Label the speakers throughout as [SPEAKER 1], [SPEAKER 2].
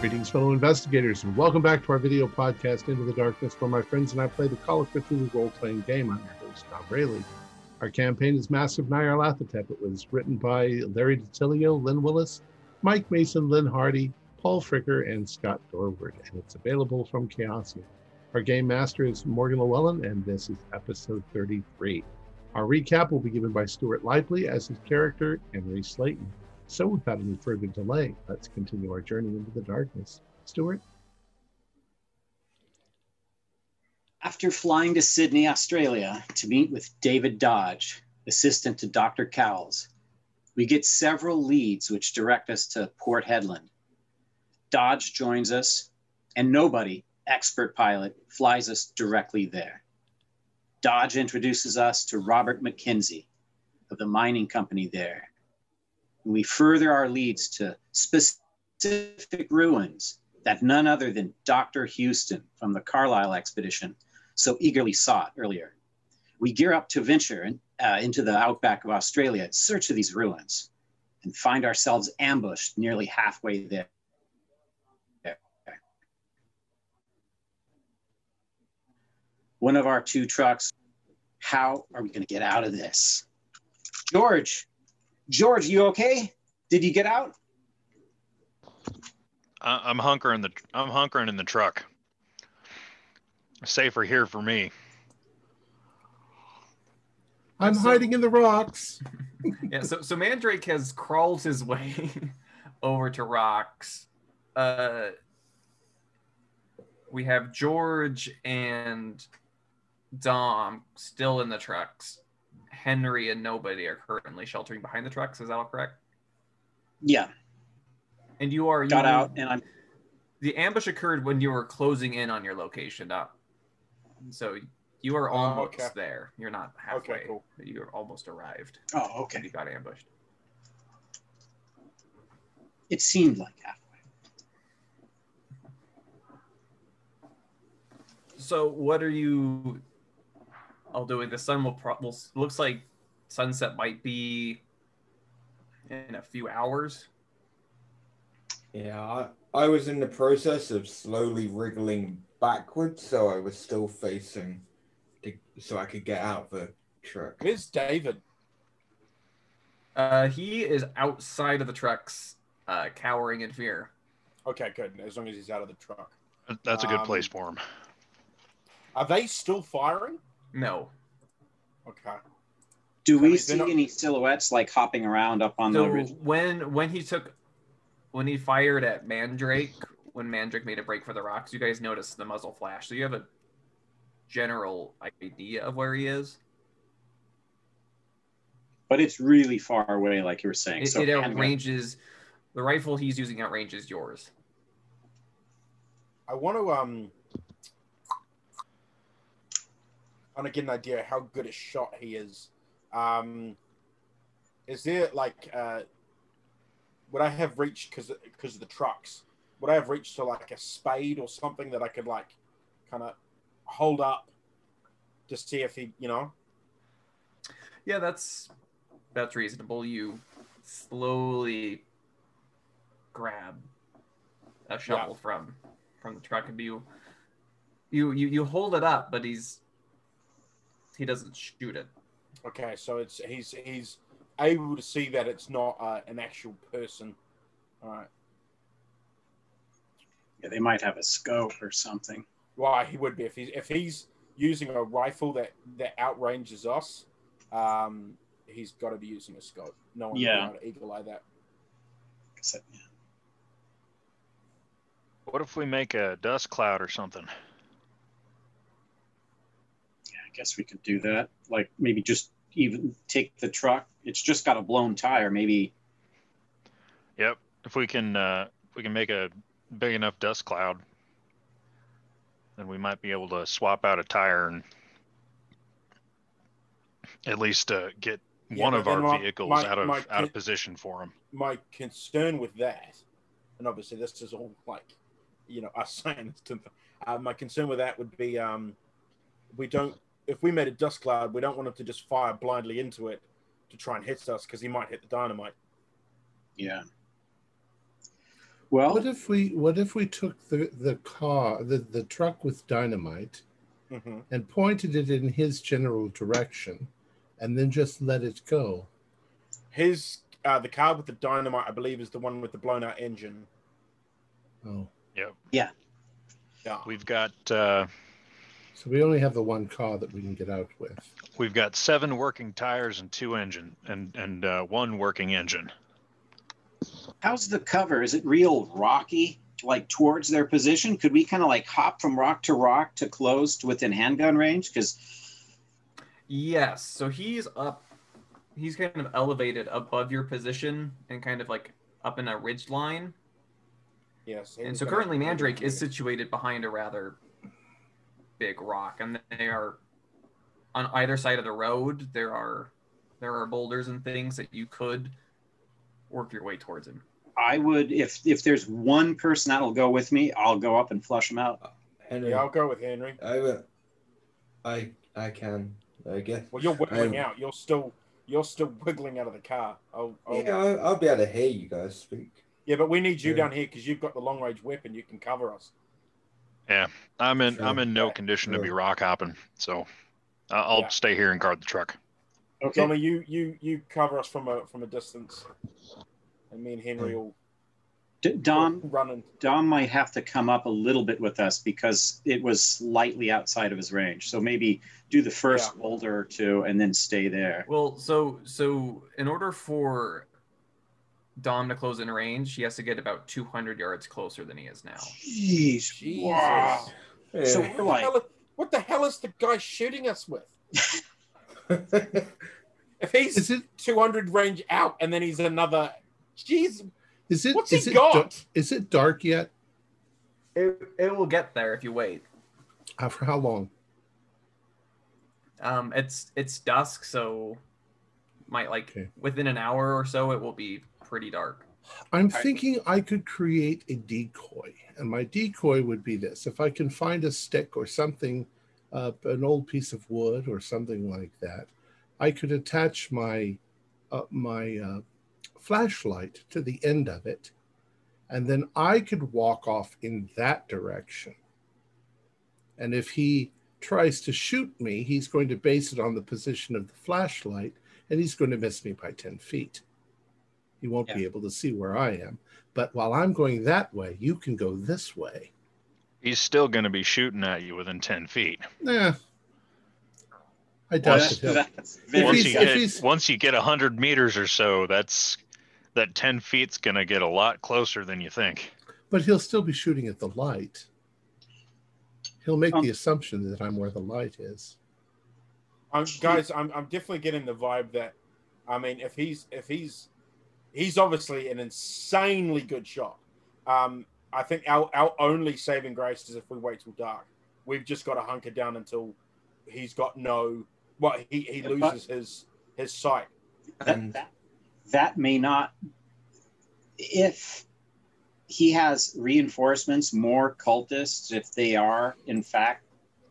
[SPEAKER 1] Greetings, fellow investigators, and welcome back to our video podcast, Into the Darkness, where my friends and I play the Call of Cthulhu role playing game. I'm your host, Tom Rayleigh. Our campaign is Massive Nyarlathotep. It was written by Larry DiTilio, Lynn Willis, Mike Mason, Lynn Hardy, Paul Fricker, and Scott Dorward, and it's available from Chaosium. Our game master is Morgan Llewellyn, and this is episode 33. Our recap will be given by Stuart Lively as his character, Henry Slayton. So, without any further delay, let's continue our journey into the darkness. Stuart?
[SPEAKER 2] After flying to Sydney, Australia to meet with David Dodge, assistant to Dr. Cowles, we get several leads which direct us to Port Headland. Dodge joins us, and nobody, expert pilot, flies us directly there. Dodge introduces us to Robert McKenzie of the mining company there we further our leads to specific ruins that none other than Dr. Houston from the Carlisle expedition so eagerly sought earlier. We gear up to venture in, uh, into the outback of Australia in search of these ruins and find ourselves ambushed nearly halfway there. One of our two trucks. How are we going to get out of this? George, George, you okay? Did you get out?
[SPEAKER 3] I- I'm hunkering the I'm hunkering in the truck. Safer here for me.
[SPEAKER 1] I'm
[SPEAKER 4] So-
[SPEAKER 1] hiding in the rocks.
[SPEAKER 4] yeah, so so Mandrake has crawled his way over to rocks. Uh, we have George and Dom still in the trucks. Henry and nobody are currently sheltering behind the trucks. Is that all correct?
[SPEAKER 2] Yeah,
[SPEAKER 4] And you are
[SPEAKER 2] got
[SPEAKER 4] you-
[SPEAKER 2] out, and I'm
[SPEAKER 4] The ambush occurred when you were closing in on your location up. So you are almost
[SPEAKER 5] Oh, okay.
[SPEAKER 4] there. You're not halfway.
[SPEAKER 5] Okay, cool.
[SPEAKER 4] but You're almost arrived.
[SPEAKER 2] oh
[SPEAKER 4] And
[SPEAKER 2] okay.
[SPEAKER 4] you got ambushed.
[SPEAKER 2] It seemed like halfway.
[SPEAKER 4] So what are you all doing? The sun will pro- will looks like sunset might be in a few hours.
[SPEAKER 5] Yeah, I, I was in the process of slowly wriggling backwards, so I was still facing, to, so I could get out the truck.
[SPEAKER 6] Where's David?
[SPEAKER 4] Uh, he is outside of the trucks, uh, cowering in fear.
[SPEAKER 6] Okay, good. As long as he's out of the truck.
[SPEAKER 3] That's a good
[SPEAKER 6] Um,
[SPEAKER 3] place for him.
[SPEAKER 6] Are they still firing?
[SPEAKER 4] No.
[SPEAKER 6] Okay.
[SPEAKER 2] Do we
[SPEAKER 6] He's
[SPEAKER 2] see
[SPEAKER 6] been up-
[SPEAKER 2] any silhouettes like hopping around up on
[SPEAKER 4] So
[SPEAKER 2] the ridge?
[SPEAKER 4] when when he took when he fired at Mandrake, when Mandrake made a break for the rocks, you guys noticed the muzzle flash. So you have a general idea of where he is.
[SPEAKER 2] But it's really far away, like you were saying.
[SPEAKER 4] It,
[SPEAKER 2] so
[SPEAKER 4] it
[SPEAKER 2] hand-
[SPEAKER 4] outranges the rifle he's using outranges yours.
[SPEAKER 6] I want to um kind of get an idea of how good a shot he is. Um, is there like uh, would I have reached because because of the trucks? Would I have reached to like a spade or something that I could like kind of hold up to see if he you know?
[SPEAKER 4] Yeah, that's that's reasonable. You slowly grab a shovel from from the truck and you you you you hold it up, but he's he doesn't shoot it.
[SPEAKER 6] Okay, so it's he's he's able to see that it's not uh, an actual person. All right.
[SPEAKER 2] Yeah, they might have a scope or something.
[SPEAKER 6] Well, he would be if he's if he's using a rifle that that outranges us. Um, he's got to be using a scope. No one
[SPEAKER 2] Yeah.
[SPEAKER 6] would be able to eagle eye that.
[SPEAKER 2] 'Cause it-
[SPEAKER 3] What if we make a dust cloud or something?
[SPEAKER 2] I guess we could do that. Like maybe just even take the truck. It's just got a blown tire. Maybe
[SPEAKER 3] Yep. If we can uh, if we can make a big enough dust cloud, then we might be able to swap out a tire and at least uh, get
[SPEAKER 6] Yeah,
[SPEAKER 3] one
[SPEAKER 6] but
[SPEAKER 3] of
[SPEAKER 6] then
[SPEAKER 3] our
[SPEAKER 6] my-
[SPEAKER 3] vehicles
[SPEAKER 6] my-
[SPEAKER 3] out of
[SPEAKER 6] my
[SPEAKER 3] out
[SPEAKER 6] kid-
[SPEAKER 3] of position for him.
[SPEAKER 6] My concern with that, and obviously this is all like, you know, us saying this to them. Uh, my concern with that would be, um, we don't if we made a dust cloud, we don't want him to just fire blindly into it to try and hit us because he might hit the dynamite.
[SPEAKER 2] yeah. Well,
[SPEAKER 1] What if we what if we took the the car the, the truck with dynamite
[SPEAKER 6] Mm-hmm.
[SPEAKER 1] and pointed it in his general direction, and then just let it go?
[SPEAKER 6] His uh, the car with the dynamite, I believe, is the one with the blown out engine.
[SPEAKER 1] Oh,
[SPEAKER 6] Yeah.
[SPEAKER 3] We've got uh,
[SPEAKER 1] so we only have the one car that we can get out with.
[SPEAKER 3] we've got seven working tires and two engine and and uh, one working engine.
[SPEAKER 2] how's the cover? Is it real rocky, like towards their position? Could we kind of like hop from rock to rock to close to within handgun range? Because
[SPEAKER 4] Yes. So he's up. He's kind of elevated above your position and kind of like up in a ridge line.
[SPEAKER 6] Yes.
[SPEAKER 4] And so currently, Mandrake is situated behind a rather big rock, and they are on either side of the road. There are there are boulders and things that you could work your way towards him.
[SPEAKER 2] I would, if if there's one person that'll go with me, I'll go up and flush them out.
[SPEAKER 5] Henry,
[SPEAKER 6] Yeah, I'll go with Henry.
[SPEAKER 5] I, will- I, I can, I guess.
[SPEAKER 6] Well, you're wiggling
[SPEAKER 5] I-
[SPEAKER 6] out. You're still you're still wiggling out of the car. Oh, oh.
[SPEAKER 5] Yeah, I'll, I'll be able to hear you guys speak.
[SPEAKER 6] Yeah, but we need you
[SPEAKER 5] Yeah.
[SPEAKER 6] down here because you've got the long range weapon. You can cover us.
[SPEAKER 3] I'm in I'm
[SPEAKER 5] Sure.
[SPEAKER 3] in no condition to be rock hopping, so I- I'll
[SPEAKER 6] Yeah.
[SPEAKER 3] stay here and guard the truck.
[SPEAKER 2] Okay.
[SPEAKER 6] Johnny, you you you cover us from a from a distance, and me and Henry will
[SPEAKER 2] D- Dom
[SPEAKER 6] run and
[SPEAKER 2] Dom might have to come up a little bit with us because it was slightly outside of his range. So maybe do the first boulder or two and then stay there.
[SPEAKER 4] Well, so so in order for Dom to close in range, he has to get about 200 yards closer than he is now.
[SPEAKER 2] Jeez.
[SPEAKER 5] Jesus.
[SPEAKER 2] Wow. So
[SPEAKER 5] Yeah.
[SPEAKER 2] we're like,
[SPEAKER 6] What the hell is the guy shooting us with?
[SPEAKER 5] That's
[SPEAKER 6] If he's
[SPEAKER 1] Is it
[SPEAKER 6] 200 range out and then he's another. Jeez,
[SPEAKER 1] is it
[SPEAKER 6] what's
[SPEAKER 1] is
[SPEAKER 6] he
[SPEAKER 1] it
[SPEAKER 6] got?
[SPEAKER 1] dar- is it dark yet?
[SPEAKER 4] It, it will get there if you wait.
[SPEAKER 1] Uh, for how long?
[SPEAKER 4] Um, it's it's dusk, so might like
[SPEAKER 1] Okay.
[SPEAKER 4] within an hour or so it will be pretty dark.
[SPEAKER 1] I'm
[SPEAKER 2] I-
[SPEAKER 1] thinking I could create a decoy, and my decoy would be this: if I can find a stick or something, uh, an old piece of wood or something like that, I could attach my uh, my uh, flashlight to the end of it, and then I could walk off in that direction. And if he tries to shoot me, he's going to base it on the position of the flashlight, and he's going to miss me by ten feet. He won't be able to see where I am. But while I'm going that way, you can go this way.
[SPEAKER 3] He's still going to be shooting at you within ten feet.
[SPEAKER 1] Nah. I doubt
[SPEAKER 3] Well,
[SPEAKER 1] it. he'll-
[SPEAKER 2] that's
[SPEAKER 1] If
[SPEAKER 3] Once
[SPEAKER 1] he's-
[SPEAKER 3] you
[SPEAKER 1] if
[SPEAKER 3] get
[SPEAKER 1] he's-
[SPEAKER 3] once you get hundred meters or so, that's that ten feet's going to get a lot closer than you think.
[SPEAKER 1] But he'll still be shooting at the light. He'll make
[SPEAKER 2] Um,
[SPEAKER 1] the assumption that I'm where the light is.
[SPEAKER 6] I'm, guys, I'm, I'm definitely getting the vibe that, I mean, if he's if he's he's obviously an insanely good shot. Um, I think our our only saving grace is if we wait till dark. We've just got to hunker down until he's got no. Well, he, he
[SPEAKER 2] Yeah, but-
[SPEAKER 6] loses his his sight.
[SPEAKER 2] that,
[SPEAKER 5] And-
[SPEAKER 2] that, that may not if he has reinforcements more cultists if they are in fact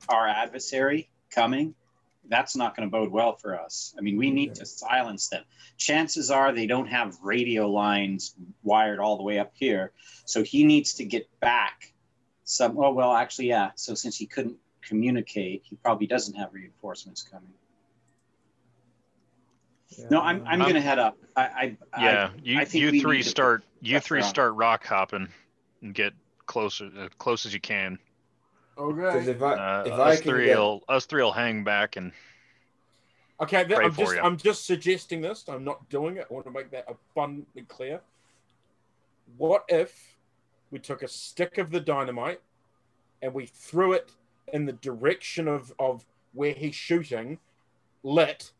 [SPEAKER 2] our adversary coming that's not going to bode well for us i mean we need to silence them chances are they don't have radio lines wired all the way up here so he needs to get back some oh well actually yeah so since he couldn't communicate he probably doesn't have reinforcements coming no i'm, I'm
[SPEAKER 3] Um,
[SPEAKER 2] going to head up i, I I-
[SPEAKER 3] Yeah, you
[SPEAKER 2] I think
[SPEAKER 3] you
[SPEAKER 2] we
[SPEAKER 3] three
[SPEAKER 2] need to-
[SPEAKER 3] start you
[SPEAKER 2] that's
[SPEAKER 3] three
[SPEAKER 2] wrong.
[SPEAKER 3] start rock hopping and get closer as close as you can.
[SPEAKER 5] Because if I,
[SPEAKER 3] Uh,
[SPEAKER 5] if I
[SPEAKER 3] us
[SPEAKER 5] can
[SPEAKER 3] three
[SPEAKER 5] get,
[SPEAKER 3] will us three will hang back and
[SPEAKER 6] Okay, that,
[SPEAKER 3] Pray
[SPEAKER 6] I'm
[SPEAKER 3] for
[SPEAKER 6] just
[SPEAKER 3] ya.
[SPEAKER 6] I'm just suggesting this. I'm not doing it. I want to make that abundantly clear. What if we took a stick of the dynamite and we threw it in the direction of of where he's shooting, lit.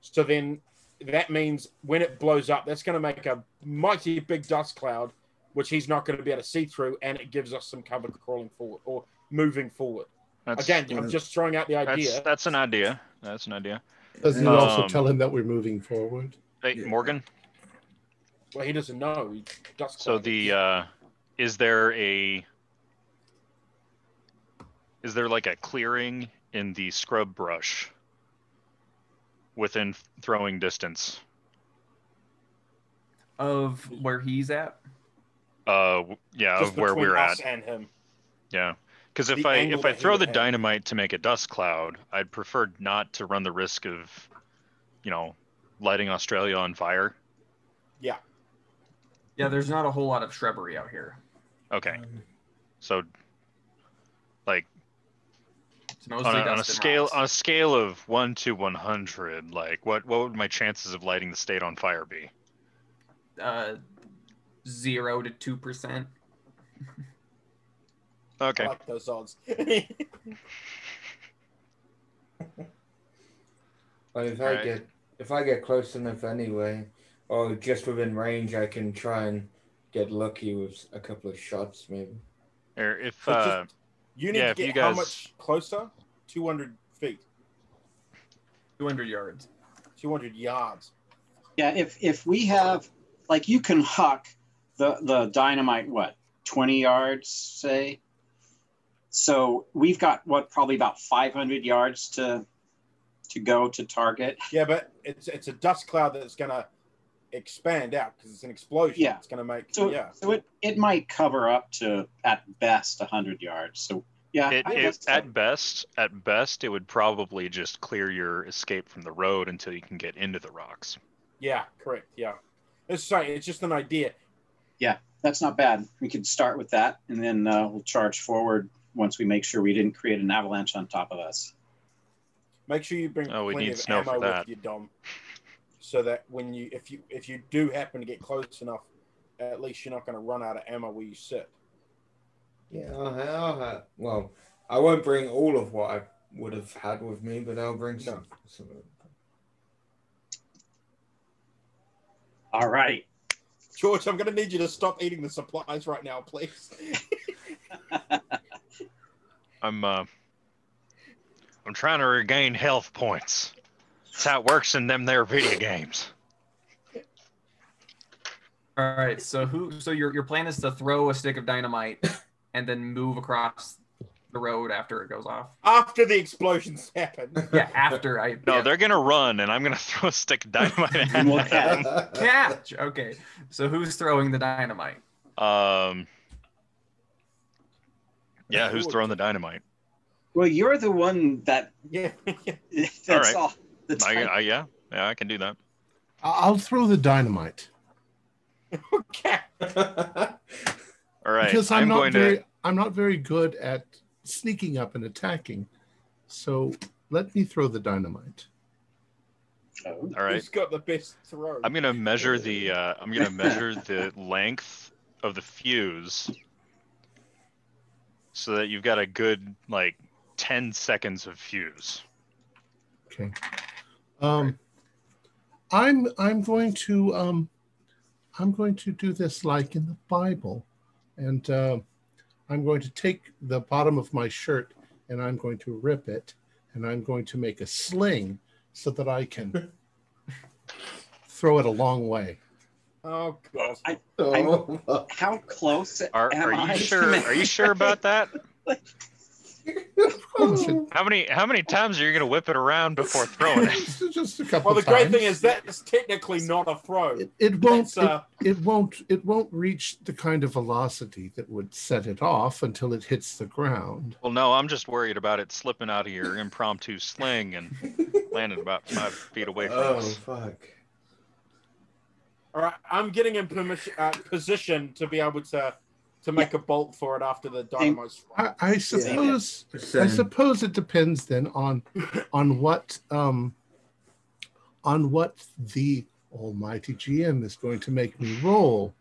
[SPEAKER 6] So then that means when it blows up, that's going to make a mighty big dust cloud, which he's not going to be able to see through, and it gives us some cover crawling forward or moving forward.
[SPEAKER 3] that's
[SPEAKER 6] Again, I'm just throwing out the
[SPEAKER 3] that's
[SPEAKER 6] idea.
[SPEAKER 3] that's an idea. That's an idea.
[SPEAKER 1] Doesn't it also
[SPEAKER 3] Um,
[SPEAKER 1] tell him that we're moving forward?
[SPEAKER 3] Hey,
[SPEAKER 5] Yeah.
[SPEAKER 3] Morgan,
[SPEAKER 6] Well, he doesn't know. He dust
[SPEAKER 3] so
[SPEAKER 6] clouded.
[SPEAKER 3] the uh, is there a is there like a clearing in the scrub brush within throwing distance?
[SPEAKER 4] Of where he's at,
[SPEAKER 3] Uh, w- yeah,
[SPEAKER 6] Just
[SPEAKER 3] of where
[SPEAKER 6] between
[SPEAKER 3] we're
[SPEAKER 6] us
[SPEAKER 3] at.
[SPEAKER 6] and him.
[SPEAKER 3] Yeah, because if
[SPEAKER 6] The
[SPEAKER 3] I
[SPEAKER 6] angle
[SPEAKER 3] if I
[SPEAKER 6] that he
[SPEAKER 3] throw
[SPEAKER 6] would
[SPEAKER 3] the
[SPEAKER 6] have.
[SPEAKER 3] dynamite to make a dust cloud, I'd prefer not to run the risk of, you know, lighting Australia on fire.
[SPEAKER 4] Yeah, there's not a whole lot of shrubbery out here.
[SPEAKER 3] Okay,
[SPEAKER 6] Mm.
[SPEAKER 5] Um,
[SPEAKER 3] so like
[SPEAKER 4] It's mostly
[SPEAKER 3] on a,
[SPEAKER 4] dust
[SPEAKER 3] on a
[SPEAKER 4] and
[SPEAKER 3] scale
[SPEAKER 4] rocks.
[SPEAKER 3] on a scale of one to one hundred, like what what would my chances of lighting the state on fire be?
[SPEAKER 4] uh, zero to two percent.
[SPEAKER 3] Okay,
[SPEAKER 6] I like those odds.
[SPEAKER 5] Well, if I
[SPEAKER 3] Alright.
[SPEAKER 5] get if I get close enough anyway, or just within range, I can try and get lucky with a couple of shots, maybe.
[SPEAKER 3] or if
[SPEAKER 6] But just-
[SPEAKER 3] uh,
[SPEAKER 6] you need
[SPEAKER 3] Yeah,
[SPEAKER 6] to
[SPEAKER 3] if you
[SPEAKER 6] get how
[SPEAKER 3] guys-
[SPEAKER 6] much closer? 200 feet,
[SPEAKER 4] Two hundred yards.
[SPEAKER 6] 200 yards.
[SPEAKER 2] Yeah, if if we have like you can huck the the dynamite what twenty yards say, so we've got what probably about five hundred yards to to go to target.
[SPEAKER 6] Yeah, but it's it's a dust cloud that's gonna expand out because it's an explosion.
[SPEAKER 2] Yeah.
[SPEAKER 6] It's gonna make
[SPEAKER 2] So
[SPEAKER 6] yeah.
[SPEAKER 2] so it it might cover up to at best hundred yards. So yeah,
[SPEAKER 3] it,
[SPEAKER 2] I
[SPEAKER 3] it,
[SPEAKER 2] guess so.
[SPEAKER 3] at best at best it would probably just clear your escape from the road until you can get into the rocks.
[SPEAKER 6] Yeah, correct. Yeah. It's sorry, it's just an idea.
[SPEAKER 2] that's not bad. We could start with that, and then uh, we'll charge forward once we make sure we didn't create an avalanche on top of us.
[SPEAKER 6] Make sure you bring
[SPEAKER 3] Oh, we
[SPEAKER 6] plenty
[SPEAKER 3] need
[SPEAKER 6] of
[SPEAKER 3] snow for
[SPEAKER 6] ammo with
[SPEAKER 3] that.
[SPEAKER 6] you, Dom. So that when you if you if you do happen to get close enough, at least you're not gonna run out of ammo where you sit.
[SPEAKER 5] Yeah, I'll ha- I'll ha- well, I won't bring all of what I would have had with me, but I'll bring some. some of it.
[SPEAKER 2] All right.
[SPEAKER 6] George, I'm gonna need you to stop eating the supplies right now, please.
[SPEAKER 3] I'm uh, I'm trying to regain health points. That's how it works in them there video games.
[SPEAKER 4] All right. So who? So your your plan is to throw a stick of dynamite and then move across the road after it goes off.
[SPEAKER 6] After the explosions happen.
[SPEAKER 4] Yeah, after I.
[SPEAKER 3] No,
[SPEAKER 4] yeah.
[SPEAKER 3] they're gonna run, and I'm gonna throw a stick of dynamite at
[SPEAKER 2] Well, yeah.
[SPEAKER 3] them.
[SPEAKER 4] catch. Okay. So who's throwing the dynamite?
[SPEAKER 3] Um, yeah, who's throwing the dynamite?
[SPEAKER 2] Well, you're the one that
[SPEAKER 6] Yeah.
[SPEAKER 2] that's
[SPEAKER 3] All
[SPEAKER 2] all,
[SPEAKER 3] right.
[SPEAKER 2] the
[SPEAKER 3] I,
[SPEAKER 2] time.
[SPEAKER 3] I, yeah, yeah, I can do that.
[SPEAKER 1] I'll throw the dynamite
[SPEAKER 6] okay.
[SPEAKER 3] All right,
[SPEAKER 1] because I'm, not
[SPEAKER 3] going
[SPEAKER 1] very
[SPEAKER 3] to.
[SPEAKER 1] I'm not very good at sneaking up and attacking. So let me throw the dynamite.
[SPEAKER 2] Oh.
[SPEAKER 3] All right,
[SPEAKER 6] Who's got the best throw?
[SPEAKER 3] I'm gonna measure the. Uh, I'm gonna measure the length of the fuse, so that you've got a good like ten seconds of fuse.
[SPEAKER 1] Okay. Um, I'm I'm going to um, I'm going to do this like in the Bible, and uh, I'm going to take the bottom of my shirt and I'm going to rip it, and I'm going to make a sling so that I can throw it a long way.
[SPEAKER 6] Oh god.
[SPEAKER 5] Oh, my-
[SPEAKER 2] How close
[SPEAKER 3] Are,
[SPEAKER 2] am
[SPEAKER 3] are you
[SPEAKER 2] I? to
[SPEAKER 3] sure?
[SPEAKER 2] make-
[SPEAKER 3] Are you sure about that?
[SPEAKER 1] Of
[SPEAKER 6] Oh.
[SPEAKER 1] course, it-
[SPEAKER 3] How many how many times are you gonna whip it around before throwing it?
[SPEAKER 1] it's just a couple.
[SPEAKER 6] Well, the great thing
[SPEAKER 1] times.
[SPEAKER 6] is that is technically not a throw.
[SPEAKER 1] it, it won't
[SPEAKER 6] That's,
[SPEAKER 1] it,
[SPEAKER 6] uh,
[SPEAKER 1] it won't it won't reach the kind of velocity that would set it off until it hits the ground.
[SPEAKER 3] Well, no, I'm just worried about it slipping out of your impromptu sling and landing about five feet away from
[SPEAKER 5] oh
[SPEAKER 3] us.
[SPEAKER 5] fuck.
[SPEAKER 6] all right. I'm getting in permission, uh, position to be able to to make a bolt for it after the dynamite's
[SPEAKER 1] I, I suppose I suppose it depends then on on what um on what the almighty GM is going to make me roll.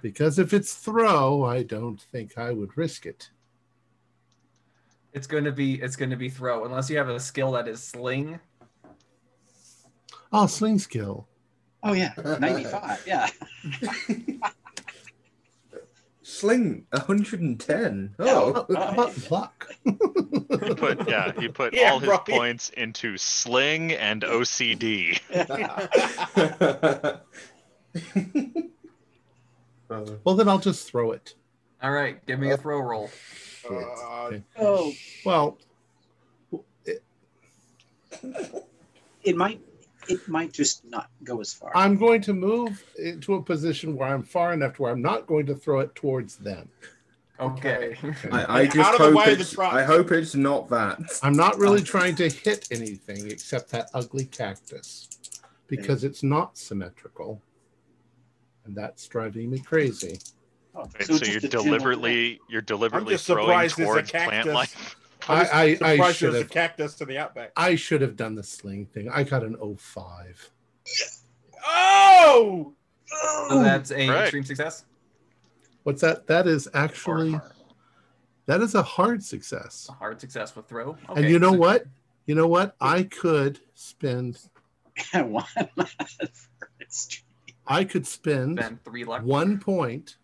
[SPEAKER 1] Because if it's throw, I don't think I would risk it.
[SPEAKER 4] It's gonna be it's gonna be throw unless you have a skill that is sling.
[SPEAKER 1] Oh, sling skill.
[SPEAKER 2] Oh yeah, ninety-five. Yeah.
[SPEAKER 5] Sling 110. Oh,
[SPEAKER 1] How about luck?
[SPEAKER 3] He put yeah, he put
[SPEAKER 6] Yeah,
[SPEAKER 3] all his
[SPEAKER 6] right.
[SPEAKER 3] points into sling and OCD.
[SPEAKER 5] Oh,
[SPEAKER 1] Well, then I'll just throw it.
[SPEAKER 4] All right, give me a throw roll.
[SPEAKER 1] Ah,
[SPEAKER 5] shit.
[SPEAKER 6] Uh,
[SPEAKER 2] Oh,
[SPEAKER 1] Well,
[SPEAKER 2] it might. it might just not go as far.
[SPEAKER 1] I'm going to move into a position where I'm far enough to where I'm not going to throw it towards them.
[SPEAKER 4] Okay.
[SPEAKER 5] I, I
[SPEAKER 6] Out
[SPEAKER 5] just
[SPEAKER 6] of the
[SPEAKER 5] hope
[SPEAKER 6] way of the
[SPEAKER 5] it's,
[SPEAKER 6] truck.
[SPEAKER 5] I hope it's not that.
[SPEAKER 1] I'm not really trying to hit anything except that ugly cactus because it's not symmetrical. And that's driving me crazy.
[SPEAKER 3] Okay, so,
[SPEAKER 2] Oh, just
[SPEAKER 3] you're
[SPEAKER 2] a general-
[SPEAKER 3] deliberately you're deliberately
[SPEAKER 6] just
[SPEAKER 3] throwing
[SPEAKER 6] surprised there's a
[SPEAKER 3] towards plant
[SPEAKER 6] cactus.
[SPEAKER 3] life.
[SPEAKER 1] I, I, I
[SPEAKER 6] Surprised
[SPEAKER 1] should
[SPEAKER 6] there's a
[SPEAKER 1] have
[SPEAKER 6] cactus in the outback.
[SPEAKER 1] I should have done the sling thing. I got an 05.
[SPEAKER 6] Oh!
[SPEAKER 4] So that's a
[SPEAKER 3] Right.
[SPEAKER 4] extreme success.
[SPEAKER 1] What's that? That is
[SPEAKER 4] Or
[SPEAKER 1] actually
[SPEAKER 4] hard.
[SPEAKER 1] that is a hard success.
[SPEAKER 4] a hard success with throw.
[SPEAKER 1] and you know
[SPEAKER 4] so-
[SPEAKER 1] what? You know what? I could spend
[SPEAKER 2] I want that first.
[SPEAKER 1] I could spend
[SPEAKER 4] Then three luck
[SPEAKER 1] one point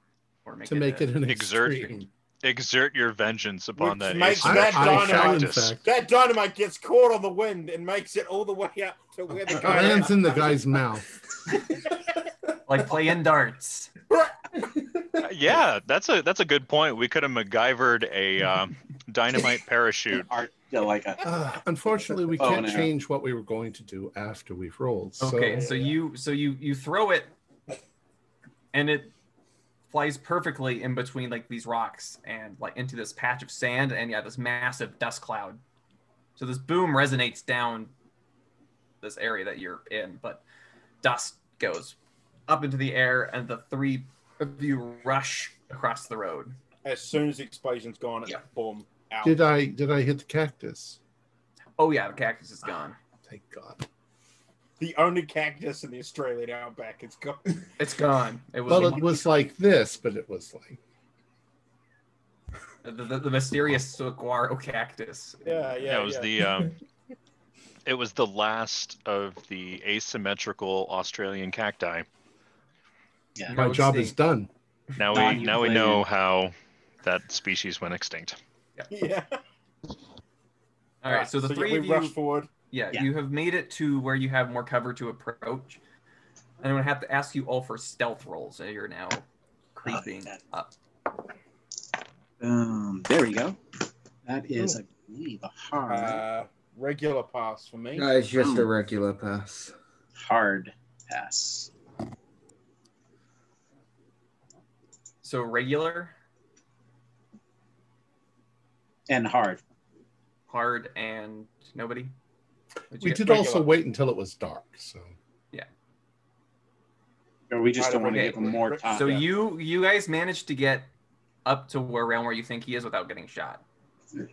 [SPEAKER 4] or
[SPEAKER 1] to make
[SPEAKER 4] a-
[SPEAKER 1] it an
[SPEAKER 3] Exert-
[SPEAKER 1] extreme.
[SPEAKER 3] Exert your vengeance upon
[SPEAKER 6] Which
[SPEAKER 3] that
[SPEAKER 6] makes
[SPEAKER 1] I,
[SPEAKER 6] that
[SPEAKER 1] I
[SPEAKER 3] asymmetrical
[SPEAKER 6] dynamite.
[SPEAKER 1] shall in
[SPEAKER 3] cactus.
[SPEAKER 1] fact
[SPEAKER 6] That dynamite gets caught on the wind and makes it all the way out to where the
[SPEAKER 1] it
[SPEAKER 6] guy
[SPEAKER 1] lands in the guy's mouth.
[SPEAKER 4] like playing darts.
[SPEAKER 3] Uh, Yeah, that's a that's a good point. We could have MacGyvered a um, dynamite parachute.
[SPEAKER 2] Art, yeah, like a,
[SPEAKER 1] Ah, unfortunately, we
[SPEAKER 2] Oh,
[SPEAKER 1] can't
[SPEAKER 2] no.
[SPEAKER 1] change what we were going to do after we've rolled. So
[SPEAKER 4] Okay, so you so you you throw it, and it flies perfectly in between like these rocks and like into this patch of sand and yeah this massive dust cloud. So this boom resonates down this area that you're in, but dust goes up into the air and the three of you rush across the road.
[SPEAKER 6] As soon as the explosion's gone, it's
[SPEAKER 4] Yeah.
[SPEAKER 6] boom, out.
[SPEAKER 4] uh,
[SPEAKER 1] did I did I hit the cactus?
[SPEAKER 4] Oh yeah, the cactus is gone.
[SPEAKER 1] Thank God.
[SPEAKER 6] the only cactus in the Australian outback. It's gone.
[SPEAKER 4] It's gone. It was
[SPEAKER 1] Well, it was like this, but it was like
[SPEAKER 4] the, the, the mysterious saguaro cactus.
[SPEAKER 6] Yeah, yeah.
[SPEAKER 3] Yeah, it was the um, it was the last of the asymmetrical Australian cacti.
[SPEAKER 2] yeah.
[SPEAKER 1] my
[SPEAKER 4] No
[SPEAKER 1] job
[SPEAKER 4] sting.
[SPEAKER 1] is done.
[SPEAKER 3] Now
[SPEAKER 2] Don,
[SPEAKER 3] we
[SPEAKER 2] you
[SPEAKER 3] now we
[SPEAKER 2] played
[SPEAKER 3] know
[SPEAKER 2] it.
[SPEAKER 3] how that species went extinct.
[SPEAKER 6] yeah.
[SPEAKER 4] All right, so the
[SPEAKER 6] yeah,
[SPEAKER 4] three
[SPEAKER 6] we
[SPEAKER 4] of you,
[SPEAKER 6] rush forward.
[SPEAKER 4] yeah,
[SPEAKER 2] Yeah.
[SPEAKER 4] you have made it to where you have more cover to approach. And I'm gonna have to ask you all for stealth rolls. So you're now creeping
[SPEAKER 2] that-
[SPEAKER 4] up.
[SPEAKER 2] Um, there we go. That is, I believe, a hard,
[SPEAKER 6] Uh, regular pass for me.
[SPEAKER 5] No, it's just a regular pass.
[SPEAKER 2] hard pass.
[SPEAKER 4] So regular,
[SPEAKER 2] And hard.
[SPEAKER 4] hard, and nobody. What'd you
[SPEAKER 1] We
[SPEAKER 4] get?
[SPEAKER 1] did
[SPEAKER 6] regular.
[SPEAKER 1] also wait until it was dark. So
[SPEAKER 2] Or we just
[SPEAKER 6] Hard
[SPEAKER 2] don't want to
[SPEAKER 4] okay.
[SPEAKER 2] give him more time.
[SPEAKER 4] So
[SPEAKER 6] yeah.
[SPEAKER 4] you you guys managed to get up to where around where you think he is without getting shot.
[SPEAKER 6] Okay.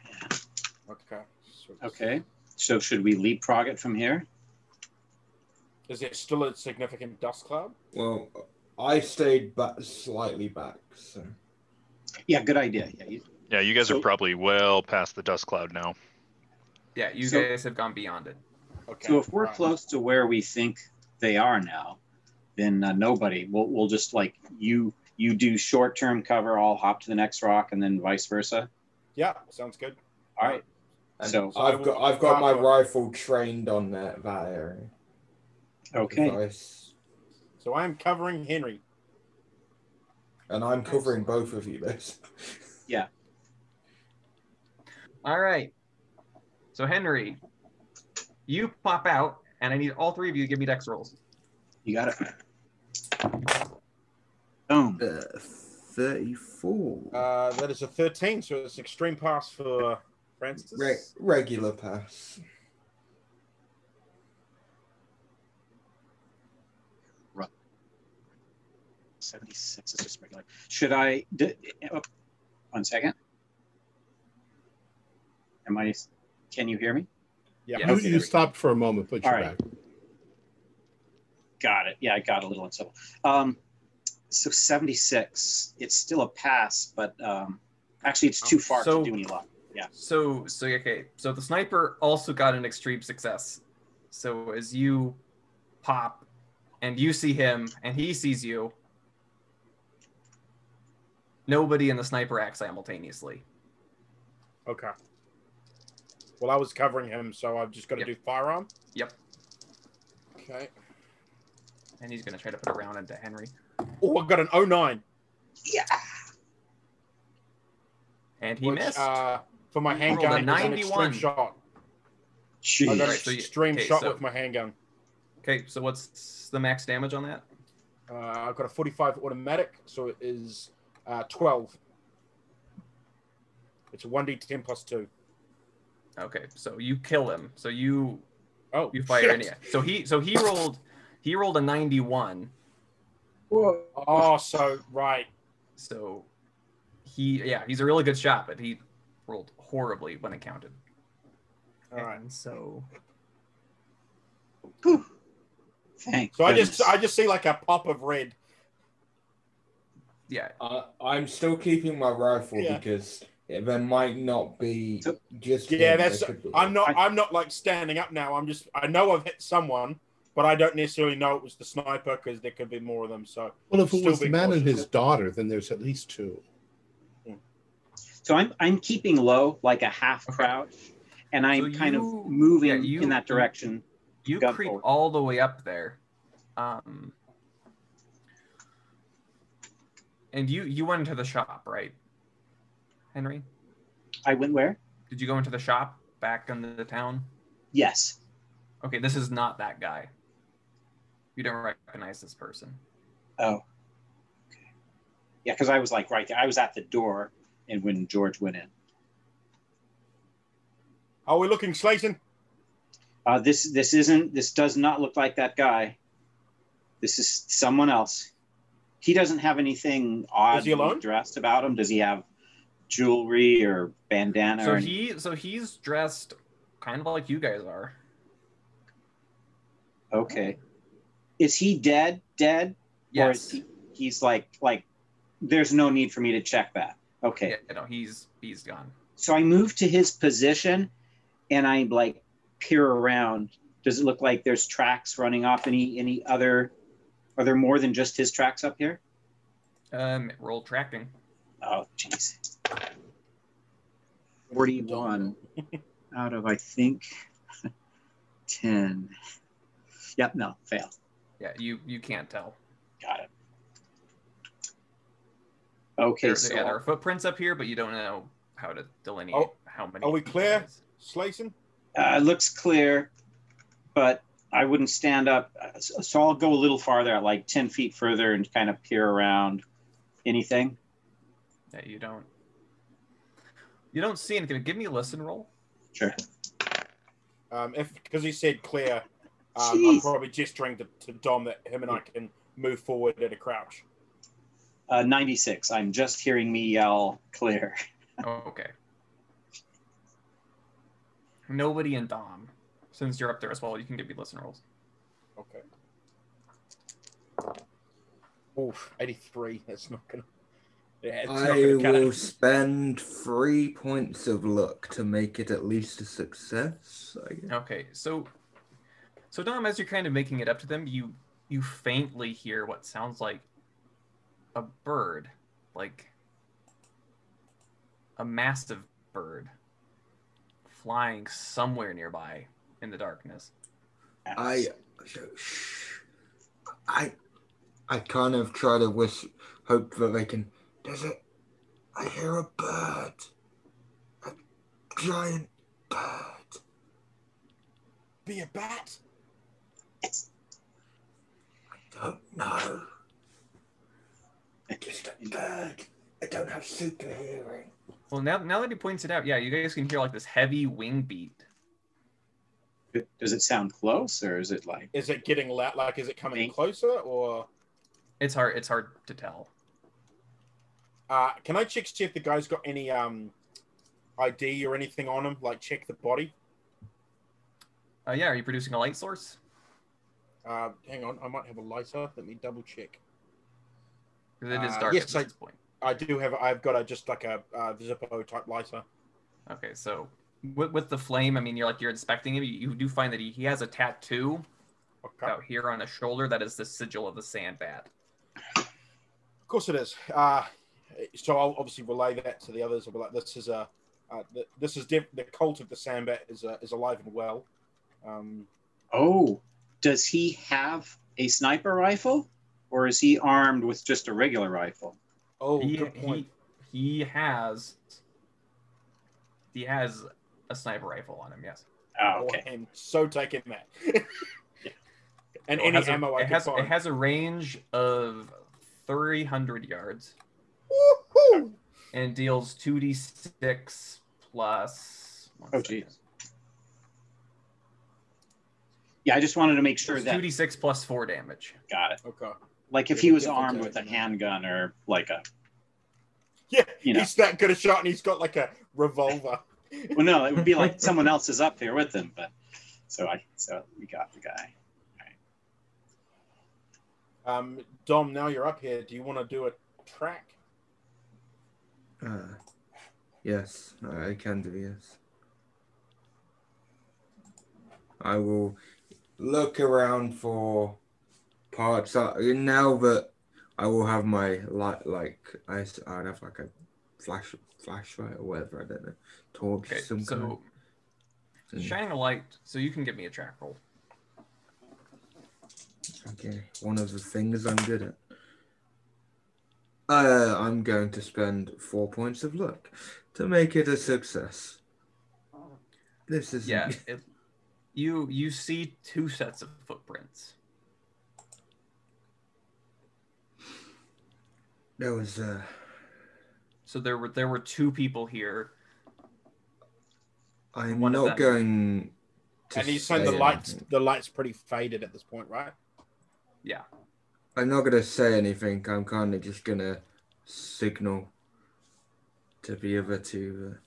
[SPEAKER 6] So-
[SPEAKER 2] Okay. So should we leapfrog it from here?
[SPEAKER 6] Is it still a significant dust cloud?
[SPEAKER 5] Well, I stayed back, slightly back. So
[SPEAKER 2] Yeah, good idea. Yeah, you,
[SPEAKER 3] Yeah, you guys
[SPEAKER 2] So-
[SPEAKER 3] are probably well past the dust cloud now.
[SPEAKER 4] Yeah, you
[SPEAKER 2] So-
[SPEAKER 4] guys have gone beyond it.
[SPEAKER 6] Okay.
[SPEAKER 2] So if we're
[SPEAKER 6] right.
[SPEAKER 2] close to where we think they are now, then uh, nobody. We'll, we'll just like you you do short term cover. I'll hop to the next rock, and then vice versa.
[SPEAKER 6] Yeah, sounds good.
[SPEAKER 2] All right.
[SPEAKER 5] And
[SPEAKER 2] So-
[SPEAKER 5] I've got I've got my rifle trained on that that area.
[SPEAKER 2] Okay.
[SPEAKER 5] So I s-
[SPEAKER 6] So I'm covering Henry.
[SPEAKER 5] and I'm covering both of you. This.
[SPEAKER 4] All right. So Henry, you pop out, and I need all three of you to give me dex rolls.
[SPEAKER 2] You got it. Boom.
[SPEAKER 5] Uh, Thirty-four.
[SPEAKER 6] Uh, that is a 13, so it's extreme pass for Francis.
[SPEAKER 5] Re- regular pass.
[SPEAKER 2] Seventy six is just regular. Should I? D- oh, one second. Am I? Can you hear me?
[SPEAKER 6] Yeah.
[SPEAKER 4] Yeah.
[SPEAKER 1] you,
[SPEAKER 2] okay, there
[SPEAKER 1] you
[SPEAKER 2] we
[SPEAKER 1] stopped for a moment, but you're
[SPEAKER 2] All
[SPEAKER 1] back.
[SPEAKER 2] right. Got it. Yeah, I got a little unsettled. Um, so 76, it's still a pass, but um, actually, it's too far
[SPEAKER 4] So-
[SPEAKER 2] to do any luck.
[SPEAKER 4] So, so okay. So the sniper also got an extreme success. So as you pop, and you see him, and he sees you. Nobody in the sniper act simultaneously.
[SPEAKER 6] Okay. Well, I was covering him, so I've just got to
[SPEAKER 4] Yep.
[SPEAKER 6] do firearm.
[SPEAKER 4] Yep.
[SPEAKER 6] Okay.
[SPEAKER 4] And he's gonna try to put a round into Henry,
[SPEAKER 6] Oh, I got an 09.
[SPEAKER 2] Yeah.
[SPEAKER 4] and he
[SPEAKER 6] which,
[SPEAKER 4] missed.
[SPEAKER 6] Uh, for my
[SPEAKER 4] He rolled a
[SPEAKER 6] handgun, it was an
[SPEAKER 4] 91.
[SPEAKER 6] extreme shot. I got
[SPEAKER 2] Jeez.
[SPEAKER 6] an
[SPEAKER 4] Oh, Alright, so you-
[SPEAKER 6] extreme
[SPEAKER 4] okay,
[SPEAKER 6] shot
[SPEAKER 4] so-
[SPEAKER 6] with my handgun.
[SPEAKER 4] Okay, so what's the max damage on that?
[SPEAKER 6] Uh, I've got a 45 automatic, so it is uh, 12. It's a 1d10 plus 2.
[SPEAKER 4] Okay, so you kill him. So you
[SPEAKER 6] Oh,
[SPEAKER 4] you fire
[SPEAKER 6] shit.
[SPEAKER 4] in. yeah. So he so he rolled he rolled a 91.
[SPEAKER 5] Whoa.
[SPEAKER 6] Oh, so, right.
[SPEAKER 4] So he yeah, he's a really good shot, but he rolled horribly when it counted.
[SPEAKER 6] All right.
[SPEAKER 4] And so
[SPEAKER 2] Whew. Thank
[SPEAKER 6] So I just
[SPEAKER 2] goodness.
[SPEAKER 6] I just see like a pop of red.
[SPEAKER 4] yeah,
[SPEAKER 5] I, I'm still keeping my rifle
[SPEAKER 6] Uh, Yeah.
[SPEAKER 5] because there might not be
[SPEAKER 2] So-
[SPEAKER 5] just.
[SPEAKER 6] Yeah,
[SPEAKER 5] him,
[SPEAKER 6] that's-
[SPEAKER 5] there could be-
[SPEAKER 6] I'm not I'm not like standing up now. I'm just I know I've hit someone, but I don't necessarily know it was the sniper because there could be more of them. So
[SPEAKER 1] Well, if it
[SPEAKER 6] Still
[SPEAKER 1] was the
[SPEAKER 6] being
[SPEAKER 1] man and
[SPEAKER 6] cautious.
[SPEAKER 1] his daughter, then there's at least two.
[SPEAKER 2] So I'm I'm keeping low, like a half
[SPEAKER 4] Okay.
[SPEAKER 2] crouch, and I'm
[SPEAKER 4] So
[SPEAKER 2] kind
[SPEAKER 4] you-
[SPEAKER 2] of moving
[SPEAKER 4] yeah, you-
[SPEAKER 2] in that direction.
[SPEAKER 4] you
[SPEAKER 2] Gun
[SPEAKER 4] creep
[SPEAKER 2] forward.
[SPEAKER 4] all the way up there. Um and you you went into the shop, right? Henry?
[SPEAKER 2] I went where?
[SPEAKER 4] Did you go into the shop back in the town?
[SPEAKER 2] Yes.
[SPEAKER 4] Okay, this is not that guy. You don't recognize this person.
[SPEAKER 2] Oh. Okay. Yeah, because I was like right there. I was at the door, and when George went in,
[SPEAKER 6] are we looking Slayton?
[SPEAKER 2] uh, this this isn't this does not look like that guy. This is someone else. He doesn't have anything odd
[SPEAKER 6] alone?
[SPEAKER 2] dressed about him. Does he have jewelry or bandana?
[SPEAKER 4] So
[SPEAKER 2] or any-
[SPEAKER 4] he so he's dressed kind of like you guys are.
[SPEAKER 2] okay. Is he dead? Dead? Or is
[SPEAKER 4] Yes.
[SPEAKER 2] he, he's like like there's no need for me to check that. Okay.
[SPEAKER 4] Yeah, no, he's he's gone.
[SPEAKER 2] So I move to his position and I like peer around. Does it look like there's tracks running off any any other are there more than just his tracks up here?
[SPEAKER 4] Um roll tracking.
[SPEAKER 2] Oh jeez. 41 out of I think 10. Yep, no, fail.
[SPEAKER 4] Yeah, you you can't tell.
[SPEAKER 2] Got it. Okay,
[SPEAKER 4] There,
[SPEAKER 2] so
[SPEAKER 4] yeah, there are footprints up here, but you don't know how to delineate
[SPEAKER 6] Oh,
[SPEAKER 4] how many.
[SPEAKER 6] are we clear?
[SPEAKER 4] it is.
[SPEAKER 6] Slayton?
[SPEAKER 2] Uh, it looks clear, but I wouldn't stand up. Uh, So so I'll go a little farther, like 10 feet further, and kind of peer around anything.
[SPEAKER 4] Yeah, you don't. You don't see anything. Give me a listen roll.
[SPEAKER 2] Sure.
[SPEAKER 6] Um, if because he said clear, um, I'm
[SPEAKER 2] Jeez.
[SPEAKER 6] probably gesturing to, to Dom that him and I can move forward at a crouch.
[SPEAKER 2] Uh, 96. I'm just hearing me yell clear.
[SPEAKER 4] Oh, okay. Nobody in Dom. Since you're up there as well, you can give me listen rolls.
[SPEAKER 6] Okay. Oof, 83. That's not gonna. Yeah, it's not
[SPEAKER 5] I
[SPEAKER 6] gonna cut
[SPEAKER 5] will
[SPEAKER 6] it.
[SPEAKER 5] spend three points of luck to make it at least a success. I guess.
[SPEAKER 4] Okay, so so Dom, as you're kind of making it up to them, you you faintly hear what sounds like a bird, like a massive bird flying somewhere nearby in the darkness.
[SPEAKER 5] I, shh. I, I kind of try to wish, hope that they can. Does it? I hear a bird, a giant bird.
[SPEAKER 6] be a bat.
[SPEAKER 5] Don't know. Just a bird. I don't have super hearing.
[SPEAKER 4] Well, now now that he points it out, yeah, you guys can hear like this heavy wing beat.
[SPEAKER 2] Does it sound close, or is it like
[SPEAKER 6] Is it getting loud? Like, is it coming
[SPEAKER 2] Think.
[SPEAKER 6] closer or?
[SPEAKER 4] It's hard it's hard to tell.
[SPEAKER 6] Uh, can I check see if the guy's got any um ID or anything on him? Like check the body.
[SPEAKER 4] Uh, yeah, are you producing a light source?
[SPEAKER 6] Uh, hang on, I might have a lighter. Let me double check.
[SPEAKER 4] 'Cause it is
[SPEAKER 6] Uh,
[SPEAKER 4] dark
[SPEAKER 6] yes,
[SPEAKER 4] at
[SPEAKER 6] I-
[SPEAKER 4] this point.
[SPEAKER 6] I do have. I've got a just like a uh, Zippo type lighter.
[SPEAKER 4] Okay, so with, with the flame, I mean, you're like you're inspecting him. You, you do find that he, he has a tattoo
[SPEAKER 6] Okay.
[SPEAKER 4] out here on his shoulder that is the sigil of the sand bat.
[SPEAKER 6] Of course it is. Uh, so I'll obviously relay that to the others. I'll be like, this is a, uh, th- this is def- the cult of the Sambat is uh, is alive and well. Um,
[SPEAKER 2] oh, does he have a sniper rifle, or is he armed with just a regular rifle?
[SPEAKER 6] oh,
[SPEAKER 4] he,
[SPEAKER 6] good point.
[SPEAKER 4] he he has he has a sniper rifle on him. Yes.
[SPEAKER 2] Oh,
[SPEAKER 6] Oh,
[SPEAKER 2] okay.
[SPEAKER 6] I'm so taking that.
[SPEAKER 4] Well, it
[SPEAKER 6] and any
[SPEAKER 4] has a-
[SPEAKER 6] ammo I
[SPEAKER 4] it
[SPEAKER 6] could
[SPEAKER 4] has
[SPEAKER 6] find.
[SPEAKER 4] it has a range of 300 yards
[SPEAKER 6] Woohoo!
[SPEAKER 4] and deals 2d6 plus one
[SPEAKER 2] Oh,
[SPEAKER 4] second.
[SPEAKER 2] geez. Yeah, I just wanted to make sure
[SPEAKER 4] It's
[SPEAKER 2] that
[SPEAKER 4] 2d6 plus 4 damage.
[SPEAKER 2] got it.
[SPEAKER 6] Okay.
[SPEAKER 2] Like if
[SPEAKER 6] They
[SPEAKER 2] he
[SPEAKER 6] were
[SPEAKER 2] was
[SPEAKER 6] different
[SPEAKER 2] armed
[SPEAKER 6] types,
[SPEAKER 2] with a
[SPEAKER 6] yeah.
[SPEAKER 2] handgun or like a
[SPEAKER 6] Yeah,
[SPEAKER 2] You know.
[SPEAKER 6] he's that good a shot, and he's got like a revolver.
[SPEAKER 2] well, no, it would be like someone else is up there with him. But so I so we got the guy.
[SPEAKER 6] Um, Dom, now you're up here. Do you want to do a track?
[SPEAKER 5] Uh, yes, I can do yes. I will look around for parts that now that I will have my light, like I s- I'd have like a flash flashlight or whatever I don't know torch
[SPEAKER 4] Okay,
[SPEAKER 5] some kind.
[SPEAKER 4] so
[SPEAKER 5] Mm.
[SPEAKER 4] shining a light, so you can give me a track roll.
[SPEAKER 5] Mm, Okay, one of the things I'm good at. Uh, I'm going to spend four points of luck to make it a success. This is
[SPEAKER 4] Yeah, it, you you see two sets of footprints.
[SPEAKER 5] There was uh,
[SPEAKER 4] So there were there were two people here.
[SPEAKER 5] I'm
[SPEAKER 4] One of them.
[SPEAKER 5] not going. To
[SPEAKER 6] and he's saying the
[SPEAKER 5] say
[SPEAKER 6] lights,
[SPEAKER 5] anything.
[SPEAKER 6] the lights pretty faded at this point, right?
[SPEAKER 4] Yeah.
[SPEAKER 5] I'm not gonna say anything. I'm kind of just gonna signal to the other two. Uh,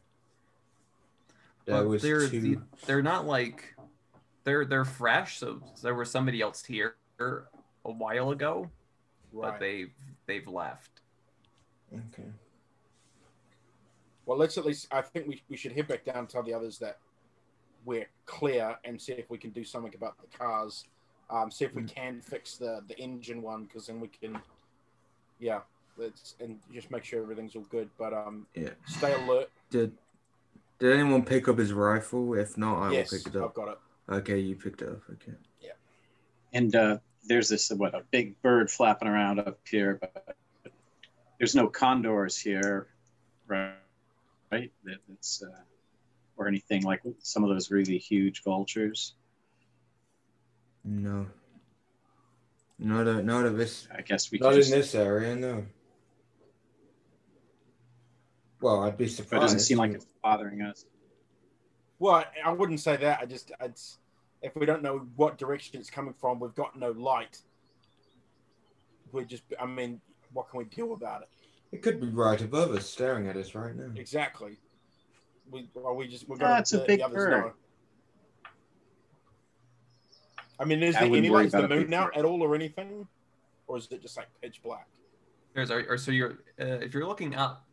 [SPEAKER 5] there
[SPEAKER 4] but
[SPEAKER 5] was
[SPEAKER 4] they're
[SPEAKER 5] two.
[SPEAKER 4] the- they're not like they're they're fresh, so there was somebody else here a while ago,
[SPEAKER 6] Right.
[SPEAKER 4] but they they've left.
[SPEAKER 5] Okay.
[SPEAKER 6] Well, let's at least. I think we, we should head back down and tell the others that we're clear and see if we can do something about the cars. Um, see if we
[SPEAKER 5] Mm.
[SPEAKER 6] can fix the the engine one because then we can. Yeah, let's and just make sure everything's all good. But um,
[SPEAKER 5] Yeah.
[SPEAKER 6] stay alert.
[SPEAKER 5] Did Did anyone pick up his rifle? If not, I
[SPEAKER 6] yes,
[SPEAKER 5] will pick it
[SPEAKER 6] I've
[SPEAKER 5] up.
[SPEAKER 6] got it.
[SPEAKER 5] Okay, you picked it up. Okay.
[SPEAKER 2] And uh, there's this what a big bird flapping around up here, but there's no condors here, right? Right? That, that's uh, or anything like some of those really huge vultures.
[SPEAKER 5] No. Not a, not of this.
[SPEAKER 2] I guess we
[SPEAKER 5] Not
[SPEAKER 2] could just,
[SPEAKER 5] in this area. No. Well, I'd be
[SPEAKER 2] but it
[SPEAKER 5] surprised.
[SPEAKER 2] doesn't seem like it's bothering us.
[SPEAKER 6] Well, I wouldn't say that. I just, it's, if we don't know what direction it's coming from, we've got no light. We're just, I mean, what can we do about it?
[SPEAKER 5] It could be right above us, staring at us right now.
[SPEAKER 6] Exactly. We, well, we just, we're
[SPEAKER 2] Ah,
[SPEAKER 6] going
[SPEAKER 2] it's a big bird.
[SPEAKER 6] I mean, is
[SPEAKER 2] I
[SPEAKER 6] there
[SPEAKER 2] wouldn't
[SPEAKER 6] any
[SPEAKER 2] worry
[SPEAKER 6] light? Is the
[SPEAKER 2] about a big
[SPEAKER 6] moon out
[SPEAKER 2] bird.
[SPEAKER 6] at all or anything? Or is it just like pitch black?
[SPEAKER 4] There's or, or so you're uh, if you're looking up,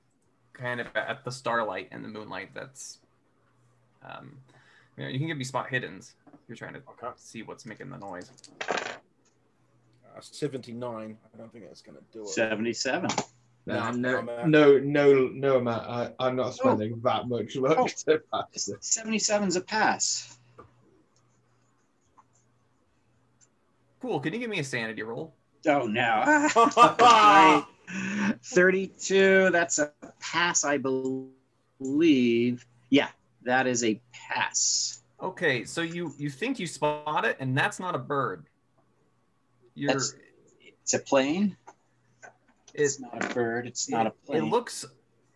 [SPEAKER 4] kind of at the starlight and the moonlight. That's um, you, know, you can give me spot hiddens. if You're trying to
[SPEAKER 6] Okay.
[SPEAKER 4] see what's making the noise.
[SPEAKER 6] Uh, 79. I don't think that's going to do it.
[SPEAKER 2] Seventy-seven.
[SPEAKER 7] Nah,
[SPEAKER 6] Nah,
[SPEAKER 7] no,
[SPEAKER 6] I'm out.
[SPEAKER 7] no, no, no, Matt. I, I'm
[SPEAKER 6] Oh.
[SPEAKER 7] not spending that much luck
[SPEAKER 2] Oh.
[SPEAKER 7] to pass it.
[SPEAKER 2] 77's a pass.
[SPEAKER 4] Cool. Can you give me a sanity roll?
[SPEAKER 2] Oh no. Great. 32, that's a pass, I believe. Yeah, that is a pass.
[SPEAKER 4] Okay, so you you think you spot it, and that's not a bird. You're
[SPEAKER 2] That's- It's a plane. It's
[SPEAKER 4] it,
[SPEAKER 2] not a bird. It's not a
[SPEAKER 4] it
[SPEAKER 2] plane.
[SPEAKER 4] looks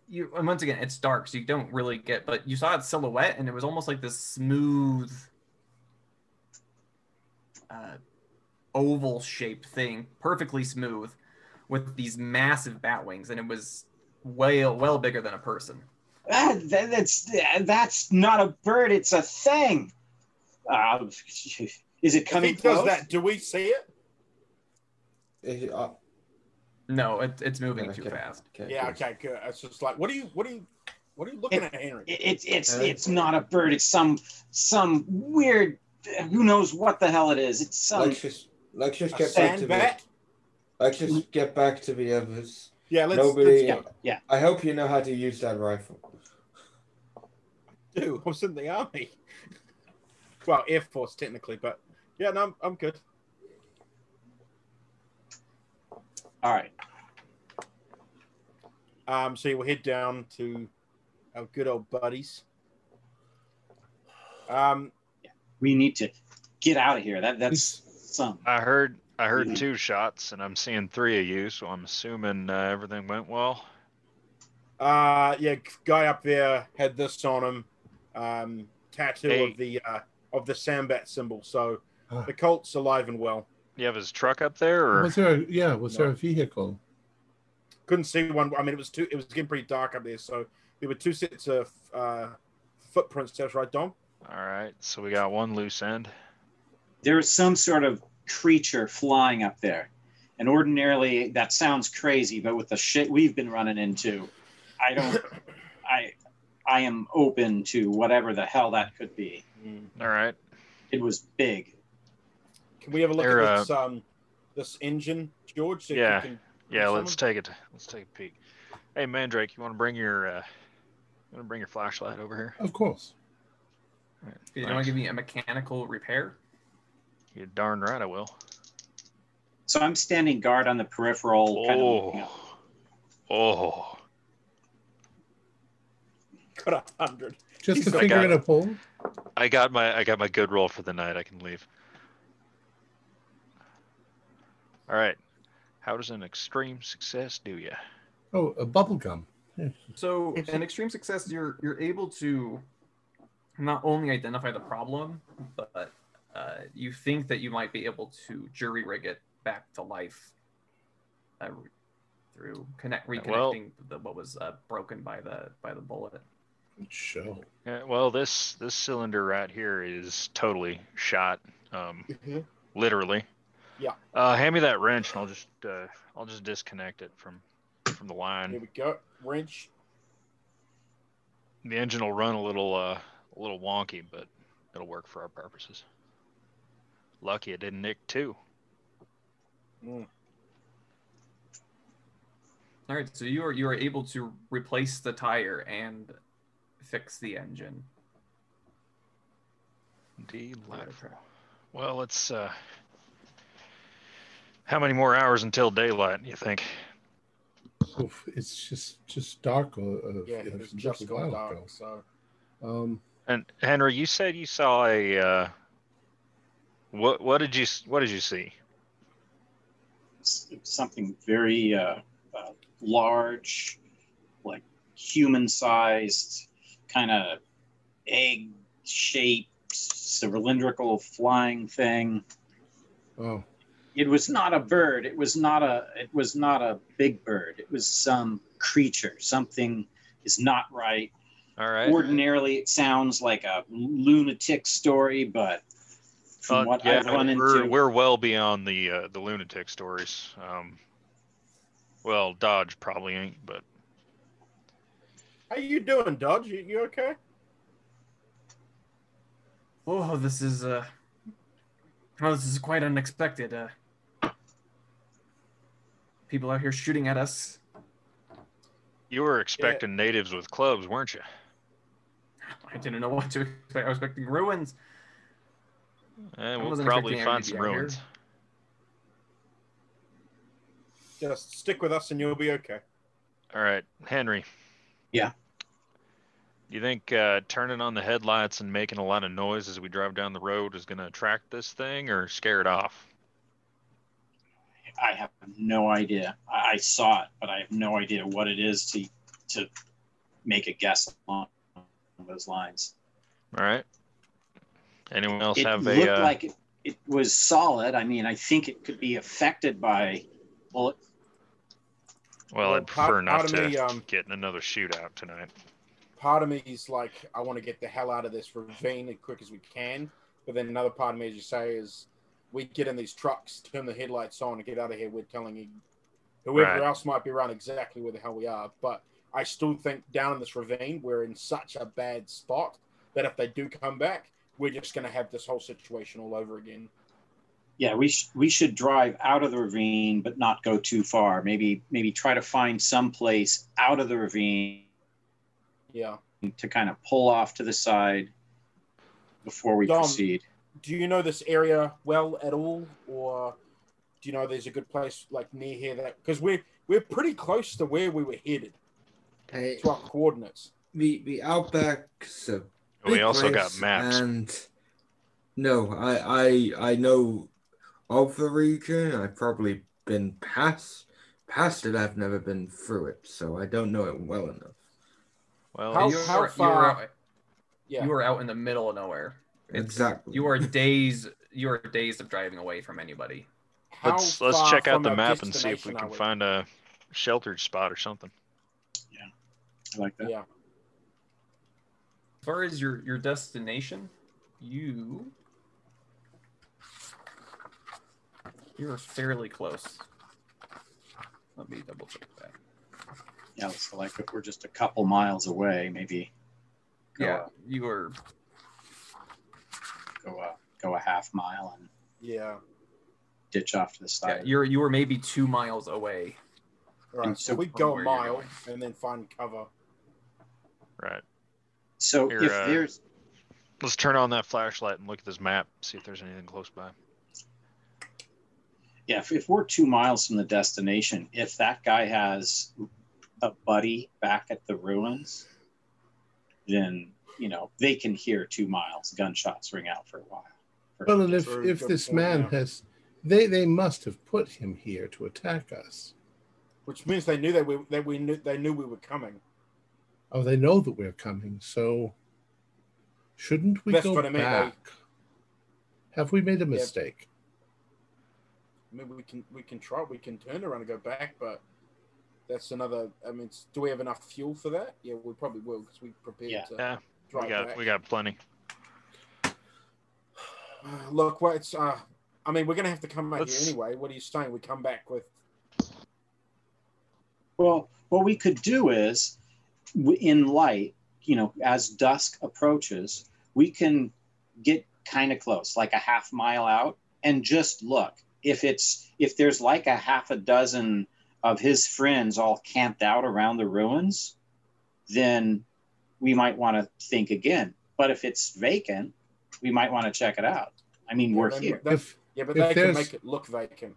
[SPEAKER 4] you and once again it's dark, so you don't really get, but you saw its silhouette, and it was almost like this smooth uh, oval shaped thing, perfectly smooth, with these massive bat wings, and it was way well bigger than a person.
[SPEAKER 2] Ah, that- that's that's not a bird. It's a thing. Uh, is it
[SPEAKER 6] If he
[SPEAKER 2] coming
[SPEAKER 6] does
[SPEAKER 2] close?
[SPEAKER 6] that, do we see it?
[SPEAKER 5] Is it- uh,
[SPEAKER 4] No, it, it's moving too
[SPEAKER 5] Okay.
[SPEAKER 4] fast.
[SPEAKER 5] okay,
[SPEAKER 6] Yeah,
[SPEAKER 5] good.
[SPEAKER 6] okay, good. It's just like, what are you, what are you, what are you looking at, Henry?
[SPEAKER 2] It, it's it's
[SPEAKER 5] Uh,
[SPEAKER 2] it's not a bird. It's some some weird. Who knows what the hell it is? It's some.
[SPEAKER 5] Let's just let's just
[SPEAKER 6] A
[SPEAKER 5] get back to the
[SPEAKER 6] sandbat?
[SPEAKER 5] let's just get back to the others.
[SPEAKER 6] Yeah, let's,
[SPEAKER 5] Nobody.
[SPEAKER 2] yeah, yeah.
[SPEAKER 5] I hope you know how to use that rifle.
[SPEAKER 6] let's do. I was in the army. Well, Air Force technically, but yeah, no, I'm, I'm good.
[SPEAKER 2] All right.
[SPEAKER 6] Um, so we'll head down to our good old buddies. Um,
[SPEAKER 2] We need to get out of here. That that's some.
[SPEAKER 3] I heard I heard
[SPEAKER 2] Yeah.
[SPEAKER 3] two shots, and I'm seeing three of you, so I'm assuming uh, everything went well.
[SPEAKER 6] Uh, yeah, guy up there had this on him, um, tattoo
[SPEAKER 3] Hey.
[SPEAKER 6] of the uh, of the Sambat symbol. So
[SPEAKER 5] Huh.
[SPEAKER 6] the Colt's alive and well.
[SPEAKER 3] You have his truck up there, or
[SPEAKER 1] Was there? A, yeah, was there
[SPEAKER 6] No.
[SPEAKER 1] a vehicle?
[SPEAKER 6] Couldn't see one. I mean, it was too. It was getting pretty dark up there. So there were two sets of uh, footprints. That's right, Dom.
[SPEAKER 3] all right? So we got one loose end.
[SPEAKER 2] there was some sort of creature flying up there. And ordinarily, that sounds crazy, but with the shit we've been running into, I don't, I, I am open to whatever the hell that could be.
[SPEAKER 3] All right,
[SPEAKER 2] It was big.
[SPEAKER 6] Can we have a look
[SPEAKER 3] They're, uh,
[SPEAKER 6] at this um this engine, George? See if we
[SPEAKER 3] Yeah.
[SPEAKER 6] can-
[SPEAKER 3] yeah.
[SPEAKER 6] Someone-
[SPEAKER 3] Let's take it. Let's take a peek. Hey, Mandrake, you want to bring your uh, you want to bring your flashlight over here?
[SPEAKER 1] Of course.
[SPEAKER 4] You want to give me a mechanical repair?
[SPEAKER 3] You're darn right, I will.
[SPEAKER 2] So I'm standing guard on the peripheral. Kind of looking
[SPEAKER 3] Oh,
[SPEAKER 2] up.
[SPEAKER 3] oh.
[SPEAKER 6] got a hundred.
[SPEAKER 1] Just a
[SPEAKER 6] He's- I
[SPEAKER 1] finger
[SPEAKER 3] got
[SPEAKER 1] in a pole.
[SPEAKER 3] I got my I got my good roll for the night. I can leave. All right. How does an extreme success do you?
[SPEAKER 1] Oh, a bubble gum.
[SPEAKER 4] So in extreme success, you're you're able to not only identify the problem, but uh, you think that you might be able to jury rig it back to life uh, re- through connect reconnecting
[SPEAKER 3] well-
[SPEAKER 4] the, what was uh, broken by the by the bullet.
[SPEAKER 1] Show.
[SPEAKER 3] Yeah, well, this this cylinder right here is totally shot, um,
[SPEAKER 6] Mhm.
[SPEAKER 3] literally.
[SPEAKER 6] Yeah.
[SPEAKER 3] Uh, hand me that wrench, and I'll just uh, I'll just disconnect it from from the
[SPEAKER 6] Here
[SPEAKER 3] line.
[SPEAKER 6] we go. Wrench.
[SPEAKER 3] The engine will run a little uh, a little wonky, but it'll work for our purposes. Lucky it didn't nick too.
[SPEAKER 4] All right, so you are you are able to replace the tire and fix the engine.
[SPEAKER 3] Delightful. Well, it's uh, how many more hours until daylight? You think?
[SPEAKER 1] Oof, it's just just dark. Or, uh,
[SPEAKER 6] Yeah,
[SPEAKER 1] it
[SPEAKER 6] it was
[SPEAKER 1] was
[SPEAKER 6] just
[SPEAKER 1] a while
[SPEAKER 6] gone dark.
[SPEAKER 1] ago.
[SPEAKER 6] So
[SPEAKER 1] Um,
[SPEAKER 3] And Henry, you said you saw a uh, what? What did you What did you see?
[SPEAKER 2] S- Something very uh, uh, large, like human-sized, kind of egg-shaped, cylindrical flying thing.
[SPEAKER 1] oh,
[SPEAKER 2] it was not a bird it was not a it was not a big bird it was some creature something is not right
[SPEAKER 3] All right.
[SPEAKER 2] ordinarily it sounds like a lunatic story but from
[SPEAKER 3] Uh,
[SPEAKER 2] what
[SPEAKER 3] yeah,
[SPEAKER 2] i've run
[SPEAKER 3] we're,
[SPEAKER 2] into
[SPEAKER 3] we're well beyond the uh, the lunatic stories. Um, well, Dodge probably ain't, but
[SPEAKER 6] how you doing, Dodge? You, you okay?
[SPEAKER 4] Oh, this is uh, oh, this is quite unexpected. Uh, people out here shooting at us.
[SPEAKER 3] you were expecting natives with clubs, weren't you? Eh,
[SPEAKER 4] I didn't know what to expect. I was expecting ruins.
[SPEAKER 3] Eh, we'll
[SPEAKER 4] wasn't
[SPEAKER 3] probably
[SPEAKER 4] expecting
[SPEAKER 3] find some
[SPEAKER 4] everybody out here.
[SPEAKER 3] ruins.
[SPEAKER 6] Just stick with us and you'll be okay.
[SPEAKER 3] All right, Henry.
[SPEAKER 2] Yeah.
[SPEAKER 3] You think uh, turning on the headlights and making a lot of noise as we drive down the road is going to attract this thing or scare it off?
[SPEAKER 2] i have no idea I, I saw it but i have no idea what it is to to make a guess on those lines
[SPEAKER 3] All right. Anyone else
[SPEAKER 2] it
[SPEAKER 3] have
[SPEAKER 2] looked
[SPEAKER 3] a? Uh,
[SPEAKER 2] like it, it was solid i mean i think it could be affected by bullet
[SPEAKER 3] well, I'd
[SPEAKER 6] Part-
[SPEAKER 3] prefer not
[SPEAKER 6] part of
[SPEAKER 3] to
[SPEAKER 6] me, um,
[SPEAKER 3] get in another shootout tonight.
[SPEAKER 6] Part of me is like, I want to get the hell out of this ravine as quick as we can. But then another part of me, as you say, is we get in these trucks, turn the headlights on, and get out of here. We're telling you, whoever
[SPEAKER 3] Right.
[SPEAKER 6] else might be around exactly where the hell we are. But I still think down in this ravine, we're in such a bad spot that if they do come back, we're just going to have this whole situation all over again.
[SPEAKER 2] Yeah, we sh- we should drive out of the ravine, but not go too far. Maybe maybe try to find some place out of the ravine
[SPEAKER 6] Yeah.
[SPEAKER 2] to kind of pull off to the side before we
[SPEAKER 6] Dom.
[SPEAKER 2] proceed.
[SPEAKER 6] do you know this area well at all or do you know there's a good place like near here that because we're we're pretty close to where we were headed
[SPEAKER 5] Hey,
[SPEAKER 6] to our coordinates
[SPEAKER 5] the the outback's a
[SPEAKER 3] We
[SPEAKER 5] big
[SPEAKER 3] also got
[SPEAKER 5] place,
[SPEAKER 3] maps.
[SPEAKER 5] And no, I I I know of the region. I've probably been past past it. I've never been through it, so I don't know it well enough.
[SPEAKER 3] Well,
[SPEAKER 6] How-
[SPEAKER 4] you
[SPEAKER 6] how
[SPEAKER 4] are, you
[SPEAKER 6] far-
[SPEAKER 4] are out,
[SPEAKER 6] Yeah.
[SPEAKER 4] you are out in the middle of nowhere. It's-
[SPEAKER 5] exactly.
[SPEAKER 4] You are days. You are days of driving away from anybody.
[SPEAKER 6] How
[SPEAKER 3] let's let's
[SPEAKER 6] far
[SPEAKER 3] check out
[SPEAKER 6] from
[SPEAKER 3] the
[SPEAKER 6] our
[SPEAKER 3] map and see if we
[SPEAKER 6] destination
[SPEAKER 3] can
[SPEAKER 6] are
[SPEAKER 3] find a sheltered spot or something.
[SPEAKER 2] I like that.
[SPEAKER 6] Yeah.
[SPEAKER 4] As far as your your destination, you you are fairly close. Let me double check that.
[SPEAKER 2] Yeah, so like if we're just a couple miles away, maybe go,
[SPEAKER 4] Yeah, you are
[SPEAKER 2] a, go, a, go a half mile and
[SPEAKER 6] Yeah.
[SPEAKER 2] ditch off to the
[SPEAKER 4] yeah,
[SPEAKER 2] side.
[SPEAKER 4] you're you are maybe two miles away.
[SPEAKER 6] All right.
[SPEAKER 2] And
[SPEAKER 6] So
[SPEAKER 2] so
[SPEAKER 6] we
[SPEAKER 4] from
[SPEAKER 6] go
[SPEAKER 4] where
[SPEAKER 6] a
[SPEAKER 4] you're
[SPEAKER 6] mile
[SPEAKER 4] going.
[SPEAKER 6] and then find cover.
[SPEAKER 3] Right.
[SPEAKER 2] so
[SPEAKER 3] Here,
[SPEAKER 2] if
[SPEAKER 3] uh,
[SPEAKER 2] there's
[SPEAKER 3] Let's turn on that flashlight and look at this map. See if there's anything close by.
[SPEAKER 2] Yeah, if, if we're two miles from the destination, if that guy has a buddy back at the ruins, then you know they can hear two miles. Gunshots ring out for a while. For-
[SPEAKER 1] Well, and if,
[SPEAKER 6] True,
[SPEAKER 1] if
[SPEAKER 6] good
[SPEAKER 1] this
[SPEAKER 6] point,
[SPEAKER 1] man
[SPEAKER 6] yeah.
[SPEAKER 1] has, they, they must have put him here to attack us.
[SPEAKER 6] Which means they knew that we that we knew they knew we were coming.
[SPEAKER 1] Oh, they know that we're coming, so shouldn't we
[SPEAKER 6] That's
[SPEAKER 1] go
[SPEAKER 6] what I mean,
[SPEAKER 1] back? Have we made a mistake?
[SPEAKER 6] Maybe we can we can try we can turn around and go back, but that's another. I mean, it's- do we have enough fuel for that? Yeah, we probably will because we prepared
[SPEAKER 2] Yeah.
[SPEAKER 6] to
[SPEAKER 3] Yeah,
[SPEAKER 6] drive
[SPEAKER 3] we got
[SPEAKER 6] back.
[SPEAKER 3] we got plenty.
[SPEAKER 6] Look, what it's. Uh, I mean, we're gonna have to come out
[SPEAKER 3] Let's-
[SPEAKER 6] here anyway. What are you saying? We come back with
[SPEAKER 2] Well, what we could do is, w- in light, you know, as dusk approaches, we can get kind of close, like a half mile out, and just look. If it's if there's like a half a dozen of his friends all camped out around the ruins, then we might want to think again. But if it's vacant, we might want to check it out. I mean, we're
[SPEAKER 6] them-
[SPEAKER 2] here.
[SPEAKER 6] them-
[SPEAKER 1] If
[SPEAKER 6] yeah, but
[SPEAKER 1] if
[SPEAKER 6] they can
[SPEAKER 1] there's-
[SPEAKER 6] make it look vacant.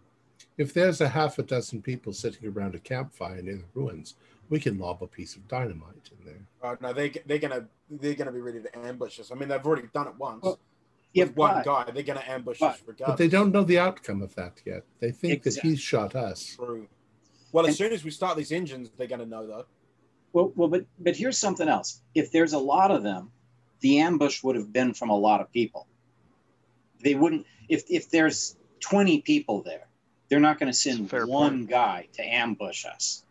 [SPEAKER 1] if there's a half a dozen people sitting around a campfire near the ruins, we can lob a piece of dynamite in there.
[SPEAKER 6] Uh, no, they they're gonna they're gonna be ready to ambush us. I mean, they've already done it once.
[SPEAKER 2] Well,
[SPEAKER 6] with
[SPEAKER 2] If
[SPEAKER 6] one
[SPEAKER 2] but-
[SPEAKER 6] guy, they're gonna ambush
[SPEAKER 2] but-
[SPEAKER 6] us
[SPEAKER 1] But
[SPEAKER 6] regardless.
[SPEAKER 1] they don't know the outcome of that yet. They think that
[SPEAKER 2] Exactly.
[SPEAKER 1] he's shot us.
[SPEAKER 6] True. Well,
[SPEAKER 2] And-
[SPEAKER 6] as soon as we start these engines, they're gonna know though.
[SPEAKER 2] Well, well, but but here's something else. If there's a lot of them, the ambush would have been from a lot of people. They wouldn't. If if there's 20 people there, they're not going to send
[SPEAKER 3] That's a fair
[SPEAKER 2] one
[SPEAKER 3] point.
[SPEAKER 2] guy to ambush us.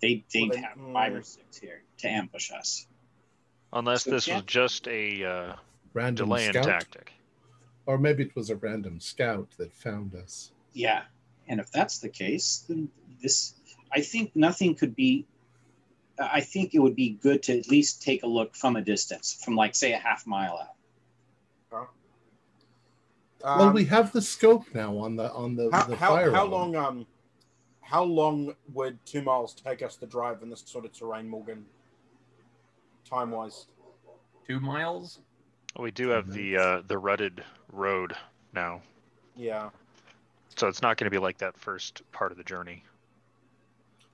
[SPEAKER 2] They they'd
[SPEAKER 6] Well, they-
[SPEAKER 2] have five or six here to ambush us.
[SPEAKER 3] Unless
[SPEAKER 2] So
[SPEAKER 3] this was
[SPEAKER 2] can't-
[SPEAKER 3] just a uh,
[SPEAKER 1] Random
[SPEAKER 3] delaying
[SPEAKER 1] scout,
[SPEAKER 3] tactic.
[SPEAKER 1] or maybe it was a random scout that found us.
[SPEAKER 2] Yeah, and if that's the case, then this I think nothing could be. I think it would be good to at least take a look from a distance, from like say a half mile out.
[SPEAKER 6] Um,
[SPEAKER 1] well, we have the scope now on the on the,
[SPEAKER 6] how,
[SPEAKER 1] the
[SPEAKER 6] how,
[SPEAKER 1] firearm.
[SPEAKER 6] how long um how long would two miles take us to drive in this sort of terrain, Morgan? Time wise,
[SPEAKER 4] Two miles.
[SPEAKER 3] We do have the uh, the rutted road now,
[SPEAKER 6] yeah.
[SPEAKER 3] so it's not going to be like that first part of the journey.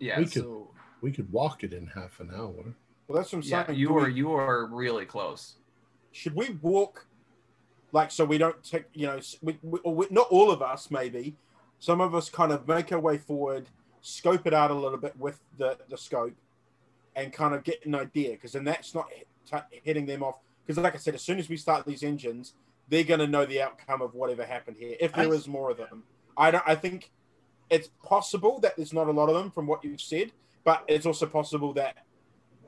[SPEAKER 4] Yeah.
[SPEAKER 1] We could-
[SPEAKER 4] so
[SPEAKER 1] We could walk it in half an hour.
[SPEAKER 6] Well, that's what I'm
[SPEAKER 4] yeah,
[SPEAKER 6] saying.
[SPEAKER 4] you
[SPEAKER 6] Do we-
[SPEAKER 4] are you are really close.
[SPEAKER 6] should we walk like so we don't take you know s- we, we, or we, not all of us maybe some of us kind of make our way forward scope it out a little bit with the the scope and kind of get an idea because then that's not hit- t- hitting them off because like i said as soon as we start these engines they're going to know the outcome of whatever happened here if there
[SPEAKER 2] I-
[SPEAKER 6] is more of them i don't i think it's possible that there's not a lot of them from what you've said but it's also possible that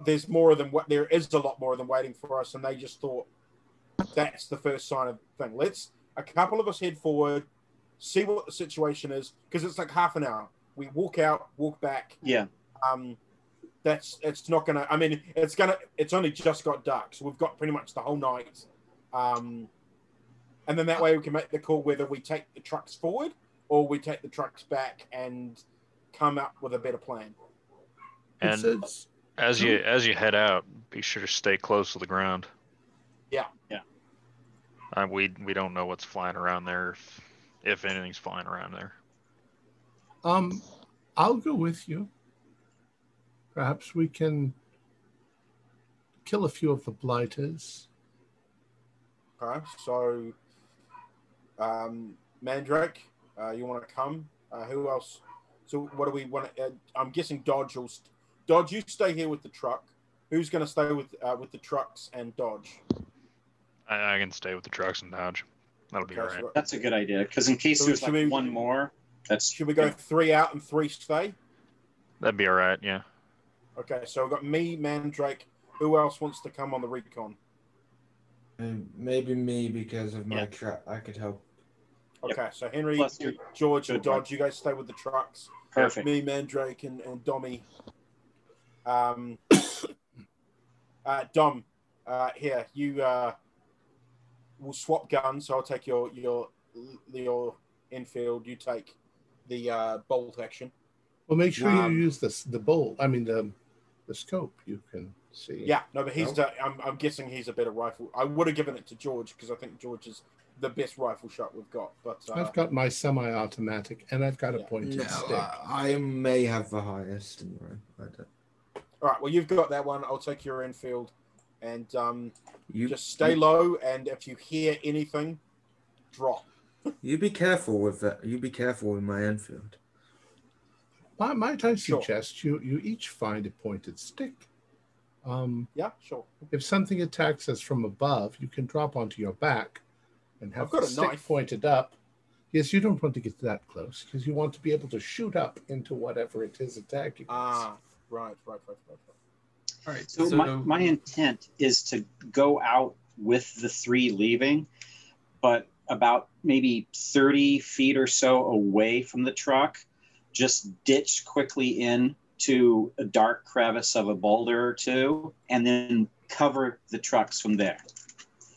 [SPEAKER 6] there's more of them what there is a lot more of them waiting for us and they just thought that's the first sign of thing let's a couple of us head forward see what the situation is because it's like half an hour we walk out walk back
[SPEAKER 2] Yeah.
[SPEAKER 6] um that's it's not gonna i mean it's gonna it's only just got dark so we've got pretty much the whole night um and then that way we can make the call whether we take the trucks forward or we take the trucks back and come up with a better plan
[SPEAKER 1] It's-
[SPEAKER 3] And
[SPEAKER 1] it's-
[SPEAKER 3] as you as you head out, be sure to stay close to the ground.
[SPEAKER 6] Yeah.
[SPEAKER 2] Yeah.
[SPEAKER 3] Uh, we we don't know what's flying around there, if, if anything's flying around there.
[SPEAKER 1] um, I'll go with you. Perhaps we can kill a few of the blighters.
[SPEAKER 6] Okay, so um, Mandrake, Uh, you want to come? Uh, who else? So what do we want? Uh, I'm guessing Dodge will. St- Dodge, you stay here with the truck. Who's going to stay with uh, with the trucks and Dodge?
[SPEAKER 3] I, I can stay with the trucks and dodge. That'll be all
[SPEAKER 6] Okay,
[SPEAKER 3] right.
[SPEAKER 6] so
[SPEAKER 2] That's a good idea because in case
[SPEAKER 6] So
[SPEAKER 2] there's
[SPEAKER 6] should
[SPEAKER 2] like
[SPEAKER 6] we-
[SPEAKER 2] one more, that's
[SPEAKER 6] Should we go three out and three stay?
[SPEAKER 3] That'd be all right. Yeah.
[SPEAKER 6] Okay, so I've got me, Mandrake. Who else wants to come on the recon?
[SPEAKER 5] Um, Maybe me because of my
[SPEAKER 2] Yeah.
[SPEAKER 5] trap. I could help.
[SPEAKER 2] Yep.
[SPEAKER 6] Okay, so Henry,
[SPEAKER 2] Plus your-
[SPEAKER 6] George, and
[SPEAKER 2] Good one.
[SPEAKER 6] Dodge, you guys stay with the trucks.
[SPEAKER 2] perfect.
[SPEAKER 6] Me, Mandrake, and, and Dommy. Um, uh, Dom, uh, here you. Uh, we'll swap guns. So I'll take your your your infield. You take the uh, bolt action.
[SPEAKER 1] Well, make sure
[SPEAKER 6] Um,
[SPEAKER 1] you use this the bolt. I mean the the scope. You can see.
[SPEAKER 6] Yeah, no, but he's. The, I'm, I'm guessing he's a better rifle. I would have given it to George because I think George is the best rifle shot we've got. But uh,
[SPEAKER 1] I've got my semi-automatic, and I've got a
[SPEAKER 6] Yeah. uh,
[SPEAKER 1] pointed
[SPEAKER 5] No,
[SPEAKER 1] stick.
[SPEAKER 5] I, I may have the highest. In room. I don't.
[SPEAKER 6] all right, well you've got that one. I'll take your infield, and um,
[SPEAKER 5] You
[SPEAKER 6] just stay
[SPEAKER 5] You,
[SPEAKER 6] low. And if you hear anything, drop.
[SPEAKER 5] you be careful with that. You be careful with my Enfield.
[SPEAKER 1] Might, might I
[SPEAKER 6] Sure.
[SPEAKER 1] suggest you you each find a pointed stick. Um,
[SPEAKER 6] Yeah, sure.
[SPEAKER 1] if something attacks us from above, you can drop onto your back and have
[SPEAKER 6] I've got
[SPEAKER 1] the
[SPEAKER 6] a
[SPEAKER 1] stick
[SPEAKER 6] knife.
[SPEAKER 1] pointed up. Yes, you don't want to get that close because you want to be able to shoot up into whatever it is attacking. us.
[SPEAKER 6] Ah, right, right, right, right. right.
[SPEAKER 4] All right.
[SPEAKER 2] So, my, my intent is to go out with the three leaving, but about maybe 30 feet or so away from the truck, just ditch quickly in to a dark crevice of a boulder or two, and then cover the trucks from there.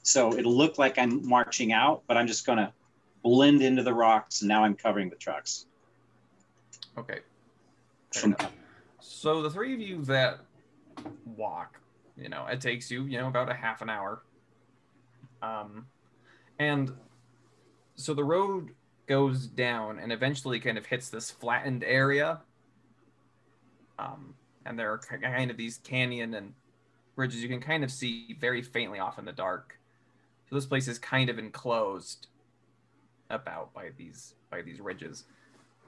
[SPEAKER 2] So it'll look like I'm marching out, but I'm just going to blend into the rocks, and now I'm covering the trucks.
[SPEAKER 4] Okay. Fair
[SPEAKER 2] From,
[SPEAKER 4] enough. So the three of you that walk, you know, it takes you, you know, about a half an hour. Um, and so the road goes down and eventually kind of hits this flattened area. Um, and there are ki- kind of these canyon and ridges you can kind of see very faintly off in the dark. So this place is kind of enclosed about by these by these ridges.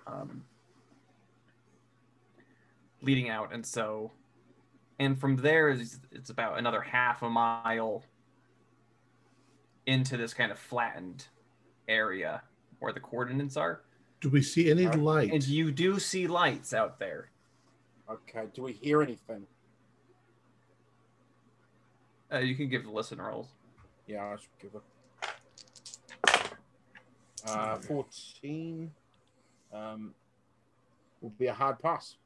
[SPEAKER 4] Um, leading out and so and from there is it's about another half a mile into this kind of flattened area where the coordinates are
[SPEAKER 1] Do we see any
[SPEAKER 6] Alright.
[SPEAKER 1] light?
[SPEAKER 4] and you do see lights out there
[SPEAKER 6] Okay. Do we hear anything?
[SPEAKER 4] uh, you can give the listen rolls
[SPEAKER 6] Yeah, I should give it. Uh, fourteen. Um, will be a hard pass.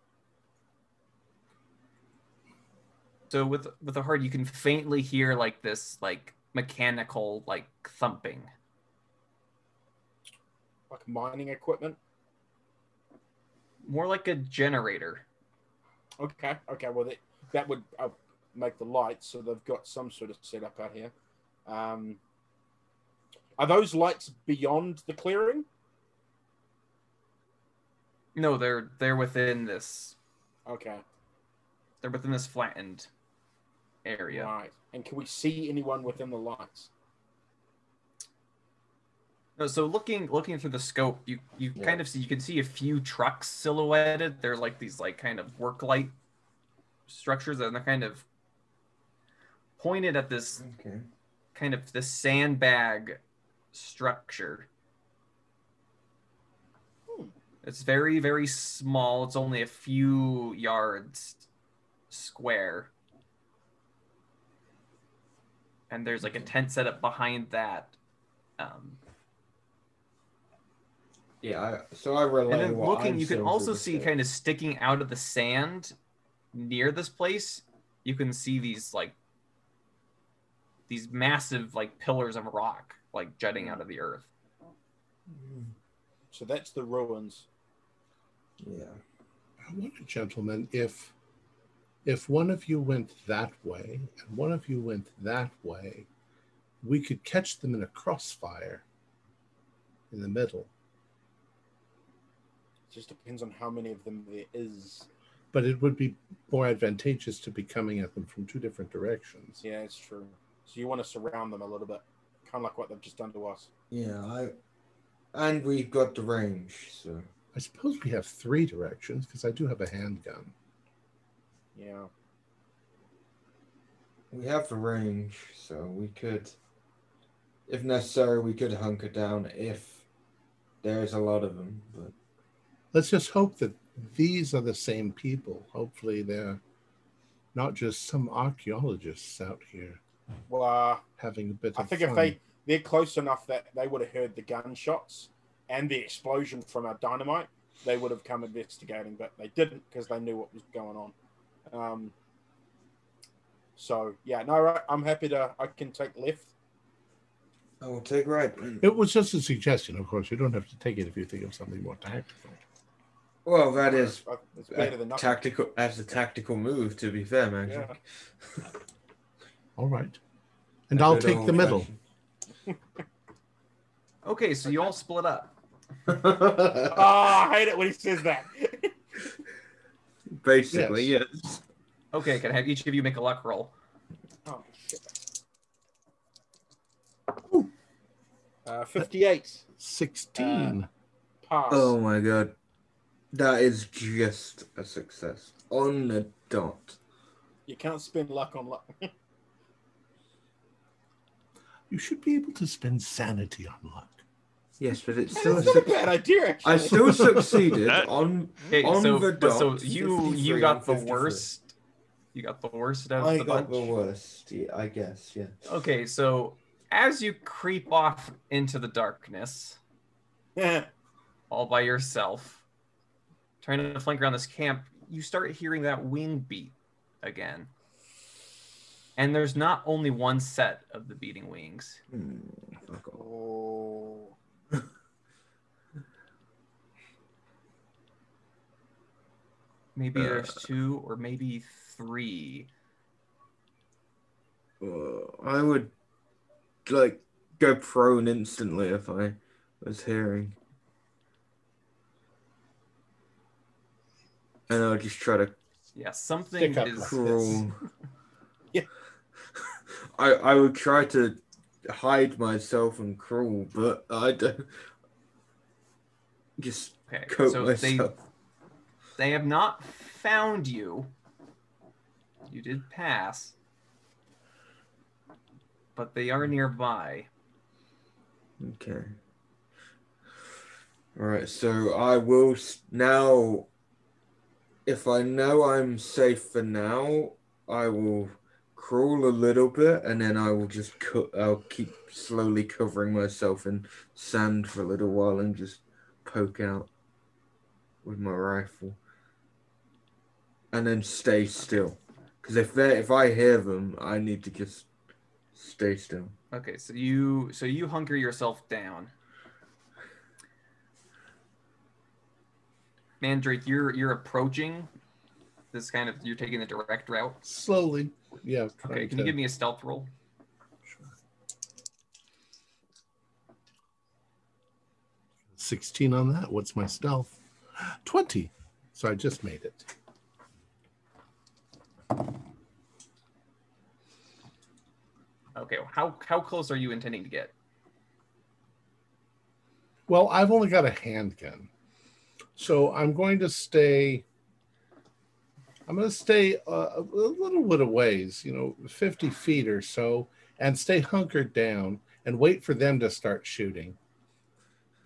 [SPEAKER 4] so with with a hard you can faintly hear like this like mechanical like thumping
[SPEAKER 6] Like mining equipment.
[SPEAKER 4] more like a generator
[SPEAKER 6] Okay. Okay. Well, that, that would uh, make the lights. So they've got some sort of setup out here. Um, are those lights beyond the clearing?
[SPEAKER 4] no they're they're within this
[SPEAKER 6] Okay.
[SPEAKER 4] they're within this flattened area
[SPEAKER 6] Right. And can we see anyone within the lights?
[SPEAKER 4] No, so looking looking through the scope, you you
[SPEAKER 5] Yeah.
[SPEAKER 4] kind of see you can see a few trucks silhouetted. They're like these like kind of work light structures, and they're kind of pointed at this
[SPEAKER 5] Okay.
[SPEAKER 4] kind of this sandbag structure.
[SPEAKER 6] Hmm.
[SPEAKER 4] It's very very small. It's only a few yards square, and there's like a tent set up behind that. Um,
[SPEAKER 5] Yeah. I, so I relay
[SPEAKER 4] And then
[SPEAKER 5] what
[SPEAKER 4] looking,
[SPEAKER 5] I'm
[SPEAKER 4] you can
[SPEAKER 5] seeing
[SPEAKER 4] also
[SPEAKER 5] through the
[SPEAKER 4] see
[SPEAKER 5] stick.
[SPEAKER 4] kind of sticking out of the sand near this place. You can see these like these massive like pillars of rock like jutting out of the earth.
[SPEAKER 5] Mm,
[SPEAKER 6] So that's the ruins.
[SPEAKER 5] Yeah.
[SPEAKER 1] I wonder, gentlemen, if if one of you went that way and one of you went that way, we could catch them in a crossfire in the middle.
[SPEAKER 6] It just depends on how many of them there is.
[SPEAKER 1] But it would be more advantageous to be coming at them from two different directions.
[SPEAKER 6] Yeah, it's true. So you want to surround them a little bit, kind of like what they've just done to us.
[SPEAKER 5] Yeah. I. And we've got the range, so
[SPEAKER 1] I suppose we have three directions because I do have a handgun.
[SPEAKER 6] Yeah.
[SPEAKER 5] we have the range, so we could, if necessary, we could hunker down if there's a lot of them. But
[SPEAKER 1] Let's just hope that these are the same people. Hopefully, they're not just some archaeologists out here
[SPEAKER 6] Well, uh,
[SPEAKER 1] having a bit
[SPEAKER 6] I
[SPEAKER 1] of
[SPEAKER 6] think
[SPEAKER 1] fun.
[SPEAKER 6] if they they're close enough that they would have heard the gunshots and the explosion from our dynamite, they would have come investigating, but they didn't because they knew what was going on. Um, so yeah, no, right, I'm happy to. I can take left.
[SPEAKER 5] I will take right. then.
[SPEAKER 1] It was just a suggestion, of course. You don't have to take it if you think of something more tactical.
[SPEAKER 5] Well, that is
[SPEAKER 6] Uh, It's better
[SPEAKER 5] a
[SPEAKER 6] than nothing.
[SPEAKER 5] tactical. That's a tactical move, to be fair, man.
[SPEAKER 6] Yeah.
[SPEAKER 1] All right. And I'll take the middle.
[SPEAKER 4] Okay, so you all split up.
[SPEAKER 6] Oh, I hate it when he says that.
[SPEAKER 5] Basically, yes.
[SPEAKER 4] Okay, can I have each of you make a luck roll?
[SPEAKER 6] oh shit. Uh, 58
[SPEAKER 1] 16.
[SPEAKER 6] pass.
[SPEAKER 5] Oh my god, that is just a success on the dot.
[SPEAKER 6] You can't spend luck on luck.
[SPEAKER 1] you should be able to spend sanity on luck.
[SPEAKER 5] Yes, but it's still a
[SPEAKER 6] That's not a
[SPEAKER 5] success.
[SPEAKER 6] bad idea, actually.
[SPEAKER 5] I still succeeded
[SPEAKER 3] That-
[SPEAKER 5] on
[SPEAKER 4] Okay,
[SPEAKER 5] On
[SPEAKER 4] so,
[SPEAKER 5] the
[SPEAKER 4] but so
[SPEAKER 5] dot,
[SPEAKER 4] you
[SPEAKER 5] 53,
[SPEAKER 4] you got the
[SPEAKER 5] 53.
[SPEAKER 4] worst. You got the worst out of
[SPEAKER 5] I
[SPEAKER 4] the bunch.
[SPEAKER 5] got the worst, yeah, I guess, yeah.
[SPEAKER 4] Okay, so as you creep off into the darkness, all by yourself, trying to flank around this camp, you start hearing that wing beat again. And there's not only one set of the beating wings.
[SPEAKER 5] Hmm, fuck off.
[SPEAKER 6] Oh.
[SPEAKER 4] Maybe
[SPEAKER 5] Uh.
[SPEAKER 4] there's two or maybe three.
[SPEAKER 5] Uh, I would like go prone instantly if I was hearing. And I'll just try to
[SPEAKER 4] Yeah, something
[SPEAKER 6] Stick up.
[SPEAKER 4] is.
[SPEAKER 5] crawl.
[SPEAKER 6] Yeah.
[SPEAKER 5] I I would try to hide myself and crawl, but I don't just
[SPEAKER 4] Okay,
[SPEAKER 5] coat
[SPEAKER 4] so they
[SPEAKER 5] myself.
[SPEAKER 4] They have not found you. You did pass. But they are nearby.
[SPEAKER 5] Okay. All right, so I will s- now. If I know I'm safe for now, I will crawl a little bit, and then I will just cut. I'll keep slowly covering myself in sand for a little while, and just poke out with my rifle, and then stay still. Because if they, if I hear them, I need to just stay still.
[SPEAKER 4] Okay, so you so you hunker yourself down. Mandrake, you're you're approaching this kind of you're taking the direct route.
[SPEAKER 1] Slowly. Yeah.
[SPEAKER 4] Okay,
[SPEAKER 1] trying
[SPEAKER 4] can you
[SPEAKER 1] to-
[SPEAKER 4] give me a stealth roll?
[SPEAKER 1] Sure. 16 on that. What's my stealth? 20. So I just made it.
[SPEAKER 4] Okay, how how close are you intending to get?
[SPEAKER 1] Well, I've only got a handgun. So I'm going to stay. I'm going to stay uh, a little bit of ways, you know, 50 feet or so, and stay hunkered down and wait for them to start shooting.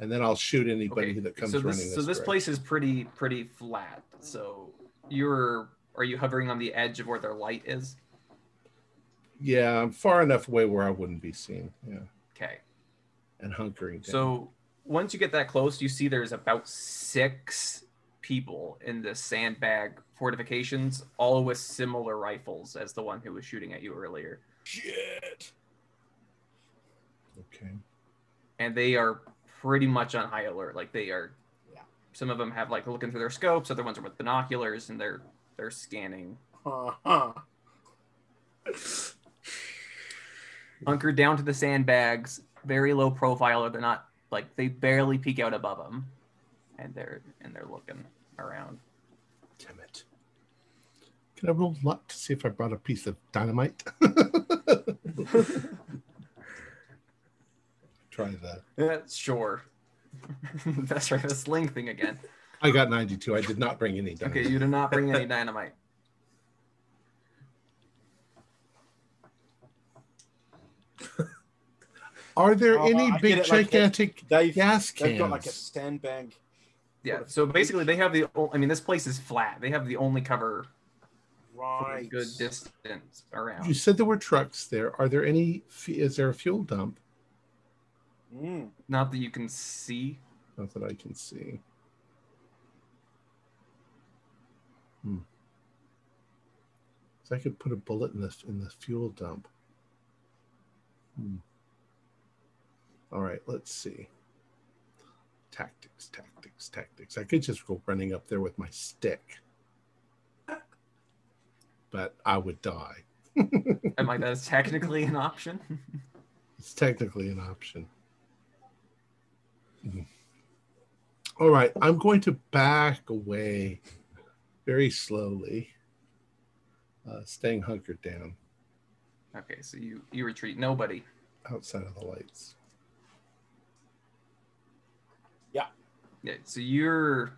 [SPEAKER 1] And then I'll shoot anybody
[SPEAKER 4] Okay,
[SPEAKER 1] that comes
[SPEAKER 4] so
[SPEAKER 1] running
[SPEAKER 4] this,
[SPEAKER 1] this
[SPEAKER 4] so this
[SPEAKER 1] direction.
[SPEAKER 4] place is pretty pretty flat. So you're are you hovering on the edge of where their light is?
[SPEAKER 1] Yeah, I'm far enough away where I wouldn't be seen. Yeah,
[SPEAKER 4] Okay.
[SPEAKER 1] and hunkering. down.
[SPEAKER 4] So once you get that close, you see there's about six people in the sandbag fortifications, all with similar rifles as the one who was shooting at you earlier.
[SPEAKER 6] Shit.
[SPEAKER 1] okay.
[SPEAKER 4] And they are pretty much on high alert. Like they are
[SPEAKER 6] Yeah.
[SPEAKER 4] some of them have like looking through their scopes, other ones are with binoculars and they're they're scanning.
[SPEAKER 6] Uh-huh.
[SPEAKER 4] Hunker down to the sandbags, very low profile, or they're not like they barely peek out above them. And they're and they're looking around.
[SPEAKER 1] Damn it. Can I roll luck to see if I brought a piece of dynamite? Try that.
[SPEAKER 4] Yeah, sure. That's right, the sling thing again.
[SPEAKER 1] I got 92. I did not bring any down.
[SPEAKER 4] Okay, you did not bring any dynamite.
[SPEAKER 1] Are there
[SPEAKER 6] Oh,
[SPEAKER 1] any
[SPEAKER 6] I get
[SPEAKER 1] big
[SPEAKER 6] it, like,
[SPEAKER 1] gigantic
[SPEAKER 6] They've,
[SPEAKER 1] gas
[SPEAKER 6] they've got like a
[SPEAKER 1] cans?
[SPEAKER 6] sandbag.
[SPEAKER 4] Yeah. So basically, they have the. o- I mean, this place is flat. They have the only cover for a
[SPEAKER 6] Right.
[SPEAKER 4] good distance
[SPEAKER 1] You
[SPEAKER 4] around.
[SPEAKER 1] said there were trucks there. Are there any? fu- Is there a fuel dump?
[SPEAKER 6] Mm.
[SPEAKER 4] Not that you can see.
[SPEAKER 1] Not that I can see. Hmm. So I could put a bullet in the in the fuel dump. Hmm. All right, let's see. Tactics, tactics, tactics. I could just go running up there with my stick, but I would die.
[SPEAKER 4] I'm like, that is technically an option.
[SPEAKER 1] It's technically an option. Mhm. All right, I'm going to back away very slowly, uh, staying hunkered down
[SPEAKER 4] okay, so you you retreat. Nobody.
[SPEAKER 1] outside of the lights.
[SPEAKER 4] Yeah. So you're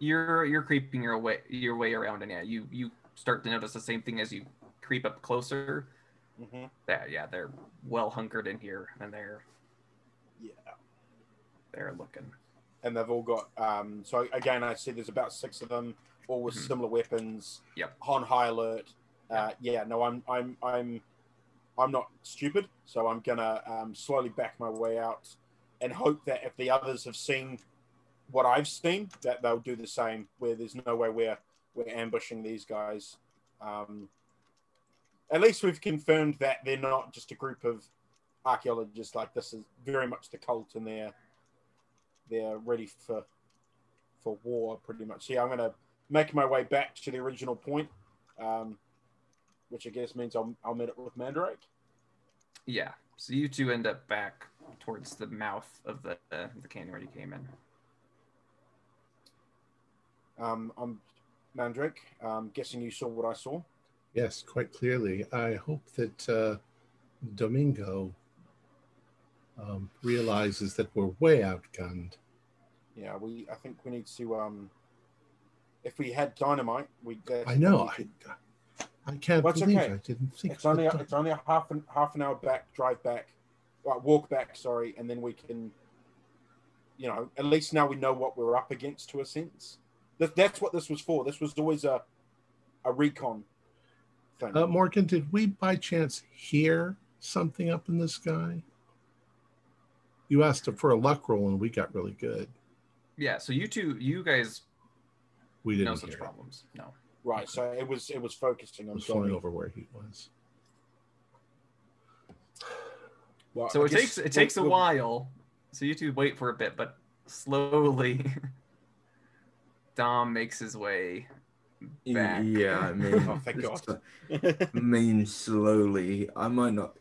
[SPEAKER 4] you're you're creeping your way your way around, and yeah, you you start to notice the same thing as you creep up closer.
[SPEAKER 6] hmm
[SPEAKER 4] That yeah, they're well hunkered in here, and they're
[SPEAKER 6] Yeah.
[SPEAKER 4] they're looking.
[SPEAKER 6] And they've all got. Um, so again, I see there's about six of them, all with
[SPEAKER 4] Mhm.
[SPEAKER 6] similar weapons.
[SPEAKER 4] Yep.
[SPEAKER 6] On high alert. Uh, yeah. No, I'm. I'm. I'm. I'm not stupid, so I'm gonna um, slowly back my way out, and hope that if the others have seen what I've seen, that they'll do the same. Where there's no way we're we're ambushing these guys. Um, at least we've confirmed that they're not just a group of archaeologists. Like this is very much the cult, and they're they're ready for for war, pretty much. Yeah, I'm gonna make my way back to the original point, um, which I guess means I'll I'll meet up with Mandrake.
[SPEAKER 4] Yeah. So you two end up back towards the mouth of the uh, the canyon where you came in.
[SPEAKER 6] Um, I'm Mandrake. Um, guessing you saw what I saw.
[SPEAKER 1] Yes, quite clearly. I hope that uh, Domingo um, realizes that we're way outgunned.
[SPEAKER 6] Yeah, we. I think we need to. Um, if we had dynamite, we.
[SPEAKER 1] I know. I, I can't
[SPEAKER 6] That's
[SPEAKER 1] believe
[SPEAKER 6] okay.
[SPEAKER 1] I didn't think
[SPEAKER 6] It's only a,
[SPEAKER 1] that-
[SPEAKER 6] it's only a half an half an hour back drive back, well, walk back. Sorry, and then we can, you know, at least now we know what we're up against to a sense. That, that's what this was for. This was always a, a recon thing.
[SPEAKER 5] Um,
[SPEAKER 1] Uh, Morgan, did we by chance hear something up in the sky? You asked for a luck roll and we got really good.
[SPEAKER 4] Yeah. So you two, you guys,
[SPEAKER 1] We
[SPEAKER 4] no
[SPEAKER 1] didn't
[SPEAKER 4] such
[SPEAKER 1] hear it.
[SPEAKER 4] problems. No.
[SPEAKER 6] right. So it was it was focusing.
[SPEAKER 1] It
[SPEAKER 6] I'm
[SPEAKER 1] was flying
[SPEAKER 6] sorry.
[SPEAKER 1] over where he was.
[SPEAKER 6] Well,
[SPEAKER 4] So
[SPEAKER 6] Uh, I
[SPEAKER 4] it
[SPEAKER 6] guess
[SPEAKER 4] takes
[SPEAKER 6] we-
[SPEAKER 4] it takes a
[SPEAKER 6] we'll-
[SPEAKER 4] while. So you two wait for a bit, but slowly, Dom makes his way. Back.
[SPEAKER 5] Yeah, I mean,
[SPEAKER 6] Oh, thank God.
[SPEAKER 5] I mean, slowly. I might not.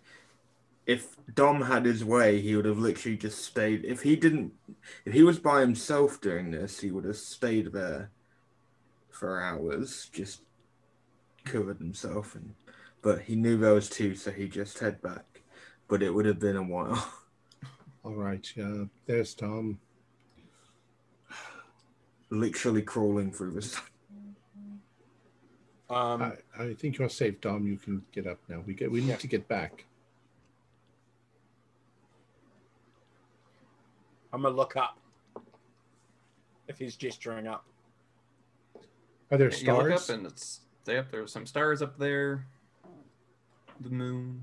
[SPEAKER 5] If Dom had his way, he would have literally just stayed. If he didn't, if he was by himself doing this, he would have stayed there for hours, just covered himself. And but he knew there was two, so he just head back. But it would have been a while.
[SPEAKER 1] All right. Yeah, there's Tom.
[SPEAKER 5] literally crawling through this.
[SPEAKER 6] Um,
[SPEAKER 1] I, I think you're safe, Tom. You can get up now. We get. We need
[SPEAKER 6] Yeah.
[SPEAKER 1] to get back.
[SPEAKER 6] I'm gonna look up if he's gesturing up.
[SPEAKER 1] Are there
[SPEAKER 4] You look up
[SPEAKER 1] stars?
[SPEAKER 4] and it's yep. There's some stars up there. The moon.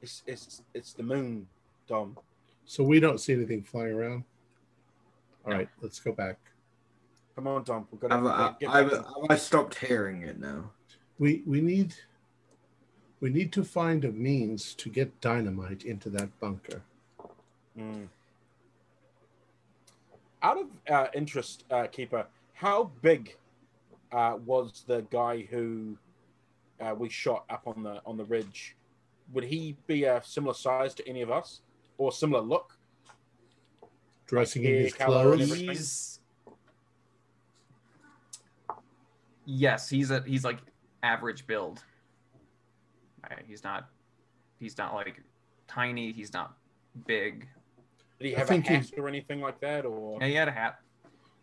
[SPEAKER 6] It's it's it's the moon, Dom.
[SPEAKER 1] so we don't see anything flying around. All right, let's go back.
[SPEAKER 6] Come on, Dom. We've got
[SPEAKER 5] I've,
[SPEAKER 6] to
[SPEAKER 5] I,
[SPEAKER 6] get
[SPEAKER 5] I've,
[SPEAKER 6] back.
[SPEAKER 5] I've- I stopped hearing it now.
[SPEAKER 1] We we need. We need to find a means to get dynamite into that bunker.
[SPEAKER 6] Mm. Out of uh, interest, uh, keeper, how big uh, was the guy who uh, we shot up on the on the ridge? Would he be a similar size to any of us, or similar look?
[SPEAKER 1] Dressing
[SPEAKER 6] Yeah,
[SPEAKER 1] in his
[SPEAKER 6] color and
[SPEAKER 1] clothes.
[SPEAKER 6] everything.
[SPEAKER 4] He's yes, he's a he's like average build. Uh, He's not he's not like tiny. He's not big.
[SPEAKER 6] Did he
[SPEAKER 7] I
[SPEAKER 6] have a
[SPEAKER 7] think
[SPEAKER 6] hat
[SPEAKER 7] he's-
[SPEAKER 6] or anything like that? Or
[SPEAKER 4] Yeah, he had a hat.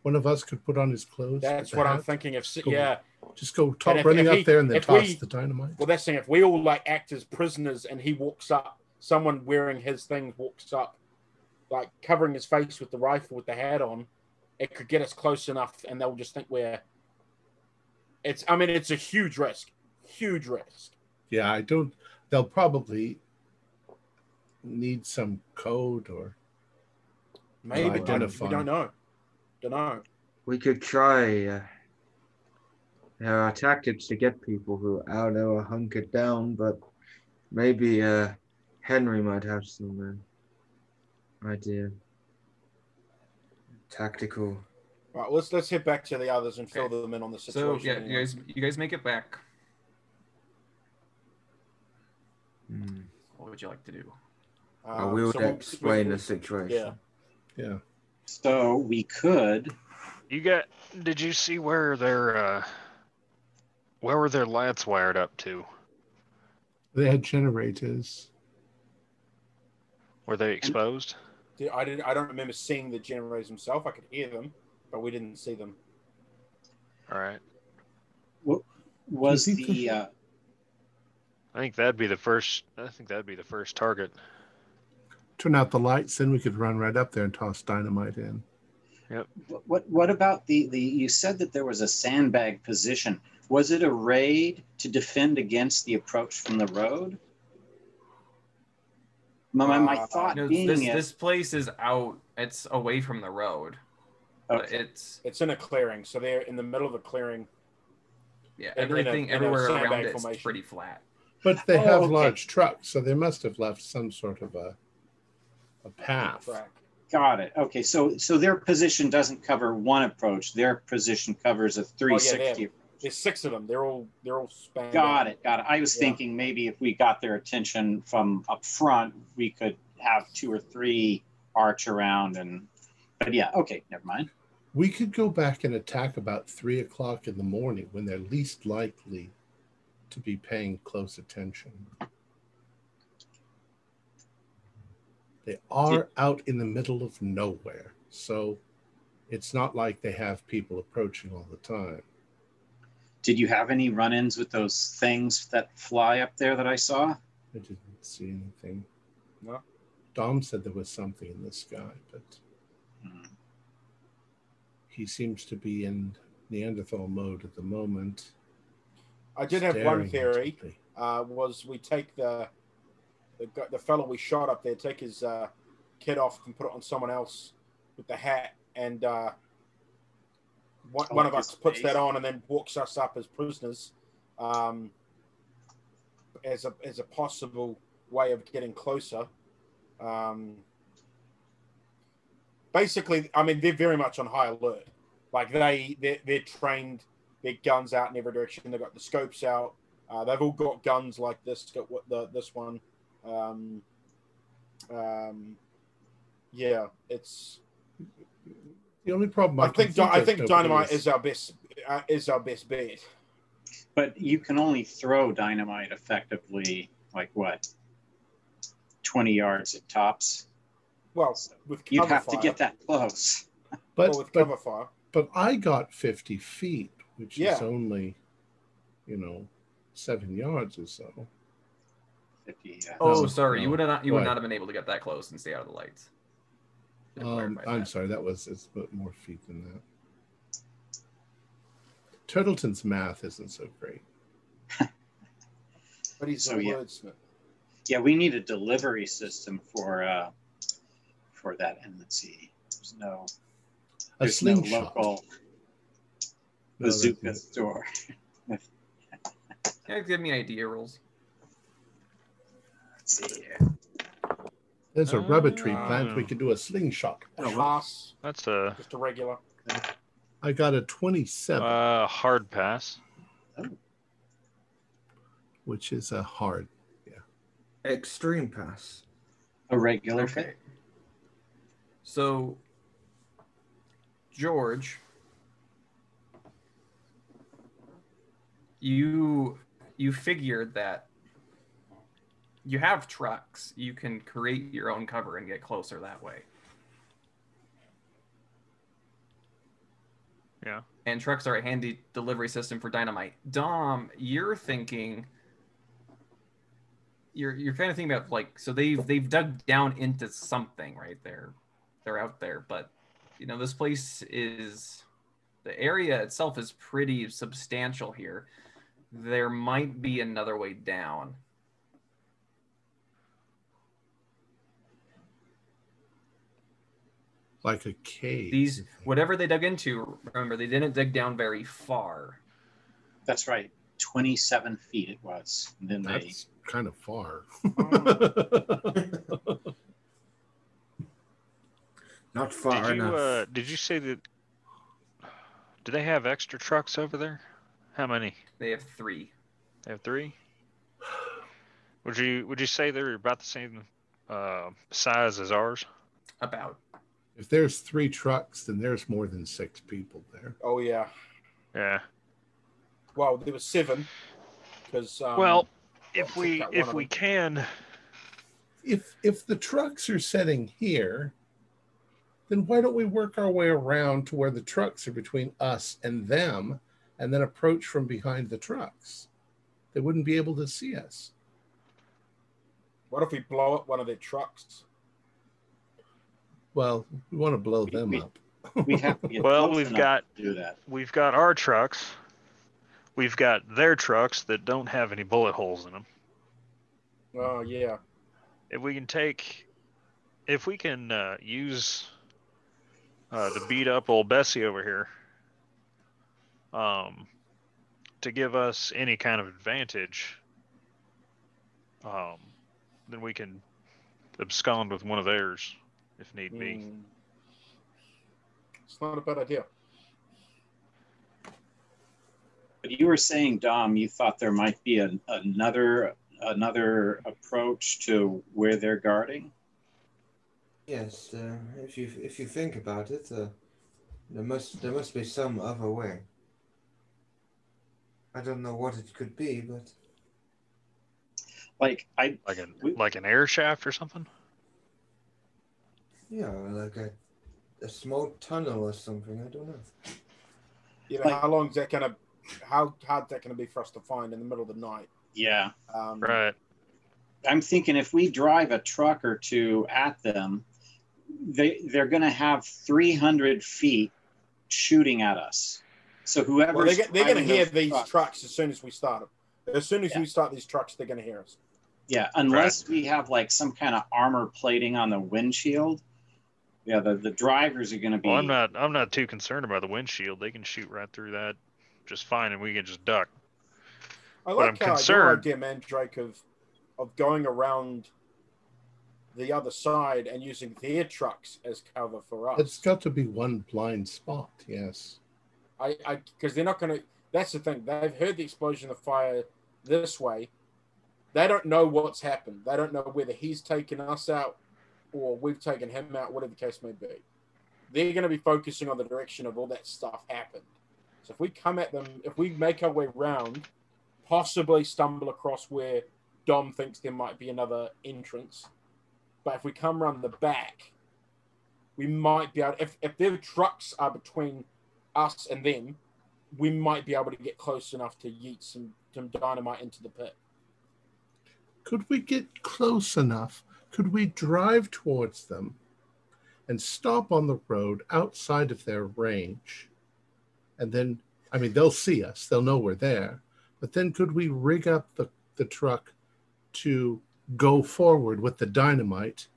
[SPEAKER 1] One of us could put on his clothes.
[SPEAKER 6] that's
[SPEAKER 1] get the
[SPEAKER 6] what I'm
[SPEAKER 1] hat,
[SPEAKER 6] thinking. If si-
[SPEAKER 1] Cool.
[SPEAKER 6] yeah,
[SPEAKER 1] Just go top
[SPEAKER 6] if-
[SPEAKER 1] running
[SPEAKER 6] if
[SPEAKER 1] up
[SPEAKER 6] he-
[SPEAKER 1] there and then
[SPEAKER 6] if
[SPEAKER 1] toss
[SPEAKER 6] we-
[SPEAKER 1] the dynamite.
[SPEAKER 6] well, that's the thing. If we all like act as prisoners and he walks up, someone wearing his thing walks up, like covering his face with the rifle with the hat on, it could get us close enough, and they'll just think we're. It's. I mean, it's a huge risk. Huge risk.
[SPEAKER 1] Yeah, I don't. They'll probably need some code or
[SPEAKER 6] Maybe
[SPEAKER 1] Right.
[SPEAKER 6] don't-
[SPEAKER 1] Identify.
[SPEAKER 6] we don't know. Don't know.
[SPEAKER 5] We could try. Uh, there are tactics to get people who are out or hunkered down, but maybe uh, Henry might have some uh, idea. Tactical.
[SPEAKER 6] Right. Let's let's head back to the others and fill
[SPEAKER 4] Okay.
[SPEAKER 6] them in on the
[SPEAKER 4] So
[SPEAKER 6] situation.
[SPEAKER 4] yeah, you guys, you guys make it back.
[SPEAKER 5] Hmm.
[SPEAKER 4] What would you like to do?
[SPEAKER 5] I
[SPEAKER 6] Um,
[SPEAKER 5] will
[SPEAKER 6] so we'll-
[SPEAKER 5] explain
[SPEAKER 6] we'll-
[SPEAKER 5] the situation.
[SPEAKER 1] yeah.
[SPEAKER 2] So we could.
[SPEAKER 3] You got? Did you see where their uh, where were their lights wired up to?
[SPEAKER 1] They had generators.
[SPEAKER 3] Were they exposed?
[SPEAKER 6] Did- I didn't. I don't remember seeing the generators himself. I could hear them, but we didn't see them.
[SPEAKER 3] All right.
[SPEAKER 2] Was
[SPEAKER 1] Do you think
[SPEAKER 2] the
[SPEAKER 1] they-
[SPEAKER 2] uh,
[SPEAKER 3] I think that'd be the first. I think that'd be the first target.
[SPEAKER 1] Turn out the lights, then we could run right up there and toss dynamite in.
[SPEAKER 2] wh- what? What about the the? You said that there was a sandbag position. Was it a raid to defend against the approach from the road? My, my, my
[SPEAKER 6] Uh,
[SPEAKER 2] thought
[SPEAKER 4] No,
[SPEAKER 2] being
[SPEAKER 4] this
[SPEAKER 2] is
[SPEAKER 4] this place is out. It's away from the road. But
[SPEAKER 2] okay,
[SPEAKER 4] It's
[SPEAKER 6] It's in a clearing, so they're in the middle of a clearing.
[SPEAKER 4] yeah.
[SPEAKER 6] in a-
[SPEAKER 4] Everything
[SPEAKER 6] in a
[SPEAKER 4] everywhere
[SPEAKER 6] sandbag
[SPEAKER 4] around it's
[SPEAKER 6] formation.
[SPEAKER 4] pretty flat.
[SPEAKER 1] But they
[SPEAKER 2] Oh,
[SPEAKER 1] have
[SPEAKER 2] okay.
[SPEAKER 1] large trucks, so they must have left some sort of a a path.
[SPEAKER 6] Track.
[SPEAKER 2] got it. Okay, so so their position doesn't cover one approach. Their position covers a 360
[SPEAKER 6] There's six of them. They're all they're all spanned.
[SPEAKER 2] Got
[SPEAKER 6] out.
[SPEAKER 2] it. Got it. I was
[SPEAKER 6] Yeah.
[SPEAKER 2] thinking maybe if we got their attention from up front, we could have two or three arch around and. But yeah, okay, never mind.
[SPEAKER 1] We could go back and attack about three o'clock in the morning when they're least likely to be paying close attention. They are out in the middle of nowhere, so it's not like they have people approaching all the time.
[SPEAKER 2] Did you have any run-ins with those things that fly up there that I saw?
[SPEAKER 1] I didn't see anything.
[SPEAKER 6] No.
[SPEAKER 1] Dom said there was something in the sky, but
[SPEAKER 2] Hmm.
[SPEAKER 1] he seems to be in Neanderthal mode at the moment.
[SPEAKER 6] I did have
[SPEAKER 1] staring
[SPEAKER 6] one theory.
[SPEAKER 1] intently.
[SPEAKER 6] Uh, was we take the the gu- the fellow we shot up there, take his uh, kid off and put it on someone else with the hat, and uh, one,
[SPEAKER 2] I
[SPEAKER 6] one
[SPEAKER 2] like
[SPEAKER 6] of us
[SPEAKER 2] his
[SPEAKER 6] puts
[SPEAKER 2] face.
[SPEAKER 6] that on and then walks us up as prisoners, um, as a as a possible way of getting closer. Um, basically, I mean, they're very much on high alert. Like they they're, they're trained, their guns out in every direction. They've got the scopes out. Uh, they've all got guns like this. Got what the this one. Um, um, yeah, it's.
[SPEAKER 1] The only problem I,
[SPEAKER 6] I think
[SPEAKER 1] can
[SPEAKER 6] di- I
[SPEAKER 1] of,
[SPEAKER 6] think
[SPEAKER 1] nobody
[SPEAKER 6] dynamite is our best uh, is our best bet.
[SPEAKER 2] But you can only throw dynamite effectively, like what, twenty yards at tops.
[SPEAKER 6] Well, with cover
[SPEAKER 2] You'd have
[SPEAKER 6] fire,
[SPEAKER 2] to get that close.
[SPEAKER 1] but,
[SPEAKER 6] well, with
[SPEAKER 1] but
[SPEAKER 6] cover fire.
[SPEAKER 1] but I got fifty feet, which
[SPEAKER 6] Yeah.
[SPEAKER 1] is only, you know, seven yards or so.
[SPEAKER 2] If you, uh,
[SPEAKER 4] Oh,
[SPEAKER 1] No,
[SPEAKER 4] sorry. You
[SPEAKER 1] no.
[SPEAKER 4] would not. You would
[SPEAKER 1] What?
[SPEAKER 4] not have been able to get that close and stay out of the lights. Should have
[SPEAKER 1] Um,
[SPEAKER 4] clarified
[SPEAKER 1] I'm
[SPEAKER 4] that.
[SPEAKER 1] sorry, that was it's a bit more feet than that. Turtleton's math isn't so great.
[SPEAKER 6] But he's
[SPEAKER 2] So,
[SPEAKER 6] a
[SPEAKER 2] yeah.
[SPEAKER 6] wordsmith.
[SPEAKER 2] Yeah, we need a delivery system for uh, for that. And let's see, there's no
[SPEAKER 1] A
[SPEAKER 2] there's no
[SPEAKER 1] slingshot.
[SPEAKER 2] local
[SPEAKER 1] No, that's
[SPEAKER 2] bazooka
[SPEAKER 1] it.
[SPEAKER 2] store.
[SPEAKER 4] Yeah, give me idea rolls.
[SPEAKER 2] Let's see here.
[SPEAKER 1] There's a rubber tree
[SPEAKER 6] Ah.
[SPEAKER 1] plant. We could do a slingshot.
[SPEAKER 2] Oh,
[SPEAKER 6] Pass,
[SPEAKER 3] That's a
[SPEAKER 6] just a regular.
[SPEAKER 1] I got a 27,
[SPEAKER 3] uh, hard pass.
[SPEAKER 1] which is a hard.
[SPEAKER 5] Extreme pass.
[SPEAKER 2] A regular fit.
[SPEAKER 4] Okay. So, George, you you figured that you have trucks. You can create your own cover and get closer that way.
[SPEAKER 3] Yeah.
[SPEAKER 4] And trucks are a handy delivery system for dynamite. Dom, you're thinking you're you're kind of thinking about like so they've they've dug down into something right there. They're out there, but you know, this place is the area itself is pretty substantial here. There might be another way down.
[SPEAKER 1] like a cave.
[SPEAKER 4] These whatever they dug into, remember they didn't dig down very far.
[SPEAKER 2] That's right. 27 feet it was. And then they,
[SPEAKER 1] That's kind of far.
[SPEAKER 5] Not far
[SPEAKER 3] did you
[SPEAKER 5] enough.
[SPEAKER 3] uh, did you say that? Do they have extra trucks over there? How many?
[SPEAKER 4] They have three.
[SPEAKER 3] They have three. Would you would you say they're about the same uh, size as ours?
[SPEAKER 4] About
[SPEAKER 1] if there's three trucks, then there's more than six people there.
[SPEAKER 6] Oh yeah.
[SPEAKER 3] Yeah.
[SPEAKER 6] Well, there were seven. Because um,
[SPEAKER 3] well,
[SPEAKER 6] took
[SPEAKER 3] if we
[SPEAKER 6] that one
[SPEAKER 3] if
[SPEAKER 6] of
[SPEAKER 3] we
[SPEAKER 6] them.
[SPEAKER 3] can,
[SPEAKER 1] If if the trucks are setting here, then why don't we work our way around to where the trucks are between us and them, and then approach from behind the trucks? They wouldn't be able to see us.
[SPEAKER 6] what if we blow up one of their trucks?
[SPEAKER 1] Well, we want to blow them
[SPEAKER 2] we-
[SPEAKER 1] up.
[SPEAKER 2] we have to get
[SPEAKER 3] Well,
[SPEAKER 2] close
[SPEAKER 3] we've
[SPEAKER 2] enough
[SPEAKER 3] got-
[SPEAKER 2] to do that.
[SPEAKER 3] we've got our trucks. We've got their trucks that don't have any bullet holes in them.
[SPEAKER 6] Oh yeah.
[SPEAKER 3] if we can take if we can uh, use uh, the beat up old bessie over here um, to give us any kind of advantage um, then we can abscond with one of theirs if need be
[SPEAKER 6] Mm. It's not a bad idea.
[SPEAKER 2] But you were saying, Dom, you thought there might be an, another another approach to where they're guarding.
[SPEAKER 5] Yes, uh, if you if you think about it, uh, there must there must be some other way. I don't know what it could be, but
[SPEAKER 2] Like I,
[SPEAKER 3] like an
[SPEAKER 2] We-
[SPEAKER 3] like an air shaft or something
[SPEAKER 5] yeah, like a a small tunnel or something. I don't know.
[SPEAKER 6] You know,
[SPEAKER 2] Like-
[SPEAKER 6] how long's that gonna? How hard's that gonna be for us to find in the middle of the night?
[SPEAKER 2] yeah,
[SPEAKER 6] Um,
[SPEAKER 3] right
[SPEAKER 2] I'm thinking if we drive a truck or two at them, they they're going to have 300 feet shooting at us. So whoever
[SPEAKER 6] Well, they get, they're going to hear these trucks as soon as we start them. As soon as
[SPEAKER 2] Yeah.
[SPEAKER 6] we start these trucks, they're going to hear us.
[SPEAKER 2] yeah, unless we have like some kind of armor plating on the windshield. Yeah, the, the drivers are going to be.
[SPEAKER 3] well i'm not i'm not too concerned about the windshield they can shoot right through that just fine and we can just duck But
[SPEAKER 6] I
[SPEAKER 3] I'm
[SPEAKER 6] like uh, your
[SPEAKER 3] concerned-
[SPEAKER 6] idea, Mandrake, of of going around the other side and using their trucks as cover for us.
[SPEAKER 1] It's got to be one blind spot. Yes.
[SPEAKER 6] I, I, because they're not going to. That's the thing. They've heard the explosion, the fire this way. They don't know what's happened. They don't know whether he's taken us out or we've taken him out, whatever the case may be. They're going to be focusing on the direction of all that stuff happened. So if we come at them, if we make our way round, possibly stumble across where Dom thinks there might be another entrance. But if we come round the back, we might be able. If if their trucks are between us and them, we might be able to get close enough to yeet some, some dynamite into the pit.
[SPEAKER 1] could we get close enough? Could we drive towards them and stop on the road outside of their range? And then, I mean, they'll see us, they'll know we're there. But then, could we rig up the, the truck to go forward with the dynamite?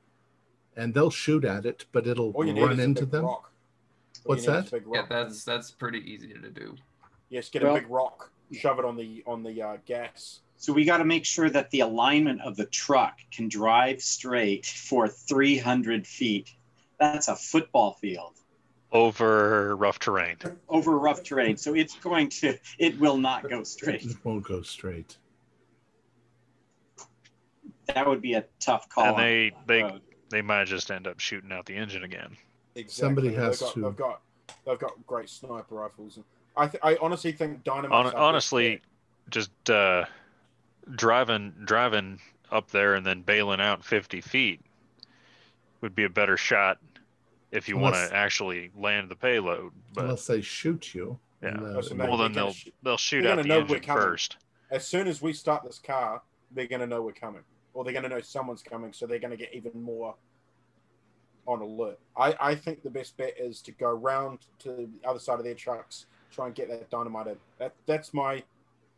[SPEAKER 1] And they'll shoot at it, but it'll
[SPEAKER 6] All you need
[SPEAKER 1] run
[SPEAKER 6] is a
[SPEAKER 1] into
[SPEAKER 6] big
[SPEAKER 1] them.
[SPEAKER 6] rock. All
[SPEAKER 1] What's
[SPEAKER 6] you need is a
[SPEAKER 1] that?
[SPEAKER 6] big
[SPEAKER 4] yeah,
[SPEAKER 6] rock.
[SPEAKER 4] that's that's pretty easy to do.
[SPEAKER 6] yes, get
[SPEAKER 2] Well-
[SPEAKER 6] a big rock, shove it on the on the uh, gas.
[SPEAKER 2] So we got to make sure that the alignment of the truck can drive straight for 300 feet. That's a football field
[SPEAKER 3] over rough terrain
[SPEAKER 2] over rough terrain. So it's going to, it will not go straight.
[SPEAKER 1] It won't go straight.
[SPEAKER 2] That would be a tough call.
[SPEAKER 3] And
[SPEAKER 2] on
[SPEAKER 3] they-
[SPEAKER 2] that
[SPEAKER 3] they-
[SPEAKER 2] road.
[SPEAKER 3] they might just end up shooting out the engine again
[SPEAKER 1] Somebody has
[SPEAKER 6] they've got,
[SPEAKER 1] to-
[SPEAKER 6] They've got they've got great sniper rifles. And I th- I honestly think dynamite.
[SPEAKER 3] Hon- honestly, just uh, driving driving up there and then bailing out 50 feet would be a better shot if you want
[SPEAKER 1] Unless-
[SPEAKER 3] to actually land the payload. But
[SPEAKER 1] Unless they shoot you.
[SPEAKER 3] Yeah.
[SPEAKER 1] And, uh,
[SPEAKER 6] That's the
[SPEAKER 3] well,
[SPEAKER 6] they're
[SPEAKER 3] then
[SPEAKER 6] gonna
[SPEAKER 3] they'll
[SPEAKER 6] sh-
[SPEAKER 3] they'll shoot
[SPEAKER 6] they're
[SPEAKER 3] out
[SPEAKER 6] gonna
[SPEAKER 3] the
[SPEAKER 6] know we're
[SPEAKER 3] engine
[SPEAKER 6] coming.
[SPEAKER 3] first.
[SPEAKER 6] As soon as we start this car, they're going to know we're coming, or they're going to know someone's coming, so they're going to get even more on alert. I, I think the best bet is to go round to the other side of their trucks, try and get that dynamite in. That that's my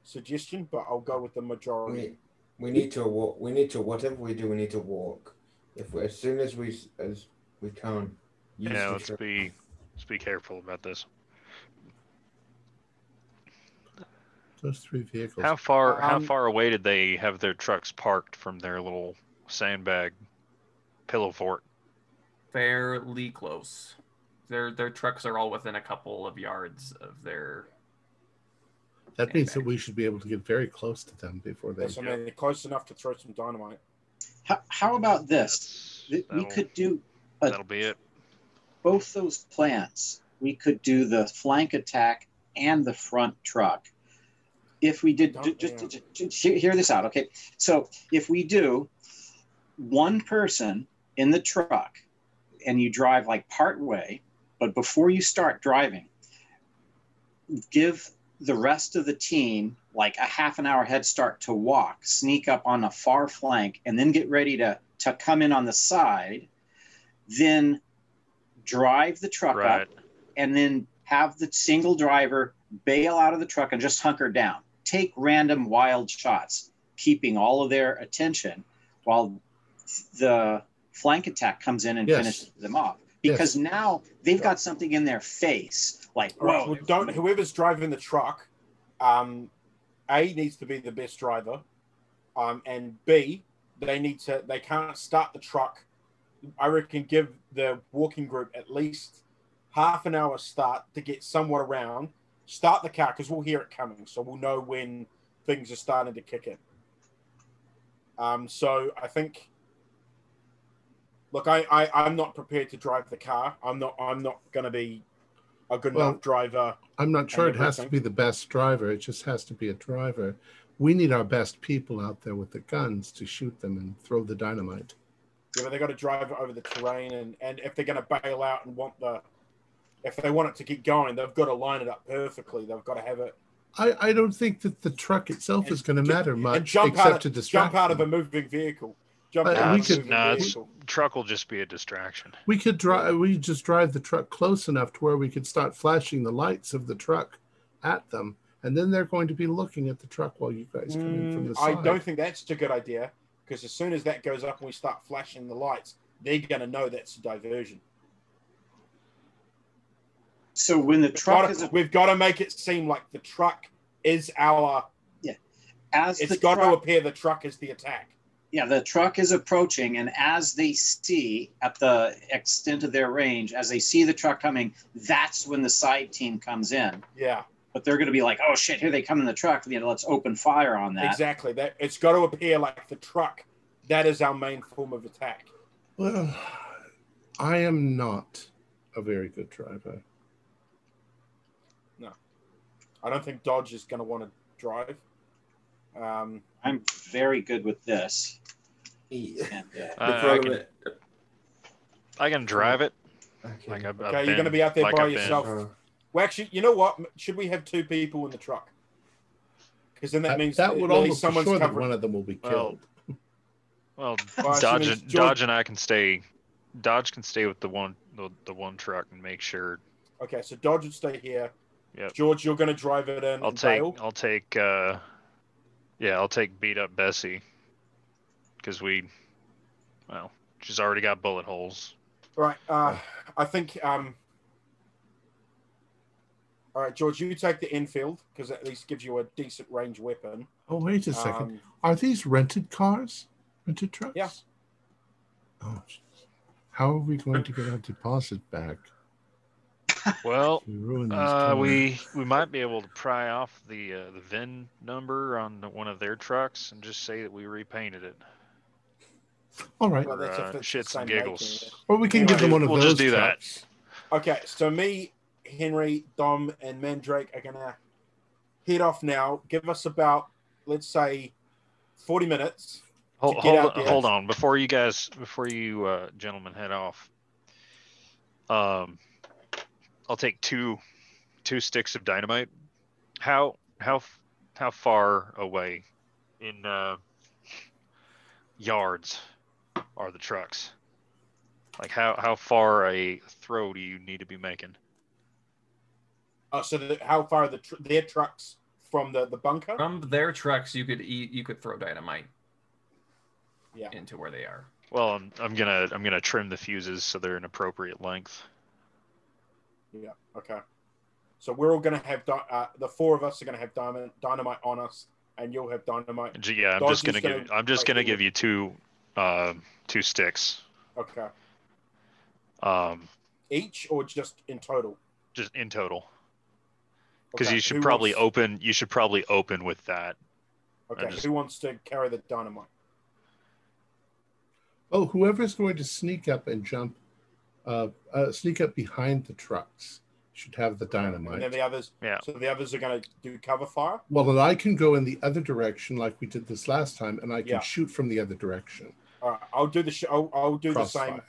[SPEAKER 6] suggestion, but I'll go with the majority.
[SPEAKER 5] We, we need to walk. We need to whatever we do. We need to walk. If we, as soon as we s- as we can. use
[SPEAKER 3] Yeah,
[SPEAKER 5] the
[SPEAKER 3] let's
[SPEAKER 5] tra-
[SPEAKER 3] be let's be careful about this.
[SPEAKER 1] Those three vehicles.
[SPEAKER 3] How far how
[SPEAKER 6] Um,
[SPEAKER 3] far away did they have their trucks parked from their little sandbag pillow fort?
[SPEAKER 4] fairly close. Their their trucks are all within a couple of yards of their.
[SPEAKER 1] that means that we should be able to get very close to them before they.
[SPEAKER 6] That's what I mean, they're close enough to throw some dynamite.
[SPEAKER 2] How, how about this? Th- We
[SPEAKER 3] That'll,
[SPEAKER 2] could uh, do a-
[SPEAKER 3] that'll be it.
[SPEAKER 2] both those plans. We could do the flank attack and the front truck. If we did,
[SPEAKER 6] I
[SPEAKER 2] ju-
[SPEAKER 6] don't-
[SPEAKER 2] just,
[SPEAKER 6] yeah.
[SPEAKER 2] ju- ju- ju- hear this out, okay? So if we do one person in the truck and you drive like part way, but before you start driving, give the rest of the team like a half an hour head start to walk, sneak up on the far flank, and then get ready to, to come in on the side. Then drive the truck
[SPEAKER 3] Right.
[SPEAKER 2] up and then have the single driver bail out of the truck and just hunker down. Take random wild shots, keeping all of their attention while the flank attack comes in and
[SPEAKER 1] Yes.
[SPEAKER 2] finishes them off.
[SPEAKER 1] Yes.
[SPEAKER 2] Because now they've got something in their face, like
[SPEAKER 6] All right,
[SPEAKER 2] whoa,
[SPEAKER 6] well, don't whoever's driving the truck, um, A needs to be the best driver, um, and B they need to they can't start the truck. I reckon give the walking group at least half an hour start to get somewhat around. Start the car because we'll hear it coming, so we'll know when things are starting to kick in. Um, so I think. Look, I, I, I'm not prepared to drive the car. I'm not I'm not gonna be a good
[SPEAKER 1] Well,
[SPEAKER 6] enough driver.
[SPEAKER 1] I'm not sure it
[SPEAKER 6] Another
[SPEAKER 1] has to
[SPEAKER 6] thing.
[SPEAKER 1] be the best driver. It just has to be a driver. We need our best people out there with the guns to shoot them and throw the dynamite.
[SPEAKER 6] Yeah, but they got to drive it over the terrain, and, and if they're going to bail out and want the, if they want it to keep going, they've got to line it up perfectly. They've got to have it
[SPEAKER 1] I, I don't think that the truck itself
[SPEAKER 6] And
[SPEAKER 1] is going to
[SPEAKER 6] ju-
[SPEAKER 1] matter much,
[SPEAKER 6] and jump
[SPEAKER 1] except
[SPEAKER 6] out of,
[SPEAKER 1] to distract.
[SPEAKER 6] jump out of a
[SPEAKER 1] them.
[SPEAKER 6] moving vehicle. Jump
[SPEAKER 1] But
[SPEAKER 6] out
[SPEAKER 1] we
[SPEAKER 6] of a
[SPEAKER 1] could-
[SPEAKER 6] moving
[SPEAKER 3] No, it's-
[SPEAKER 6] vehicle.
[SPEAKER 3] Truck will just be a distraction.
[SPEAKER 1] We could drive. We just drive the truck close enough to where we could start flashing the lights of the truck at them, and then they're going to be looking at the truck while you guys come in from the
[SPEAKER 6] Mm, I
[SPEAKER 1] side.
[SPEAKER 6] don't think that's a good idea because as soon as that goes up and we start flashing the lights, they're going to know that's a diversion.
[SPEAKER 2] So when the
[SPEAKER 6] We've got,
[SPEAKER 2] truck is
[SPEAKER 6] to, we've got to make it seem like the truck is our.
[SPEAKER 2] as
[SPEAKER 6] It's
[SPEAKER 2] the
[SPEAKER 6] got to
[SPEAKER 2] truck,
[SPEAKER 6] appear the truck is the attack.
[SPEAKER 2] yeah, the truck is approaching, and as they see at the extent of their range, as they see the truck coming, that's when the side team comes in.
[SPEAKER 6] Yeah.
[SPEAKER 2] But they're going to be like, "Oh shit, here they come in the truck!" You know, let's open fire on that.
[SPEAKER 6] Exactly. That it's got to appear like the truck. That is our main form of attack.
[SPEAKER 1] Well, I am not a very good driver.
[SPEAKER 6] I don't think Dodge is going to want to drive. Um,
[SPEAKER 2] I'm very good with this.
[SPEAKER 5] Yeah.
[SPEAKER 2] And, uh,
[SPEAKER 5] The
[SPEAKER 3] I, I
[SPEAKER 5] problem
[SPEAKER 3] can
[SPEAKER 5] is-
[SPEAKER 3] I can drive it.
[SPEAKER 5] okay.
[SPEAKER 3] Like I've, I've
[SPEAKER 6] okay, you're going to
[SPEAKER 3] been-
[SPEAKER 6] be out there
[SPEAKER 3] like
[SPEAKER 6] by
[SPEAKER 3] I've been.
[SPEAKER 6] yourself.
[SPEAKER 5] Uh,
[SPEAKER 6] Well, actually, you know what? M- Should we have two people in the truck? Because then that, means
[SPEAKER 1] that would
[SPEAKER 6] at
[SPEAKER 1] almost
[SPEAKER 6] least
[SPEAKER 1] be
[SPEAKER 6] someone's
[SPEAKER 1] sure that
[SPEAKER 6] covering.
[SPEAKER 1] one of them will be
[SPEAKER 3] Well,
[SPEAKER 1] killed.
[SPEAKER 3] Well,
[SPEAKER 6] Well, she
[SPEAKER 3] Dodge,
[SPEAKER 6] means
[SPEAKER 3] and,
[SPEAKER 6] George-
[SPEAKER 3] Dodge and I can stay. Dodge can stay with the one the, the one truck and make sure.
[SPEAKER 6] Okay, so Dodge would stay here.
[SPEAKER 3] Yep.
[SPEAKER 6] George, you're going to drive it in.
[SPEAKER 3] I'll
[SPEAKER 6] and
[SPEAKER 3] take
[SPEAKER 6] bail.
[SPEAKER 3] I'll take uh, yeah I'll take beat up Bessie because we well she's already got bullet holes.
[SPEAKER 6] All right. Uh, I think. Um, all right, George, you take the infield because at least gives you a decent range weapon.
[SPEAKER 1] oh wait a second.
[SPEAKER 6] Um,
[SPEAKER 1] Are these rented cars? Rented trucks?
[SPEAKER 6] Yeah.
[SPEAKER 1] Oh, sh- how are we going to get our deposit back?
[SPEAKER 3] Well,
[SPEAKER 1] We ruined these
[SPEAKER 3] uh,
[SPEAKER 1] cars.
[SPEAKER 3] we we might be able to pry off the uh, the VIN number on the, one of their trucks and just say that we repainted it.
[SPEAKER 1] All right.
[SPEAKER 6] Well,
[SPEAKER 3] for,
[SPEAKER 6] that's if
[SPEAKER 3] uh,
[SPEAKER 6] it's the
[SPEAKER 3] shits
[SPEAKER 6] same
[SPEAKER 3] and
[SPEAKER 6] making,
[SPEAKER 3] giggles.
[SPEAKER 1] Or we can give them one of
[SPEAKER 3] We'll
[SPEAKER 1] those.
[SPEAKER 3] just do that.
[SPEAKER 1] trucks.
[SPEAKER 6] Okay, so me, Henry, Dom, and Mandrake are gonna head off now. Give us about, let's say, forty minutes.
[SPEAKER 3] Hold,
[SPEAKER 6] get
[SPEAKER 3] hold,
[SPEAKER 6] out
[SPEAKER 3] on-
[SPEAKER 6] there.
[SPEAKER 3] hold on before you guys before you uh, gentlemen head off Um, I'll take two two sticks of dynamite. How how f- how far away in uh, yards are the trucks? Like how how far a throw do you need to be making?
[SPEAKER 6] Oh, so the, how far are the tr- their trucks from the, the bunker?
[SPEAKER 4] From their trucks, you could eat, you could throw dynamite.
[SPEAKER 6] Yeah.
[SPEAKER 4] Into where they are.
[SPEAKER 3] Well, I'm, I'm gonna I'm gonna trim the fuses so they're an appropriate length.
[SPEAKER 6] Yeah. Okay. So we're all gonna have di- uh, the four of us are gonna have diamond dynamite on us, and you'll have dynamite.
[SPEAKER 3] J- Yeah, I'm just gonna
[SPEAKER 6] Dodgy's
[SPEAKER 3] give
[SPEAKER 6] gonna
[SPEAKER 3] I'm just
[SPEAKER 6] fight
[SPEAKER 3] gonna
[SPEAKER 6] you.
[SPEAKER 3] give you two uh, two sticks.
[SPEAKER 6] Okay.
[SPEAKER 3] Um,
[SPEAKER 6] Each or just in total?
[SPEAKER 3] just in total. Because
[SPEAKER 6] Okay,
[SPEAKER 3] you should
[SPEAKER 6] who
[SPEAKER 3] probably
[SPEAKER 6] wants-
[SPEAKER 3] open you should probably open with that.
[SPEAKER 6] Okay.
[SPEAKER 3] just-
[SPEAKER 6] Who wants to carry the dynamite?
[SPEAKER 1] Oh, whoever's going to sneak up and jump, uh, uh, sneak up behind the trucks should have the
[SPEAKER 6] And then
[SPEAKER 1] dynamite.
[SPEAKER 6] the others.
[SPEAKER 3] Yeah.
[SPEAKER 6] So the others are gonna do cover fire.
[SPEAKER 1] Well, then I can go in the other direction like we did this last time, and I can
[SPEAKER 6] Yeah.
[SPEAKER 1] shoot from the other direction.
[SPEAKER 6] All right. I'll do the sh- I'll, I'll do the same
[SPEAKER 1] Crossfire.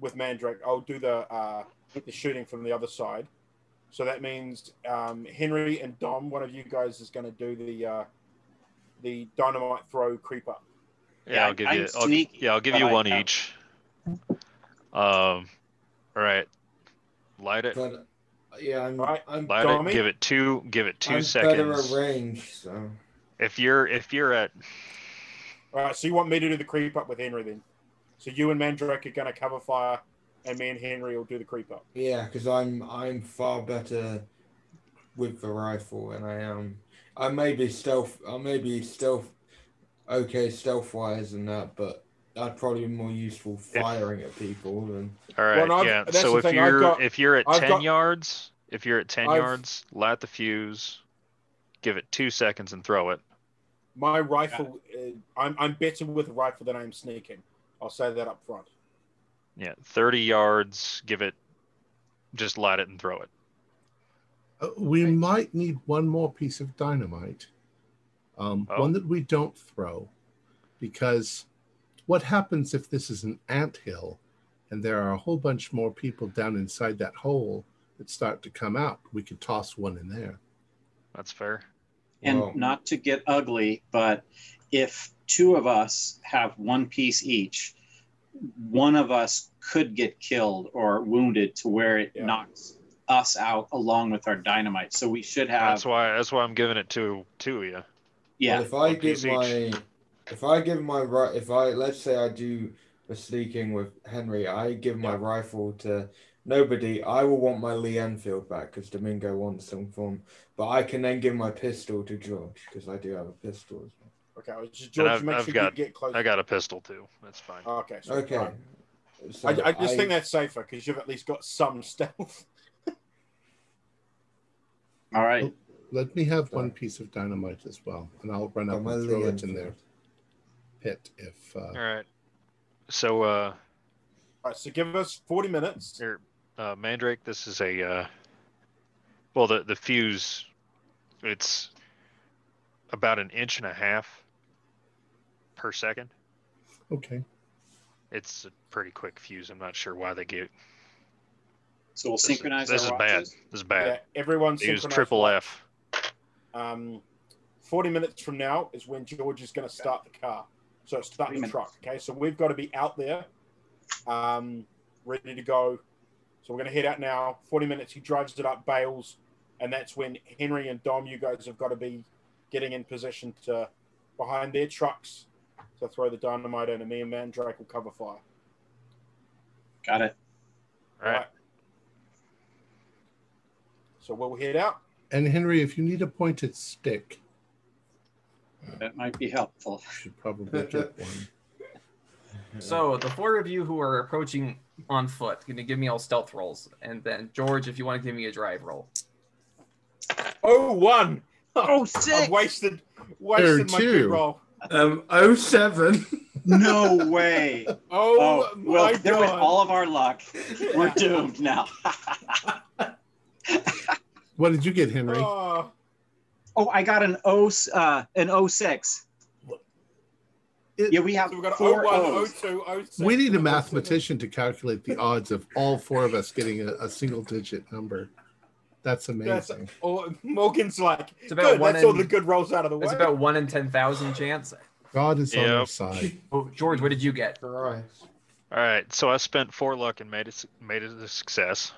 [SPEAKER 6] with Mandrake. I'll do the uh, the shooting from the other side. So that means um, Henry and Dom, one of you guys is going to do the uh, the dynamite throw creep up.
[SPEAKER 3] Yeah,
[SPEAKER 2] Yeah,
[SPEAKER 3] I'll give
[SPEAKER 2] I'm
[SPEAKER 3] you. I'll,
[SPEAKER 2] sneaky,
[SPEAKER 3] yeah, I'll give
[SPEAKER 2] but
[SPEAKER 3] you
[SPEAKER 2] I
[SPEAKER 3] one
[SPEAKER 2] have-
[SPEAKER 3] each. Um, all right, light it,
[SPEAKER 5] But yeah, I'm.
[SPEAKER 6] Right.
[SPEAKER 5] I'm,
[SPEAKER 3] light
[SPEAKER 6] Tommy?
[SPEAKER 3] it. Give it two. Give it 2
[SPEAKER 5] I'm better at
[SPEAKER 3] seconds.
[SPEAKER 5] range, so
[SPEAKER 3] If you're if you're at
[SPEAKER 6] All right. So you want me to do the creep up with Henry then? So you and Mandrake are going to cover fire, and me and Henry will do the creep up.
[SPEAKER 5] yeah, because I'm I'm far better with the rifle than I am. I may be stealth. I may be stealth. Okay, stealth wise and that, but I'd probably be more useful firing at people than.
[SPEAKER 3] all right,
[SPEAKER 6] no, I've-
[SPEAKER 3] yeah.
[SPEAKER 6] that's
[SPEAKER 3] So
[SPEAKER 6] the
[SPEAKER 3] if
[SPEAKER 6] thing, I've
[SPEAKER 3] you're
[SPEAKER 6] got-
[SPEAKER 3] if you're at
[SPEAKER 6] I've
[SPEAKER 3] ten
[SPEAKER 6] got-
[SPEAKER 3] yards, if you're at 10
[SPEAKER 6] I've-
[SPEAKER 3] yards, light the fuse, give it two seconds, and throw it.
[SPEAKER 6] My rifle, uh, I'm I'm better with a rifle than I am sneaking. I'll say that up front.
[SPEAKER 3] Yeah, thirty yards, give it, just light it and throw it.
[SPEAKER 1] Uh, we might need one more piece of dynamite, um,
[SPEAKER 3] Oh.
[SPEAKER 1] one that we don't throw, because what happens if this is an anthill and there are a whole bunch more people down inside that hole that start to come out? We could toss one in there.
[SPEAKER 3] That's fair.
[SPEAKER 2] And
[SPEAKER 5] Well,
[SPEAKER 2] not to get ugly, but if two of us have one piece each, one of us could get killed or wounded to where it
[SPEAKER 6] Yeah.
[SPEAKER 2] knocks us out along with our dynamite. So we should have,
[SPEAKER 3] That's why that's why I'm giving it to two of you.
[SPEAKER 5] Well,
[SPEAKER 2] yeah,
[SPEAKER 5] if I
[SPEAKER 3] one piece
[SPEAKER 5] give my,
[SPEAKER 3] each.
[SPEAKER 5] if I give my right, if I let's say I do the sneaking with Henry, I give my rifle to nobody. I will want my Lee Enfield back because Domingo wants some form. But I can then give my pistol to George because I do have a pistol as well.
[SPEAKER 6] Okay. well, just George,
[SPEAKER 3] I've-
[SPEAKER 6] make
[SPEAKER 3] I've
[SPEAKER 6] sure
[SPEAKER 3] got-
[SPEAKER 6] you get close.
[SPEAKER 3] I got a pistol too. That's fine.
[SPEAKER 6] Okay. So,
[SPEAKER 5] Okay.
[SPEAKER 6] all right.
[SPEAKER 5] So
[SPEAKER 6] I, I just think that's safer because you've at least got some stealth.
[SPEAKER 2] all right.
[SPEAKER 1] Let me have one
[SPEAKER 5] Sorry.
[SPEAKER 1] piece of dynamite as well, and I'll run
[SPEAKER 5] got
[SPEAKER 1] up
[SPEAKER 5] my
[SPEAKER 1] and throw
[SPEAKER 5] Lee
[SPEAKER 1] it in their
[SPEAKER 5] Enfield.
[SPEAKER 1] pit if uh,
[SPEAKER 3] All right. So, uh,
[SPEAKER 6] All right, so give us 40 minutes.
[SPEAKER 3] here, uh, Mandrake, this is a, uh, well, the, the fuse, it's about an inch and a half per second.
[SPEAKER 1] okay.
[SPEAKER 3] It's a pretty quick fuse. I'm not sure why they get
[SPEAKER 2] So we'll
[SPEAKER 3] this is-
[SPEAKER 2] synchronize
[SPEAKER 3] This is,
[SPEAKER 2] our
[SPEAKER 3] bad.
[SPEAKER 2] watches.
[SPEAKER 3] This is bad.
[SPEAKER 6] Yeah, everyone
[SPEAKER 3] they use
[SPEAKER 6] synchronize.
[SPEAKER 3] triple F.
[SPEAKER 6] Um, 40 minutes from now is when George is going to start the car. So start the
[SPEAKER 2] Three minutes.
[SPEAKER 6] truck. Okay, so we've got to be out there, um, ready to go. So we're going to head out now. 40 minutes. He drives it up, bails, and that's when Henry and Dom, you guys have got to be getting in position to behind their trucks to throw the dynamite in, and me and Mandrake will cover fire.
[SPEAKER 2] Got it.
[SPEAKER 3] All right.
[SPEAKER 6] So we'll head out.
[SPEAKER 1] And Henry, if you need a pointed stick,
[SPEAKER 2] That might be helpful.
[SPEAKER 1] you should probably get one.
[SPEAKER 4] So the four of you who are approaching on foot, gonna give me all stealth rolls, and then George, if you want to give me a drive roll.
[SPEAKER 6] Oh, one.
[SPEAKER 2] Oh,
[SPEAKER 6] I've
[SPEAKER 2] sick!
[SPEAKER 6] wasted wasted
[SPEAKER 1] There
[SPEAKER 6] my
[SPEAKER 1] too.
[SPEAKER 6] good roll.
[SPEAKER 5] um, oh seven.
[SPEAKER 2] No way.
[SPEAKER 6] Oh,
[SPEAKER 2] Oh,
[SPEAKER 6] my
[SPEAKER 2] well,
[SPEAKER 6] god!
[SPEAKER 2] there went all of our luck. We're doomed now.
[SPEAKER 1] What did you get, Henry?
[SPEAKER 6] Oh,
[SPEAKER 2] oh, I got an O, uh, an O six.
[SPEAKER 1] It-
[SPEAKER 2] Yeah, we have
[SPEAKER 6] So we've got
[SPEAKER 2] four
[SPEAKER 6] 01,
[SPEAKER 2] O's.
[SPEAKER 6] 02, 06,
[SPEAKER 1] we need a
[SPEAKER 6] 07.
[SPEAKER 1] mathematician to calculate the odds of all four of us getting a, a single digit number. That's
[SPEAKER 6] That's-
[SPEAKER 1] amazing.
[SPEAKER 6] Or Morgan's like,
[SPEAKER 4] It's about
[SPEAKER 6] good,
[SPEAKER 4] one
[SPEAKER 6] that's all
[SPEAKER 4] in-
[SPEAKER 6] the good rolls out of the way.
[SPEAKER 4] It's about one in ten thousand chance.
[SPEAKER 1] God is on our
[SPEAKER 3] Yep.
[SPEAKER 1] side.
[SPEAKER 4] Oh, George, what did you get?
[SPEAKER 7] Christ.
[SPEAKER 3] All right, so I spent four luck and made it s- made it a success.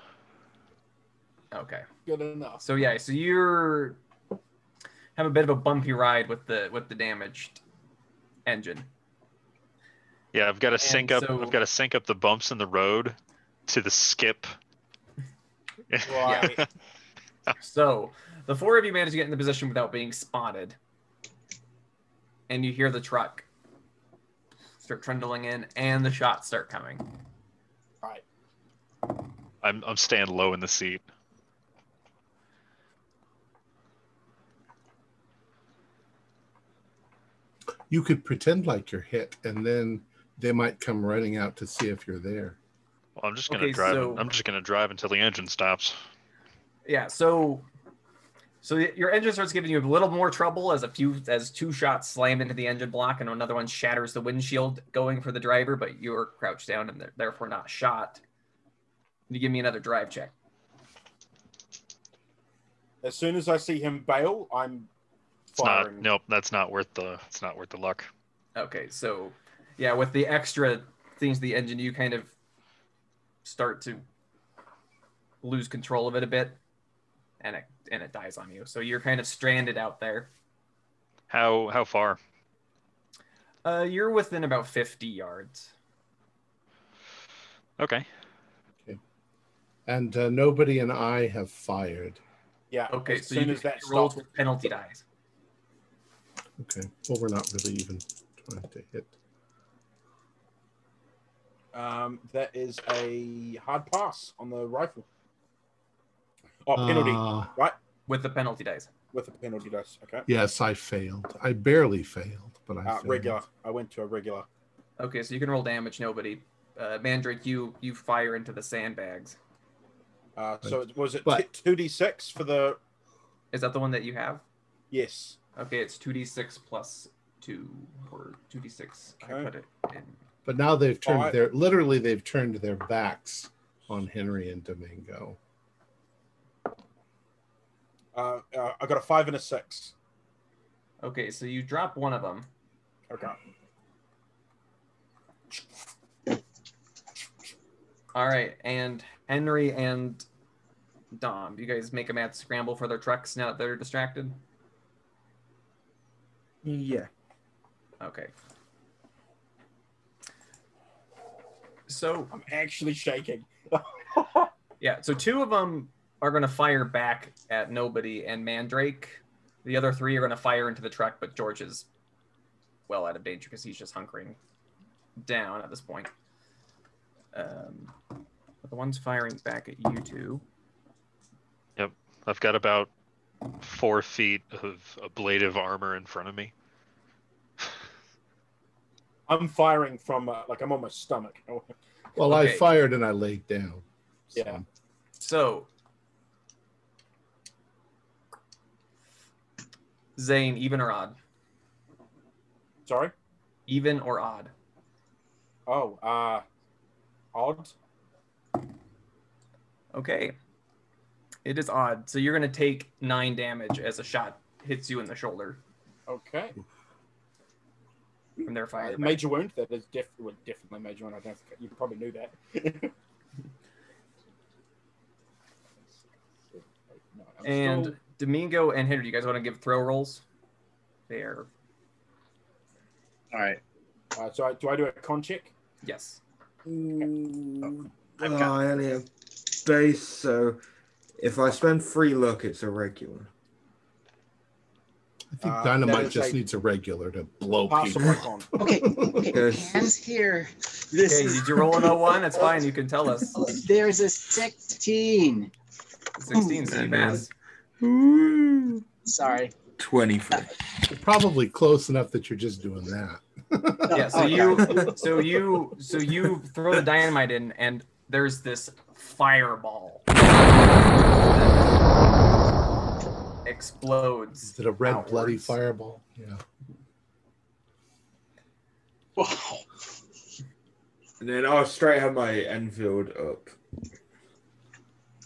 [SPEAKER 4] Okay.
[SPEAKER 6] good enough.
[SPEAKER 4] So yeah, so you're have a bit of a bumpy ride with the with the damaged engine.
[SPEAKER 3] Yeah, I've got to sync up.
[SPEAKER 4] so-
[SPEAKER 3] I've got to sync up the bumps in the road to the skip.
[SPEAKER 6] Right.
[SPEAKER 4] So the four of you manage to get in the position without being spotted, and you hear the truck start trundling in, and the shots start coming.
[SPEAKER 6] right.
[SPEAKER 3] I'm I'm staying low in the seat.
[SPEAKER 1] You could pretend like you're hit, and then they might come running out to see if you're there.
[SPEAKER 3] Well, I'm just gonna
[SPEAKER 4] Okay,
[SPEAKER 3] drive.
[SPEAKER 4] so-
[SPEAKER 3] I'm just gonna drive until the engine stops.
[SPEAKER 4] Yeah. So so y- your engine starts giving you a little more trouble as a few as two shots slam into the engine block, and another one shatters the windshield, going for the driver, but you're crouched down and they're therefore not shot. You give me another drive check.
[SPEAKER 6] As soon as I see him bail, I'm
[SPEAKER 3] It's not.
[SPEAKER 6] firing.
[SPEAKER 3] Nope, that's not worth the. It's not worth the luck.
[SPEAKER 4] Okay, so yeah, with the extra things to the engine, you kind of start to lose control of it a bit, and it and it dies on you. So you're kind of stranded out there.
[SPEAKER 3] How how far?
[SPEAKER 4] Uh, you're within about 50 yards.
[SPEAKER 3] Okay.
[SPEAKER 1] And uh, nobody and I have fired.
[SPEAKER 6] Yeah.
[SPEAKER 4] Okay,
[SPEAKER 6] As
[SPEAKER 4] so
[SPEAKER 6] soon
[SPEAKER 4] you
[SPEAKER 6] as that
[SPEAKER 4] roll
[SPEAKER 6] stops.
[SPEAKER 4] with penalty dies.
[SPEAKER 1] Okay. Well, we're not really even trying to hit.
[SPEAKER 6] Um, that is a hard pass on the rifle. Oh, penalty
[SPEAKER 1] Ah,
[SPEAKER 4] With the penalty dies.
[SPEAKER 6] with a penalty dice. Okay.
[SPEAKER 1] yes, I failed. I barely failed, but I
[SPEAKER 6] Uh,
[SPEAKER 1] failed.
[SPEAKER 6] regular. I went to a regular.
[SPEAKER 4] Okay, so you can roll damage. Nobody. Uh, Mandrake, you you fire into the sandbags.
[SPEAKER 6] Uh, so it, was it
[SPEAKER 1] But-
[SPEAKER 6] two d six for the?
[SPEAKER 4] Is that the one that you have?
[SPEAKER 6] Yes.
[SPEAKER 4] Okay, it's 2d6 plus two or 2d6. I
[SPEAKER 6] Okay.
[SPEAKER 4] put it in
[SPEAKER 1] But now they've turned
[SPEAKER 6] Alright.
[SPEAKER 1] their literally they've turned their backs on Henry and Domingo.
[SPEAKER 6] Uh, uh, I got a five and a six.
[SPEAKER 4] Okay, so you drop one of them.
[SPEAKER 6] Okay.
[SPEAKER 4] All right, and Henry and Dom, you guys make a mad scramble for their trucks now that they're distracted.
[SPEAKER 5] Yeah.
[SPEAKER 4] Okay. So
[SPEAKER 6] I'm actually shaking.
[SPEAKER 4] yeah, so two of them are going to fire back at nobody and Mandrake. The other three are going to fire into the truck, but George is well out of danger because he's just hunkering down at this point. Um, but the one's firing back at you two.
[SPEAKER 3] I've got about four feet of ablative armor in front of me.
[SPEAKER 6] I'm firing from uh, like I'm on my stomach. Oh,
[SPEAKER 1] Well, I
[SPEAKER 4] Okay.
[SPEAKER 1] fired and I laid down. So
[SPEAKER 6] Yeah.
[SPEAKER 4] So, Zane, even or odd?
[SPEAKER 6] sorry.
[SPEAKER 4] Even or odd?
[SPEAKER 6] Oh, uh, odd.
[SPEAKER 4] Okay. It is odd. So you're going to take nine damage as a shot hits you in the shoulder
[SPEAKER 6] Okay.
[SPEAKER 4] from their fire.
[SPEAKER 6] Uh, major wound. That is def- well, definitely major wound. I don't think you probably knew that. No, I'm
[SPEAKER 4] and
[SPEAKER 6] still-
[SPEAKER 4] Domingo and Henry, you guys want to give throw rolls? There.
[SPEAKER 2] All right.
[SPEAKER 6] uh, so I, do I do a con check?
[SPEAKER 4] Yes.
[SPEAKER 5] Ooh,
[SPEAKER 2] I've
[SPEAKER 5] oh,
[SPEAKER 2] got-
[SPEAKER 5] I only have base, so if I spend free luck, it's a regular.
[SPEAKER 1] I think
[SPEAKER 6] Uh, that
[SPEAKER 1] Dynamite
[SPEAKER 6] is
[SPEAKER 1] just
[SPEAKER 6] like-
[SPEAKER 1] needs a regular to blow
[SPEAKER 6] Pass on my
[SPEAKER 1] people.
[SPEAKER 6] con.
[SPEAKER 2] Okay. Okay.
[SPEAKER 5] Yes.
[SPEAKER 2] Hands here. This
[SPEAKER 4] Okay,
[SPEAKER 2] is. Oh.
[SPEAKER 4] did you roll an 01? It's fine. You can tell us.
[SPEAKER 2] There's a 16.
[SPEAKER 4] 16, so you pass.
[SPEAKER 2] Sorry.
[SPEAKER 5] 23.
[SPEAKER 1] You're probably close enough that you're just doing that.
[SPEAKER 4] yeah so
[SPEAKER 2] Oh,
[SPEAKER 4] you so you so you throw the dynamite in and there's this fireball that explodes
[SPEAKER 1] Is it a red bloody
[SPEAKER 4] outwards.
[SPEAKER 1] fireball? Yeah.
[SPEAKER 5] And then I'll straight have my Enfield up.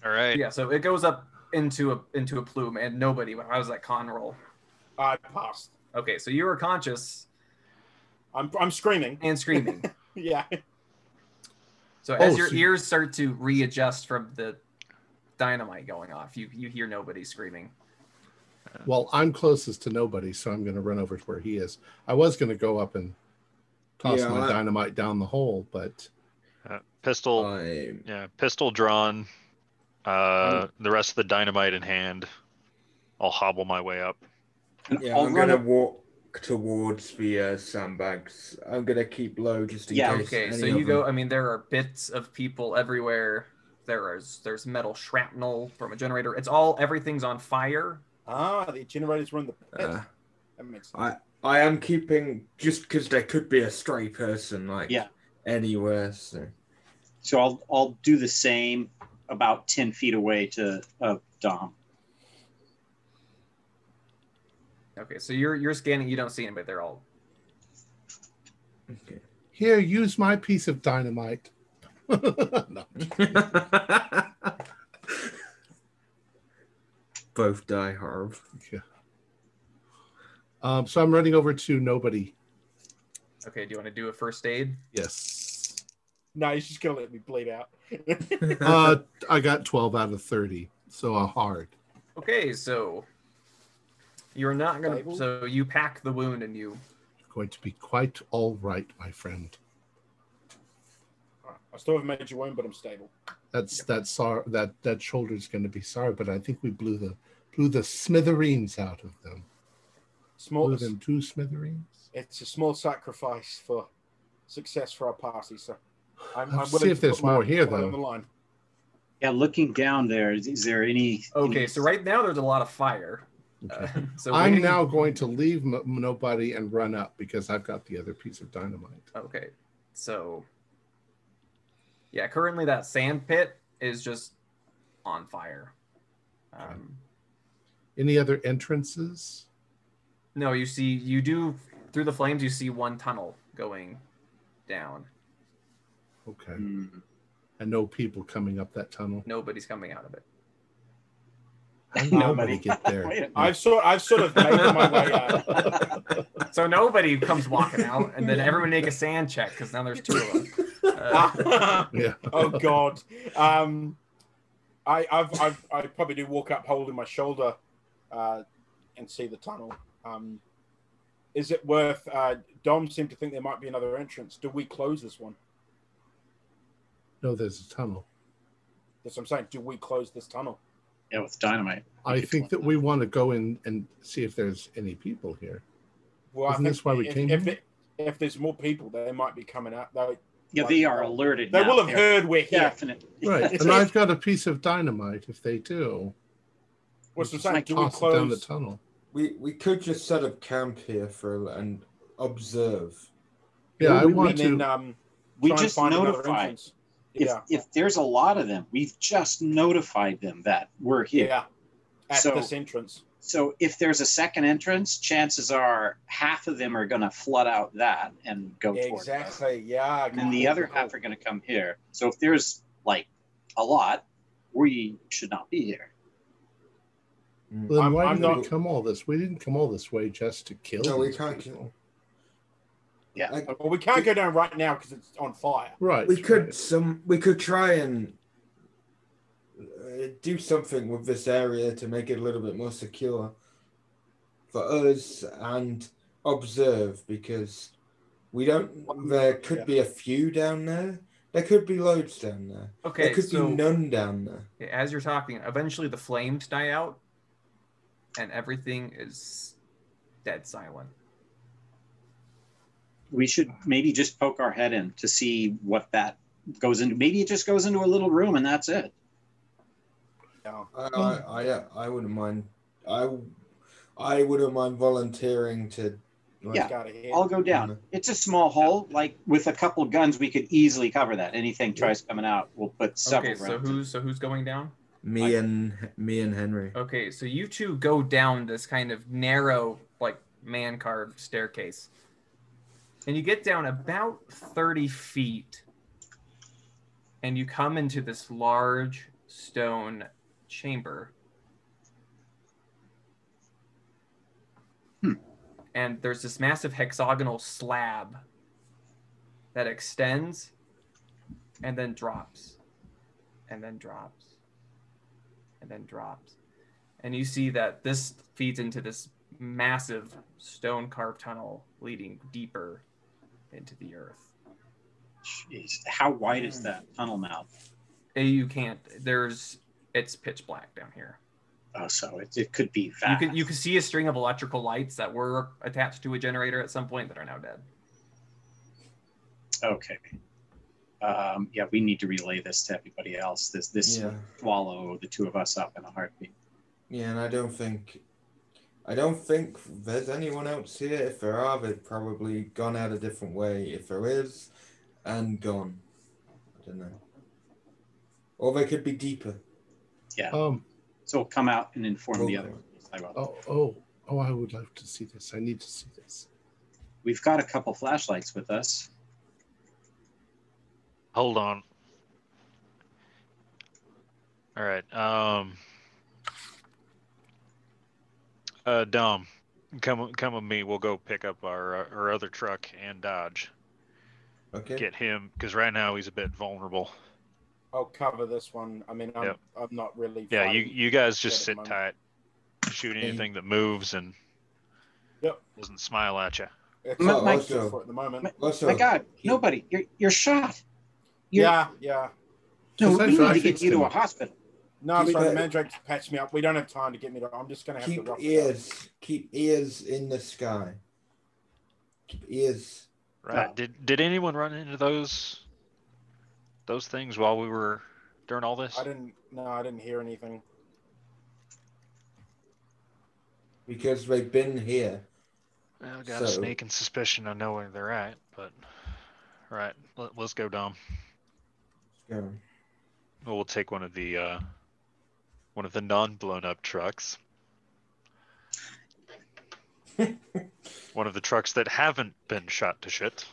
[SPEAKER 3] All right.
[SPEAKER 4] Yeah, so it goes up into a into a plume, and nobody. How does that con roll?
[SPEAKER 6] I passed.
[SPEAKER 4] Okay, so you were conscious
[SPEAKER 6] I'm, I'm screaming.
[SPEAKER 4] and screaming.
[SPEAKER 6] Yeah.
[SPEAKER 4] So as
[SPEAKER 1] Oh,
[SPEAKER 4] your
[SPEAKER 1] so-
[SPEAKER 4] ears start to readjust from the dynamite going off, you you hear nobody screaming.
[SPEAKER 1] Well, I'm closest to nobody, so I'm going to run over to where he is. I was going to go up and toss
[SPEAKER 5] Yeah,
[SPEAKER 1] my
[SPEAKER 5] I-
[SPEAKER 1] dynamite down the hole, but
[SPEAKER 3] Uh, pistol.
[SPEAKER 5] I'm
[SPEAKER 3] yeah. Pistol drawn. Uh,
[SPEAKER 4] Hmm.
[SPEAKER 3] The rest of the dynamite in hand. I'll hobble my way up.
[SPEAKER 2] And
[SPEAKER 5] yeah,
[SPEAKER 2] I'll
[SPEAKER 5] I'm
[SPEAKER 2] run
[SPEAKER 5] gonna
[SPEAKER 2] up-
[SPEAKER 5] walk towards the uh, sandbags. I'm gonna keep low just in
[SPEAKER 2] Yeah,
[SPEAKER 5] case.
[SPEAKER 4] Okay, so
[SPEAKER 5] any of
[SPEAKER 4] you go.
[SPEAKER 5] them-
[SPEAKER 4] I mean, there are bits of people everywhere. There is there's metal shrapnel from a generator. It's all everything's on fire.
[SPEAKER 6] Ah, the generators were in the pit.
[SPEAKER 5] Uh,
[SPEAKER 6] that makes sense.
[SPEAKER 5] I I am keeping just because there could be a stray person like
[SPEAKER 2] Yeah.
[SPEAKER 5] anywhere. So
[SPEAKER 2] So I'll I'll do the same about ten feet away to uh, Dom.
[SPEAKER 4] Okay, so you're you're scanning. You don't see anybody. They're all
[SPEAKER 5] okay.
[SPEAKER 1] here, use my piece of dynamite. no.
[SPEAKER 5] Both die Harv.
[SPEAKER 1] um, so I'm running over to nobody.
[SPEAKER 4] okay. Do you want to do a first aid?
[SPEAKER 1] Yes.
[SPEAKER 6] No, he's just gonna let me bleed out.
[SPEAKER 1] Uh, I got 12 out of 30, so a hard.
[SPEAKER 4] Okay, so you're not gonna.
[SPEAKER 6] Bible?
[SPEAKER 4] So you pack the wound and you
[SPEAKER 1] Going to be quite all right, my friend.
[SPEAKER 6] I still have a major wound, but I'm stable.
[SPEAKER 1] That's that sor- that that shoulder's going to be sorry, but I think we blew the blew the smithereens out of them.
[SPEAKER 6] Small.
[SPEAKER 1] Blew them two smithereens.
[SPEAKER 6] It's a small sacrifice for success for our party. So I'm, I'm
[SPEAKER 1] Let's
[SPEAKER 6] willing
[SPEAKER 1] see if
[SPEAKER 6] to
[SPEAKER 1] there's
[SPEAKER 6] put my
[SPEAKER 1] more here,
[SPEAKER 6] blood
[SPEAKER 1] though.
[SPEAKER 6] On the line.
[SPEAKER 2] Yeah, looking down there, is, is there any?
[SPEAKER 4] okay.
[SPEAKER 2] any-
[SPEAKER 4] So right now there's a lot of fire.
[SPEAKER 1] Okay.
[SPEAKER 4] Uh, so
[SPEAKER 1] I'm
[SPEAKER 4] waiting-
[SPEAKER 1] now going to leave m- nobody and run up because I've got the other piece of dynamite.
[SPEAKER 4] Okay. So yeah, currently that sand pit is just on fire. Um,
[SPEAKER 1] Any other entrances?
[SPEAKER 4] no, you see, you do through the flames. You see one tunnel going down.
[SPEAKER 1] Okay.
[SPEAKER 2] Hmm.
[SPEAKER 1] And no people coming up that tunnel.
[SPEAKER 4] Nobody's coming out of it.
[SPEAKER 1] How did
[SPEAKER 2] Nobody.
[SPEAKER 1] nobody get
[SPEAKER 2] Wait
[SPEAKER 1] there.
[SPEAKER 2] a-
[SPEAKER 6] I've sort I've sort of made my way out.
[SPEAKER 4] So nobody comes walking out, and then everyone make a sand check because now there's two of them. Uh,
[SPEAKER 1] yeah.
[SPEAKER 6] oh God. Um, I I've, I've I probably do walk up holding my shoulder, uh, and see the tunnel. Um, is it worth? Uh, Dom seemed to think there might be another entrance. Do we close this one?
[SPEAKER 1] No, there's a tunnel.
[SPEAKER 6] That's what I'm saying. Do we close this tunnel?
[SPEAKER 2] yeah, with dynamite.
[SPEAKER 1] I think that we want to go in and see if there's any people here.
[SPEAKER 6] Well,
[SPEAKER 1] Isn't this why we
[SPEAKER 6] if,
[SPEAKER 1] came
[SPEAKER 6] If,
[SPEAKER 1] here?
[SPEAKER 6] it- if there's more people, they might be coming out. They,
[SPEAKER 2] Yeah, they are alerted.
[SPEAKER 6] they
[SPEAKER 2] now.
[SPEAKER 6] will have
[SPEAKER 2] They're
[SPEAKER 6] heard we're here.
[SPEAKER 2] Definite.
[SPEAKER 1] Right. and I've got a piece of dynamite if they do.
[SPEAKER 6] What's the
[SPEAKER 1] Just
[SPEAKER 6] saying? Do we
[SPEAKER 1] Toss it down the
[SPEAKER 6] close?
[SPEAKER 1] tunnel.
[SPEAKER 5] We we could just set up camp here for and observe.
[SPEAKER 1] Yeah, I
[SPEAKER 6] And
[SPEAKER 1] want
[SPEAKER 6] then,
[SPEAKER 1] to.
[SPEAKER 6] um,
[SPEAKER 2] We
[SPEAKER 6] try and
[SPEAKER 2] just
[SPEAKER 6] find another
[SPEAKER 2] notified.
[SPEAKER 6] entrance.
[SPEAKER 2] If,
[SPEAKER 6] Yeah,
[SPEAKER 2] if there's a lot of them, we've just notified them that we're here.
[SPEAKER 6] yeah. At
[SPEAKER 2] So-
[SPEAKER 6] this entrance.
[SPEAKER 2] So if there's a second entrance, chances are half of them are going to flood out that and go toward us.
[SPEAKER 6] Exactly. Yeah.
[SPEAKER 2] And then the other half are going to come here. So if there's like a lot, we should not be here.
[SPEAKER 1] Then
[SPEAKER 6] I'm-
[SPEAKER 1] why
[SPEAKER 6] I'm
[SPEAKER 1] did we
[SPEAKER 6] not-
[SPEAKER 1] come all this? We didn't come all this way just to kill.
[SPEAKER 5] No, we
[SPEAKER 1] these
[SPEAKER 5] can't.
[SPEAKER 1] people.
[SPEAKER 5] kill-
[SPEAKER 2] Yeah.
[SPEAKER 5] Like,
[SPEAKER 6] Well, we can't go down right now because it's on fire.
[SPEAKER 1] Right.
[SPEAKER 5] we could
[SPEAKER 1] right.
[SPEAKER 5] some. We could try and uh, do something with this area to make it a little bit more secure for us and observe because we don't. There could be a few down there. There could be loads down there.
[SPEAKER 4] okay,
[SPEAKER 5] there could
[SPEAKER 4] so
[SPEAKER 5] be none down there.
[SPEAKER 4] as you're talking, eventually the flames die out, and everything is dead silent.
[SPEAKER 2] We should maybe just poke our head in to see what that goes into. Maybe it just goes into a little room and that's it.
[SPEAKER 5] I, I,
[SPEAKER 4] Hmm.
[SPEAKER 5] I, I wouldn't mind. I, I wouldn't mind volunteering to. Like,
[SPEAKER 6] Let's get out of here.
[SPEAKER 2] I'll go down. It's a small hole. Like with a couple guns, we could easily cover that. Anything tries coming out, we'll put several
[SPEAKER 4] Okay, so
[SPEAKER 2] rounds. in.
[SPEAKER 4] who's so who's going down?
[SPEAKER 5] Me and me and Henry.
[SPEAKER 4] Okay, so you two go down this kind of narrow, like man carved staircase. And you get down about 30 feet and you come into this large stone chamber.
[SPEAKER 2] Hmm.
[SPEAKER 4] And there's this massive hexagonal slab that extends and then drops and then drops and then drops. And you see that this feeds into this massive stone carved tunnel leading deeper into the earth.
[SPEAKER 2] Jeez, how wide is that tunnel mouth?
[SPEAKER 4] Eh, You can't, there's, it's pitch black down here.
[SPEAKER 2] Oh, so it, it could be
[SPEAKER 4] You
[SPEAKER 2] vast.
[SPEAKER 4] can, you can see a string of electrical lights that were attached to a generator at some point that are now dead.
[SPEAKER 2] okay. Um, yeah, we need to relay this to everybody else. This this
[SPEAKER 5] Yeah.
[SPEAKER 2] swallow the two of us up in a heartbeat.
[SPEAKER 5] Yeah, and I don't think, I don't think there's anyone else here. If there are, they've probably gone out a different way. If there is, and gone. I don't know. Or they could be deeper.
[SPEAKER 1] Um,
[SPEAKER 2] So we'll come out and inform the
[SPEAKER 5] Okay.
[SPEAKER 2] other. I will.
[SPEAKER 1] oh, oh, oh, I would love to see this. I need to see this.
[SPEAKER 2] We've got a couple flashlights with us.
[SPEAKER 3] Hold on. All right. Um. Uh, Dom, come come with me. We'll go pick up our uh, our other truck and Dodge.
[SPEAKER 5] Okay.
[SPEAKER 3] Get him because right now he's a bit vulnerable.
[SPEAKER 6] I'll cover this one. I mean, I'm,
[SPEAKER 3] Yep.
[SPEAKER 6] I'm not really.
[SPEAKER 3] Yeah, you
[SPEAKER 6] fighting.
[SPEAKER 3] you guys just
[SPEAKER 6] at
[SPEAKER 3] sit
[SPEAKER 6] the
[SPEAKER 3] tight.
[SPEAKER 6] moment.
[SPEAKER 3] Shoot
[SPEAKER 5] Hey.
[SPEAKER 3] anything that moves and
[SPEAKER 6] Yep.
[SPEAKER 3] doesn't smile at you.
[SPEAKER 6] It's
[SPEAKER 2] My-
[SPEAKER 6] all
[SPEAKER 2] my-
[SPEAKER 6] I feel for at the moment.
[SPEAKER 5] Also,
[SPEAKER 2] My God, nobody, you're you're shot. You're,
[SPEAKER 6] yeah, yeah.
[SPEAKER 2] No, we
[SPEAKER 1] Just
[SPEAKER 2] need to
[SPEAKER 1] that
[SPEAKER 2] get you to a
[SPEAKER 1] flashlight's
[SPEAKER 2] hospital.
[SPEAKER 6] No,
[SPEAKER 5] Keep
[SPEAKER 6] sorry, the
[SPEAKER 5] it-
[SPEAKER 6] mandrake's patched me up. We don't have time to get me to. I'm just gonna have
[SPEAKER 5] keep
[SPEAKER 6] to. rough it up.
[SPEAKER 5] ears, keep ears in the sky. Keep ears.
[SPEAKER 3] Right. Did did anyone run into those those things while we were during all this?
[SPEAKER 6] I didn't. No, I didn't hear anything.
[SPEAKER 5] Because they've been here.
[SPEAKER 3] Well, I got a
[SPEAKER 5] So-
[SPEAKER 3] sneaking suspicion I know where they're at, but right, let, let's go, Dom.
[SPEAKER 5] Let's go.
[SPEAKER 3] Well, we'll take one of the uh, one of the non-blown up trucks, one of the trucks that haven't been shot to shit.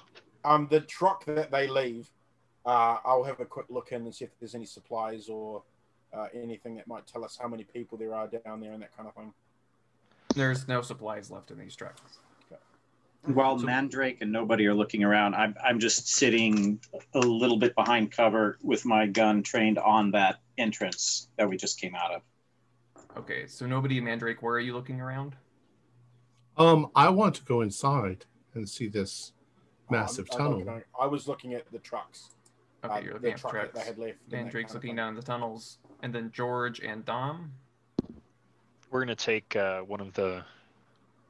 [SPEAKER 6] Um, the truck that they leave, uh, I'll have a quick look in and see if there's any supplies or uh, anything that might tell us how many people there are down there and that kind of thing.
[SPEAKER 4] There's no supplies left in these trucks.
[SPEAKER 2] While
[SPEAKER 4] So-
[SPEAKER 2] Mandrake and nobody are looking around, I'm I'm just sitting a little bit behind cover with my gun trained on that entrance that we just came out of.
[SPEAKER 4] Okay, so nobody in Mandrake, where are you looking around?
[SPEAKER 1] Um, I want to go inside and see this
[SPEAKER 6] Oh, I'm-
[SPEAKER 1] massive
[SPEAKER 6] I'm
[SPEAKER 1] tunnel.
[SPEAKER 6] looking at- I was looking at the trucks.
[SPEAKER 4] Okay,
[SPEAKER 6] uh,
[SPEAKER 4] you're looking
[SPEAKER 6] the
[SPEAKER 4] at
[SPEAKER 6] truck that
[SPEAKER 4] trucks.
[SPEAKER 6] they had left. and that
[SPEAKER 4] Mandrake's
[SPEAKER 6] kind of
[SPEAKER 4] looking
[SPEAKER 6] thing.
[SPEAKER 4] down the tunnels, and then George and Dom.
[SPEAKER 3] We're gonna take uh, one of the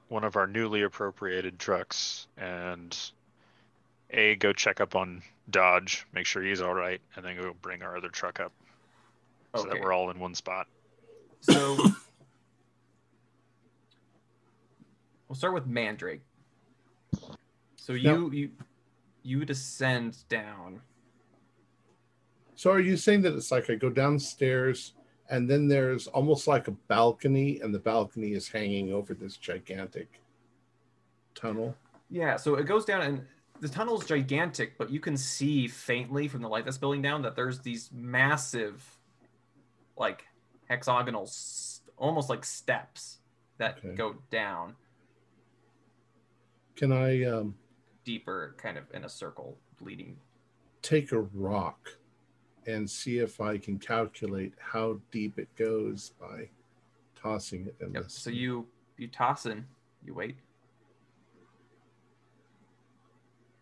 [SPEAKER 3] one of our newly appropriated trucks and a go check up on Dodge, make sure he's all right, and then go bring our other truck up so
[SPEAKER 4] Okay.
[SPEAKER 3] that we're all in one spot.
[SPEAKER 4] So we'll start with Mandrake. So you you you descend down.
[SPEAKER 1] So are you saying that it's like I go downstairs and then there's almost like a balcony and the balcony is hanging over this gigantic tunnel?
[SPEAKER 4] Yeah, so it goes down and the tunnel's gigantic, but you can see faintly from the light that's building down that there's these massive like hexagonal s- almost like steps that
[SPEAKER 1] Okay.
[SPEAKER 4] go down
[SPEAKER 1] Can I um,
[SPEAKER 4] deeper kind of in a circle leading
[SPEAKER 1] take a rock and see if I can calculate how deep it goes by tossing it in
[SPEAKER 4] Yep.
[SPEAKER 1] this?
[SPEAKER 4] So you you toss in, you wait,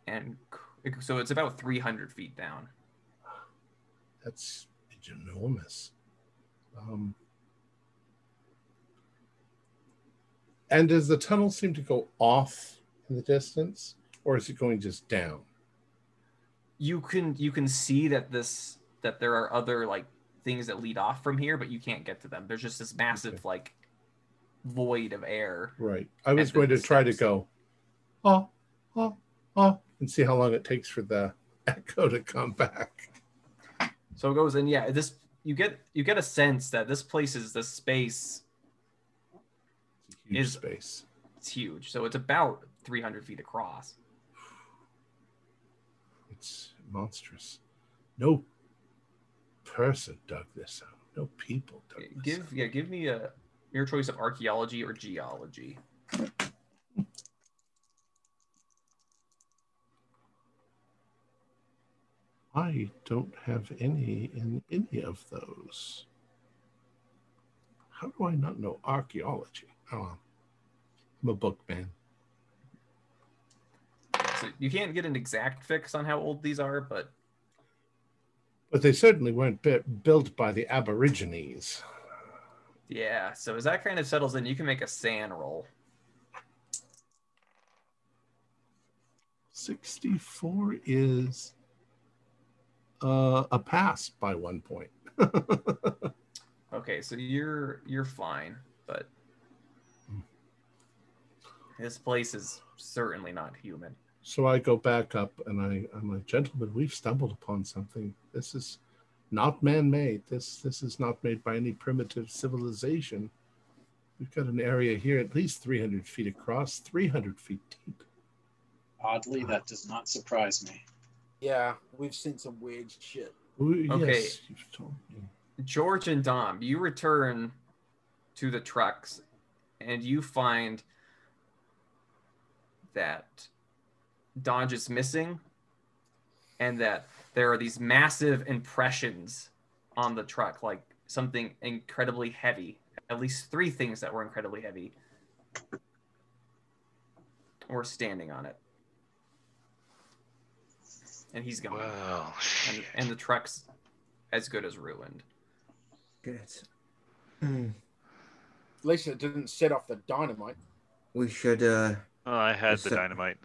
[SPEAKER 4] and c- so it's about 300 feet down.
[SPEAKER 1] that's enormous. Um, and does the tunnel seem to go off in the distance, or is it going just down?
[SPEAKER 4] You can you can see that this that there are other like things that lead off from here, but you can't get to them. There's just this massive
[SPEAKER 1] Okay.
[SPEAKER 4] like void of air.
[SPEAKER 1] Right. I was
[SPEAKER 4] And
[SPEAKER 1] going to
[SPEAKER 4] the
[SPEAKER 1] try to
[SPEAKER 4] steps.
[SPEAKER 1] go, oh, oh, oh, and see how long it takes for the echo to come back.
[SPEAKER 4] So it goes in. Yeah, this you get you get a sense that this place is this space
[SPEAKER 1] It's a huge
[SPEAKER 4] Is-
[SPEAKER 1] space.
[SPEAKER 4] it's huge. So it's about 300 feet across.
[SPEAKER 1] It's monstrous. No, person dug this out. No people dug this
[SPEAKER 4] Give yeah, give me a your choice of archaeology or geology.
[SPEAKER 1] out. I don't have any in any of those. How do I not know archaeology? Oh, well. I'm a book man.
[SPEAKER 4] So you can't get an exact fix on how old these are, but
[SPEAKER 1] But they certainly weren't bu- built by the Aborigines.
[SPEAKER 4] yeah. So as that kind of settles in, you can make a sand roll.
[SPEAKER 1] 64 is uh, a pass by one point.
[SPEAKER 4] Okay, so you're you're fine, but this place is certainly not human.
[SPEAKER 1] So I go back up and I, I'm like, gentlemen, we've stumbled upon something. This is not man-made. This this is not made by any primitive civilization. We've got an area here at least 300 feet across, 300 feet deep.
[SPEAKER 2] Oddly, that does not surprise me.
[SPEAKER 6] Yeah, we've seen some weird shit.
[SPEAKER 1] Ooh,
[SPEAKER 4] Okay.
[SPEAKER 1] Yes, you've told me.
[SPEAKER 4] George and Dom, you return to the trucks and you find that Dodge is missing and that there are these massive impressions on the truck, like something incredibly heavy, at least three things that were incredibly heavy were standing on it. And he's gone.
[SPEAKER 3] Well,
[SPEAKER 4] And, and the truck's as good as ruined.
[SPEAKER 5] Good. Hmm.
[SPEAKER 6] At least it didn't set off the dynamite.
[SPEAKER 5] We should, uh,
[SPEAKER 3] I had the
[SPEAKER 5] So-
[SPEAKER 3] dynamite.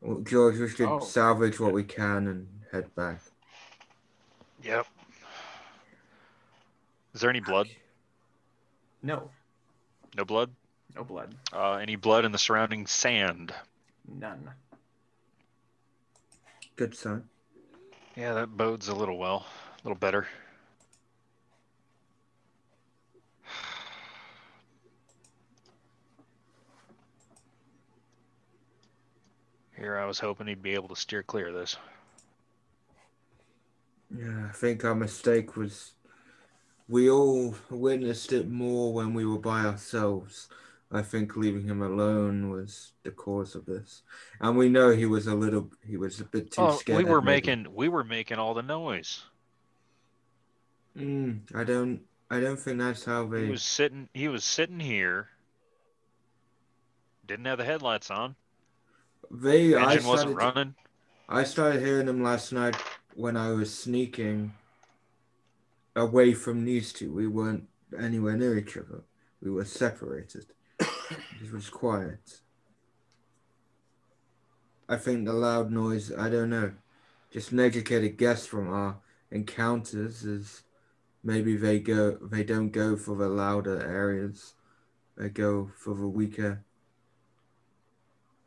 [SPEAKER 5] well, George, we should
[SPEAKER 6] Oh.
[SPEAKER 5] salvage what we can and head back.
[SPEAKER 3] Yep. Is there any blood?
[SPEAKER 4] No,
[SPEAKER 3] No blood?
[SPEAKER 4] no blood.
[SPEAKER 3] Uh, any blood in the surrounding sand?
[SPEAKER 4] None.
[SPEAKER 5] Good sign.
[SPEAKER 3] Yeah, that bodes a little well, a little better. Here, I was hoping he'd be able to steer clear of this.
[SPEAKER 5] Yeah, I think our mistake was we all witnessed it more when we were by ourselves. I think leaving him alone was the cause of this, and we know he was a little, he was a bit too
[SPEAKER 3] Oh,
[SPEAKER 5] scared.
[SPEAKER 3] we were
[SPEAKER 5] maybe.
[SPEAKER 3] making we were making all the noise.
[SPEAKER 5] Mm, I don't, I don't think that's how
[SPEAKER 3] He
[SPEAKER 5] they.
[SPEAKER 3] was sitting. He was sitting here. Didn't have the headlights on.
[SPEAKER 5] They, I
[SPEAKER 3] Engine
[SPEAKER 5] started,
[SPEAKER 3] wasn't running.
[SPEAKER 5] I started hearing them last night when I was sneaking away from these two. We weren't anywhere near each other. We were separated. it was quiet. I think the loud noise, I don't know, just an educated guess from our encounters is maybe they go they don't go for the louder areas. They go for the weaker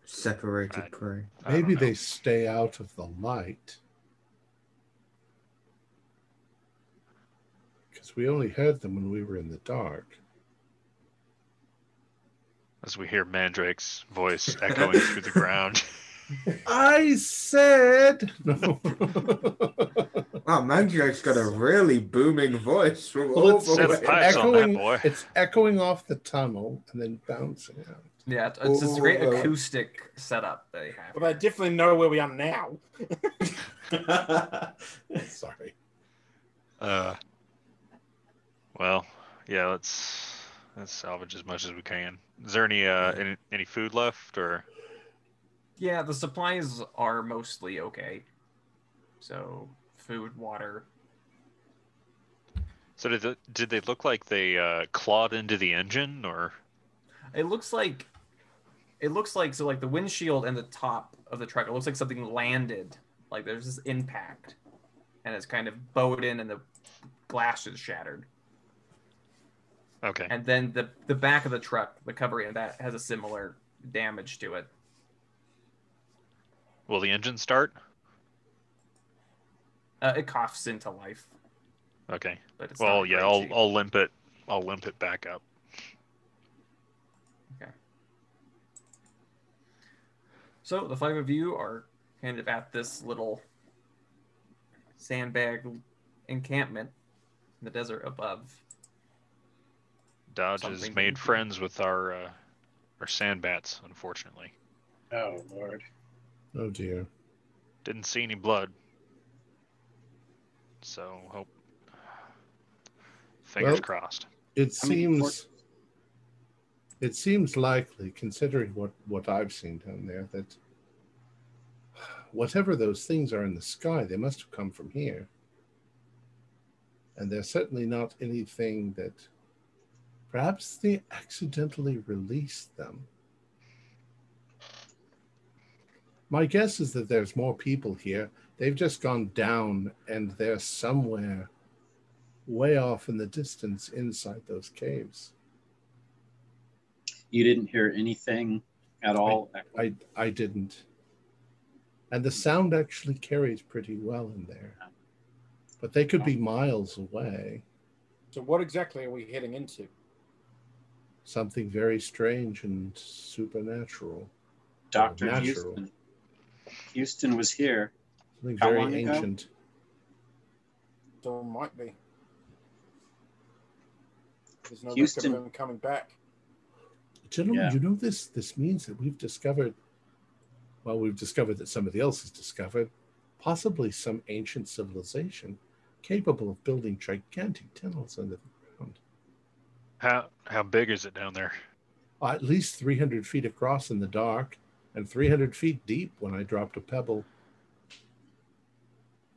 [SPEAKER 5] separated
[SPEAKER 3] Right.
[SPEAKER 5] prey.
[SPEAKER 3] I don't
[SPEAKER 1] Maybe
[SPEAKER 3] know.
[SPEAKER 1] they stay out of the light. Because we only heard them when we were in the dark.
[SPEAKER 3] As we hear Mandrake's voice echoing through the ground.
[SPEAKER 1] I said no.
[SPEAKER 5] Wow, Mandrake's got a really booming voice from
[SPEAKER 1] Well,
[SPEAKER 5] all
[SPEAKER 1] it's-
[SPEAKER 5] the
[SPEAKER 3] Set
[SPEAKER 1] it's
[SPEAKER 5] way.
[SPEAKER 3] pipes on that
[SPEAKER 1] echoing-
[SPEAKER 3] boy.
[SPEAKER 1] it's echoing off the tunnel and then bouncing out.
[SPEAKER 4] Yeah, it's, it's this
[SPEAKER 5] Oh,
[SPEAKER 4] great
[SPEAKER 5] uh,
[SPEAKER 4] acoustic setup they have.
[SPEAKER 6] But I definitely know where we are now.
[SPEAKER 1] Sorry.
[SPEAKER 3] Uh, well, yeah. Let's let's salvage as much as we can. Is there any uh any, any food left or?
[SPEAKER 4] yeah, the supplies are mostly okay. So food, water.
[SPEAKER 3] So did they, did they look like they uh, clawed into the engine or?
[SPEAKER 4] It looks like, it looks like so like the windshield and the top of the truck. It looks like something landed. Like there's this impact, and it's kind of bowed in, and the glass is shattered.
[SPEAKER 3] Okay.
[SPEAKER 4] And then the the back of the truck, the covering of that has a similar damage to it.
[SPEAKER 3] Will the engine start?
[SPEAKER 4] Uh, it coughs into life,
[SPEAKER 3] Okay.
[SPEAKER 4] but it's
[SPEAKER 3] Well,
[SPEAKER 4] not
[SPEAKER 3] yeah.
[SPEAKER 4] great
[SPEAKER 3] I'll
[SPEAKER 4] shape.
[SPEAKER 3] I'll limp it. I'll limp it back up.
[SPEAKER 4] So the five of you are kind of at this little sandbag encampment in the desert above.
[SPEAKER 3] Dodge has
[SPEAKER 4] Something.
[SPEAKER 3] made friends with our uh, our sand bats, unfortunately.
[SPEAKER 2] Oh, Lord.
[SPEAKER 1] Oh dear.
[SPEAKER 3] Didn't see any blood. So hope fingers
[SPEAKER 1] Well-
[SPEAKER 3] crossed.
[SPEAKER 1] It
[SPEAKER 2] How many
[SPEAKER 1] seems
[SPEAKER 2] forks?
[SPEAKER 1] it seems likely, considering what what I've seen down there, that whatever those things are in the sky, they must have come from here. And there's certainly not anything that perhaps they accidentally released them. My guess is that there's more people here. They've just gone down and they're somewhere way off in the distance inside those caves.
[SPEAKER 2] You didn't hear anything at all?
[SPEAKER 1] I Oh, I didn't. And the sound actually carries pretty well in there. But they could be miles away.
[SPEAKER 6] So what exactly are we heading into?
[SPEAKER 1] Something very strange and supernatural.
[SPEAKER 2] Dr.
[SPEAKER 1] Natural.
[SPEAKER 2] Houston. Houston was here.
[SPEAKER 1] Something
[SPEAKER 2] How
[SPEAKER 1] very
[SPEAKER 2] long ago?
[SPEAKER 1] ancient.
[SPEAKER 6] So it might be. There's no
[SPEAKER 2] Houston.
[SPEAKER 6] record of him coming back.
[SPEAKER 1] Gentlemen,
[SPEAKER 2] Yeah.
[SPEAKER 1] you know this this means that we've discovered well, we've discovered that somebody else has discovered possibly some ancient civilization capable of building gigantic tunnels under the ground.
[SPEAKER 3] How how big is it down there?
[SPEAKER 1] at least 300 feet across in the dark and 300 feet deep when I dropped a pebble.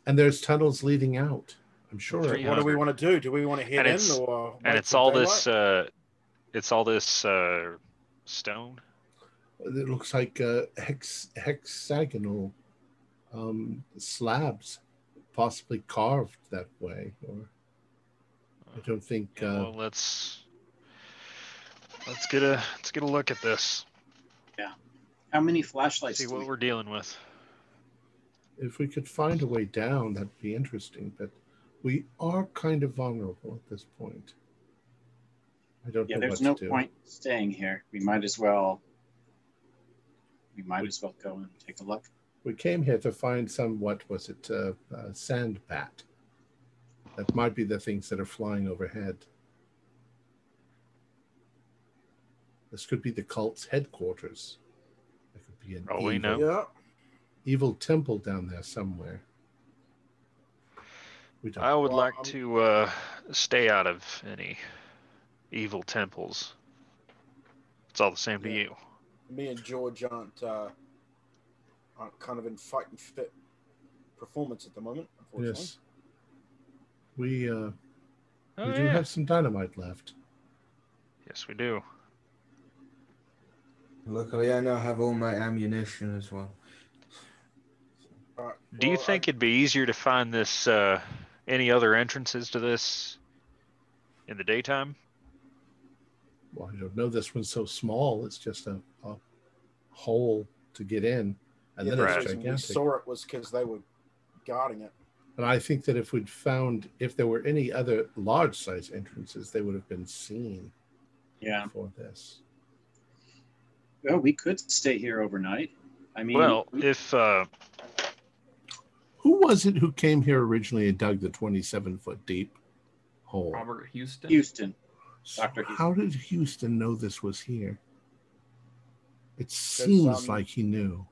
[SPEAKER 1] And there's tunnels leading out. I'm sure. Uh,
[SPEAKER 3] Three-
[SPEAKER 6] What do we want to do? Do we want to
[SPEAKER 3] And
[SPEAKER 6] head in
[SPEAKER 3] it's-
[SPEAKER 6] or wait
[SPEAKER 3] And it's
[SPEAKER 6] for
[SPEAKER 3] all
[SPEAKER 6] daylight?
[SPEAKER 3] this uh it's all this uh stone.
[SPEAKER 1] It looks like uh, hex, hexagonal um, slabs, possibly carved that way. Or I don't think.
[SPEAKER 3] Yeah,
[SPEAKER 1] Uh,
[SPEAKER 3] well, let's let's get a let's get a look at this.
[SPEAKER 2] How many flashlights?
[SPEAKER 3] See
[SPEAKER 2] do we-
[SPEAKER 3] what we're dealing with.
[SPEAKER 1] if we could find a way down, that'd be interesting. But we are kind of vulnerable at this point. I don't
[SPEAKER 2] yeah,
[SPEAKER 1] know
[SPEAKER 2] there's
[SPEAKER 1] what
[SPEAKER 2] no
[SPEAKER 1] to do.
[SPEAKER 2] point staying here. We might as well. We might as well go and take a look.
[SPEAKER 1] We came here to find some, what was it, uh, uh, sand bat. That might be the things that are flying overhead. This could be the cult's headquarters. There could be an
[SPEAKER 3] Oh,
[SPEAKER 1] evil,
[SPEAKER 3] we know.
[SPEAKER 6] Yeah.
[SPEAKER 1] evil temple down there somewhere. We don't.
[SPEAKER 3] I would
[SPEAKER 6] Well,
[SPEAKER 3] like
[SPEAKER 6] I'm-
[SPEAKER 3] to uh stay out of any evil temples. It's all the same to
[SPEAKER 6] Yeah.
[SPEAKER 3] you.
[SPEAKER 6] Me and George aren't uh, aren't kind of in fight and fit performance at the moment, unfortunately.
[SPEAKER 1] yes. We, uh,
[SPEAKER 3] Oh,
[SPEAKER 1] we do
[SPEAKER 3] yeah.
[SPEAKER 1] have some dynamite left.
[SPEAKER 3] Yes, we do.
[SPEAKER 5] Luckily, I now have all my ammunition as well.
[SPEAKER 6] Alright,
[SPEAKER 3] Do you
[SPEAKER 6] well, I-
[SPEAKER 3] think it'd be easier to find this uh any other entrances to this in the daytime?
[SPEAKER 1] Well, I don't know. This one's so small, it's just a, a hole to get in. And
[SPEAKER 6] yeah,
[SPEAKER 1] then
[SPEAKER 6] the
[SPEAKER 3] Right.
[SPEAKER 1] it's
[SPEAKER 6] reason
[SPEAKER 1] gigantic.
[SPEAKER 6] We saw it was because they were guarding it.
[SPEAKER 1] And I think that if we'd found, if there were any other large size entrances, they would have been seen
[SPEAKER 2] Yeah.
[SPEAKER 1] for this.
[SPEAKER 2] Well, we could stay here overnight. I mean,
[SPEAKER 3] Well,
[SPEAKER 2] we-
[SPEAKER 3] if uh
[SPEAKER 1] Who was it who came here originally and dug the 27 foot deep hole?
[SPEAKER 4] Robert Houston.
[SPEAKER 2] Houston.
[SPEAKER 1] So
[SPEAKER 2] Dr. Houston.
[SPEAKER 1] How did Houston know this was here? It
[SPEAKER 6] um,
[SPEAKER 1] seems like he knew.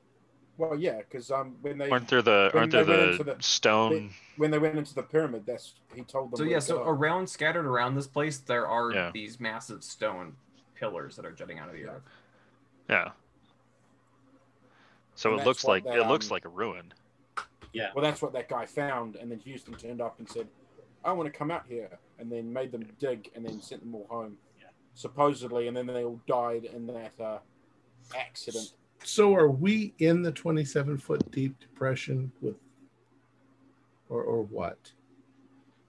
[SPEAKER 6] Well, yeah, because um, when they
[SPEAKER 3] aren't there the
[SPEAKER 6] When
[SPEAKER 3] aren't there
[SPEAKER 6] they went
[SPEAKER 3] the,
[SPEAKER 6] into the-
[SPEAKER 3] stone
[SPEAKER 6] when they went into the pyramid, that's he told them.
[SPEAKER 4] So
[SPEAKER 6] where
[SPEAKER 4] yeah,
[SPEAKER 6] to
[SPEAKER 4] so
[SPEAKER 6] go.
[SPEAKER 4] around scattered around this place, there are
[SPEAKER 3] Yeah.
[SPEAKER 4] these massive stone pillars that are jutting out of the earth.
[SPEAKER 3] Yeah. So
[SPEAKER 6] And
[SPEAKER 3] it
[SPEAKER 6] that's
[SPEAKER 3] looks like
[SPEAKER 6] what they,
[SPEAKER 3] it looks
[SPEAKER 6] um,
[SPEAKER 3] like a ruin.
[SPEAKER 2] Yeah.
[SPEAKER 6] Well, that's what that guy found, and then Houston turned up and said, "I want to come out here," and then made them dig, and then sent them all home,
[SPEAKER 2] Yeah.
[SPEAKER 6] supposedly, and then they all died in that uh, accident.
[SPEAKER 1] So are we in the 27 foot deep depression with, or, or what?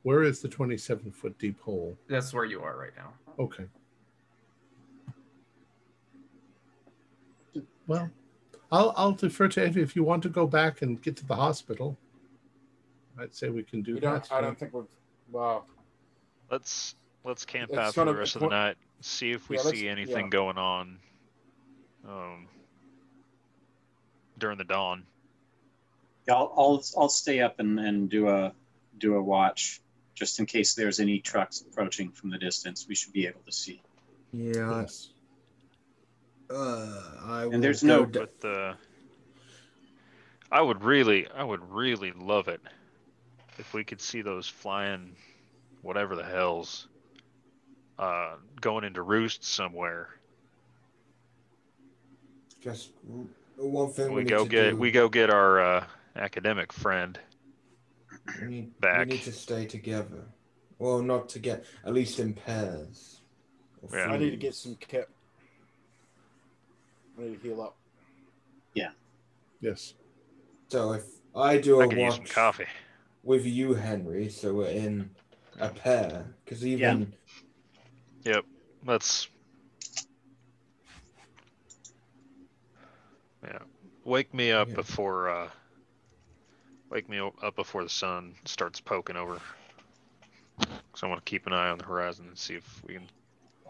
[SPEAKER 1] Where is the 27 foot deep hole?
[SPEAKER 4] That's where you are right now.
[SPEAKER 1] Okay. Well, I'll I'll defer to Evie if you want to go back and get to the hospital. I'd say we can do
[SPEAKER 6] We
[SPEAKER 1] that.
[SPEAKER 6] don't. I don't think we've. Well,
[SPEAKER 3] Let's let's camp
[SPEAKER 6] It's
[SPEAKER 3] out for
[SPEAKER 6] gonna
[SPEAKER 3] the
[SPEAKER 6] be
[SPEAKER 3] rest of the
[SPEAKER 6] qu-
[SPEAKER 3] night. See if we
[SPEAKER 6] Yeah, let's-
[SPEAKER 3] see anything
[SPEAKER 6] yeah.
[SPEAKER 3] going on. Um, during the dawn.
[SPEAKER 2] Yeah, I'll, I'll I'll stay up and, and do a do a watch just in case there's any trucks approaching from the distance. We should be able to see.
[SPEAKER 5] Yeah. Uh, I will
[SPEAKER 2] And there's
[SPEAKER 5] go
[SPEAKER 2] no-
[SPEAKER 5] d-
[SPEAKER 3] But the I would really, I would really love it if we could see those flying, whatever the hell's, uh, going into roost somewhere.
[SPEAKER 5] just w- one thing we,
[SPEAKER 3] We
[SPEAKER 5] need
[SPEAKER 3] go
[SPEAKER 5] to
[SPEAKER 3] get,
[SPEAKER 5] do-
[SPEAKER 3] we go get our uh, academic friend.
[SPEAKER 5] we need,
[SPEAKER 3] back.
[SPEAKER 5] We need to stay together. Well, not to get at least in pairs. Or
[SPEAKER 3] Yeah.
[SPEAKER 6] I need to get
[SPEAKER 5] threes.
[SPEAKER 6] some kit. I need to heal up.
[SPEAKER 1] Yes.
[SPEAKER 5] So if I do
[SPEAKER 3] I
[SPEAKER 5] a
[SPEAKER 3] could use some
[SPEAKER 5] watch
[SPEAKER 3] coffee.
[SPEAKER 5] with you, Henry, so we're in a pair, because even
[SPEAKER 3] Let's. Yeah, wake me up
[SPEAKER 5] Yeah.
[SPEAKER 3] before. Uh, wake me o- up before the sun starts poking over. So I want to keep an eye on the horizon and see if we can.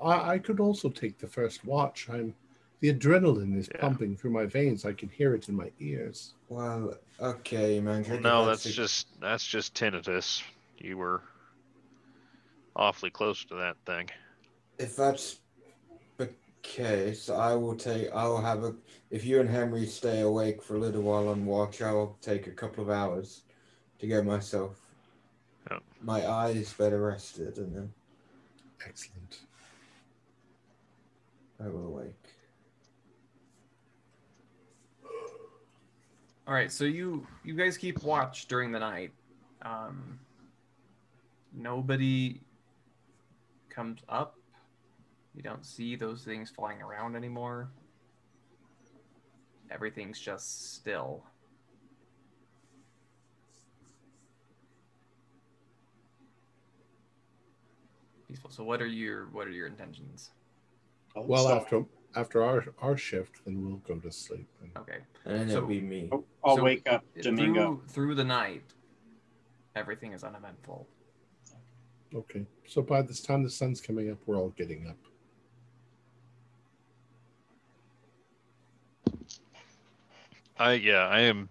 [SPEAKER 1] I, I could also take the first watch. I'm the adrenaline is
[SPEAKER 3] Yeah.
[SPEAKER 1] pumping through my veins. I can hear it in my ears.
[SPEAKER 5] well, okay, man.
[SPEAKER 3] Well, no, that's just that's just tinnitus. You were awfully close to that thing.
[SPEAKER 5] If that's the case, I will take. I will have a. If you and Henry stay awake for a little while on watch, I will take a couple of hours to get myself,
[SPEAKER 3] Yeah.
[SPEAKER 5] my eyes better rested, and then
[SPEAKER 1] Excellent.
[SPEAKER 5] I will awake.
[SPEAKER 4] All right, so you you guys keep watch during the night. Um, nobody comes up. You don't see those things flying around anymore. Everything's just still. Peaceful. So, what are your what are your intentions?
[SPEAKER 2] Oh,
[SPEAKER 1] Well,
[SPEAKER 2] so-
[SPEAKER 1] after after our our shift, then we'll go to sleep. And
[SPEAKER 4] Okay.
[SPEAKER 5] And then
[SPEAKER 4] So-
[SPEAKER 5] it'll be me.
[SPEAKER 2] I'll- I'll
[SPEAKER 4] So-
[SPEAKER 2] wake up Domingo.
[SPEAKER 4] Through through the night, everything is uneventful.
[SPEAKER 1] okay. So by this time the sun's coming up, we're all getting up.
[SPEAKER 3] I yeah, I am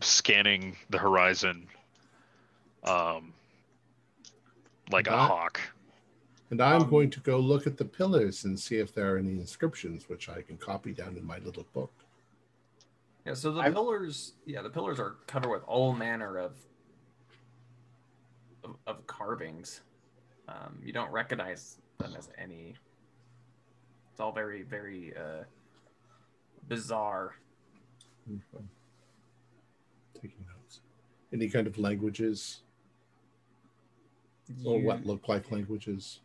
[SPEAKER 3] scanning the horizon, um, like a
[SPEAKER 1] Not-
[SPEAKER 3] hawk.
[SPEAKER 1] And I'm
[SPEAKER 4] Um,
[SPEAKER 1] going to go look at the pillars and see if there are any inscriptions, which I can copy down in my little book.
[SPEAKER 4] Yeah, so the
[SPEAKER 2] I-
[SPEAKER 4] pillars, yeah, the pillars are covered with all manner of of, of carvings. Um, you don't recognize them as any. It's all very, very uh, bizarre.
[SPEAKER 1] Okay. Hmm, Taking notes. Any kind of languages or
[SPEAKER 4] You-
[SPEAKER 1] what look like languages?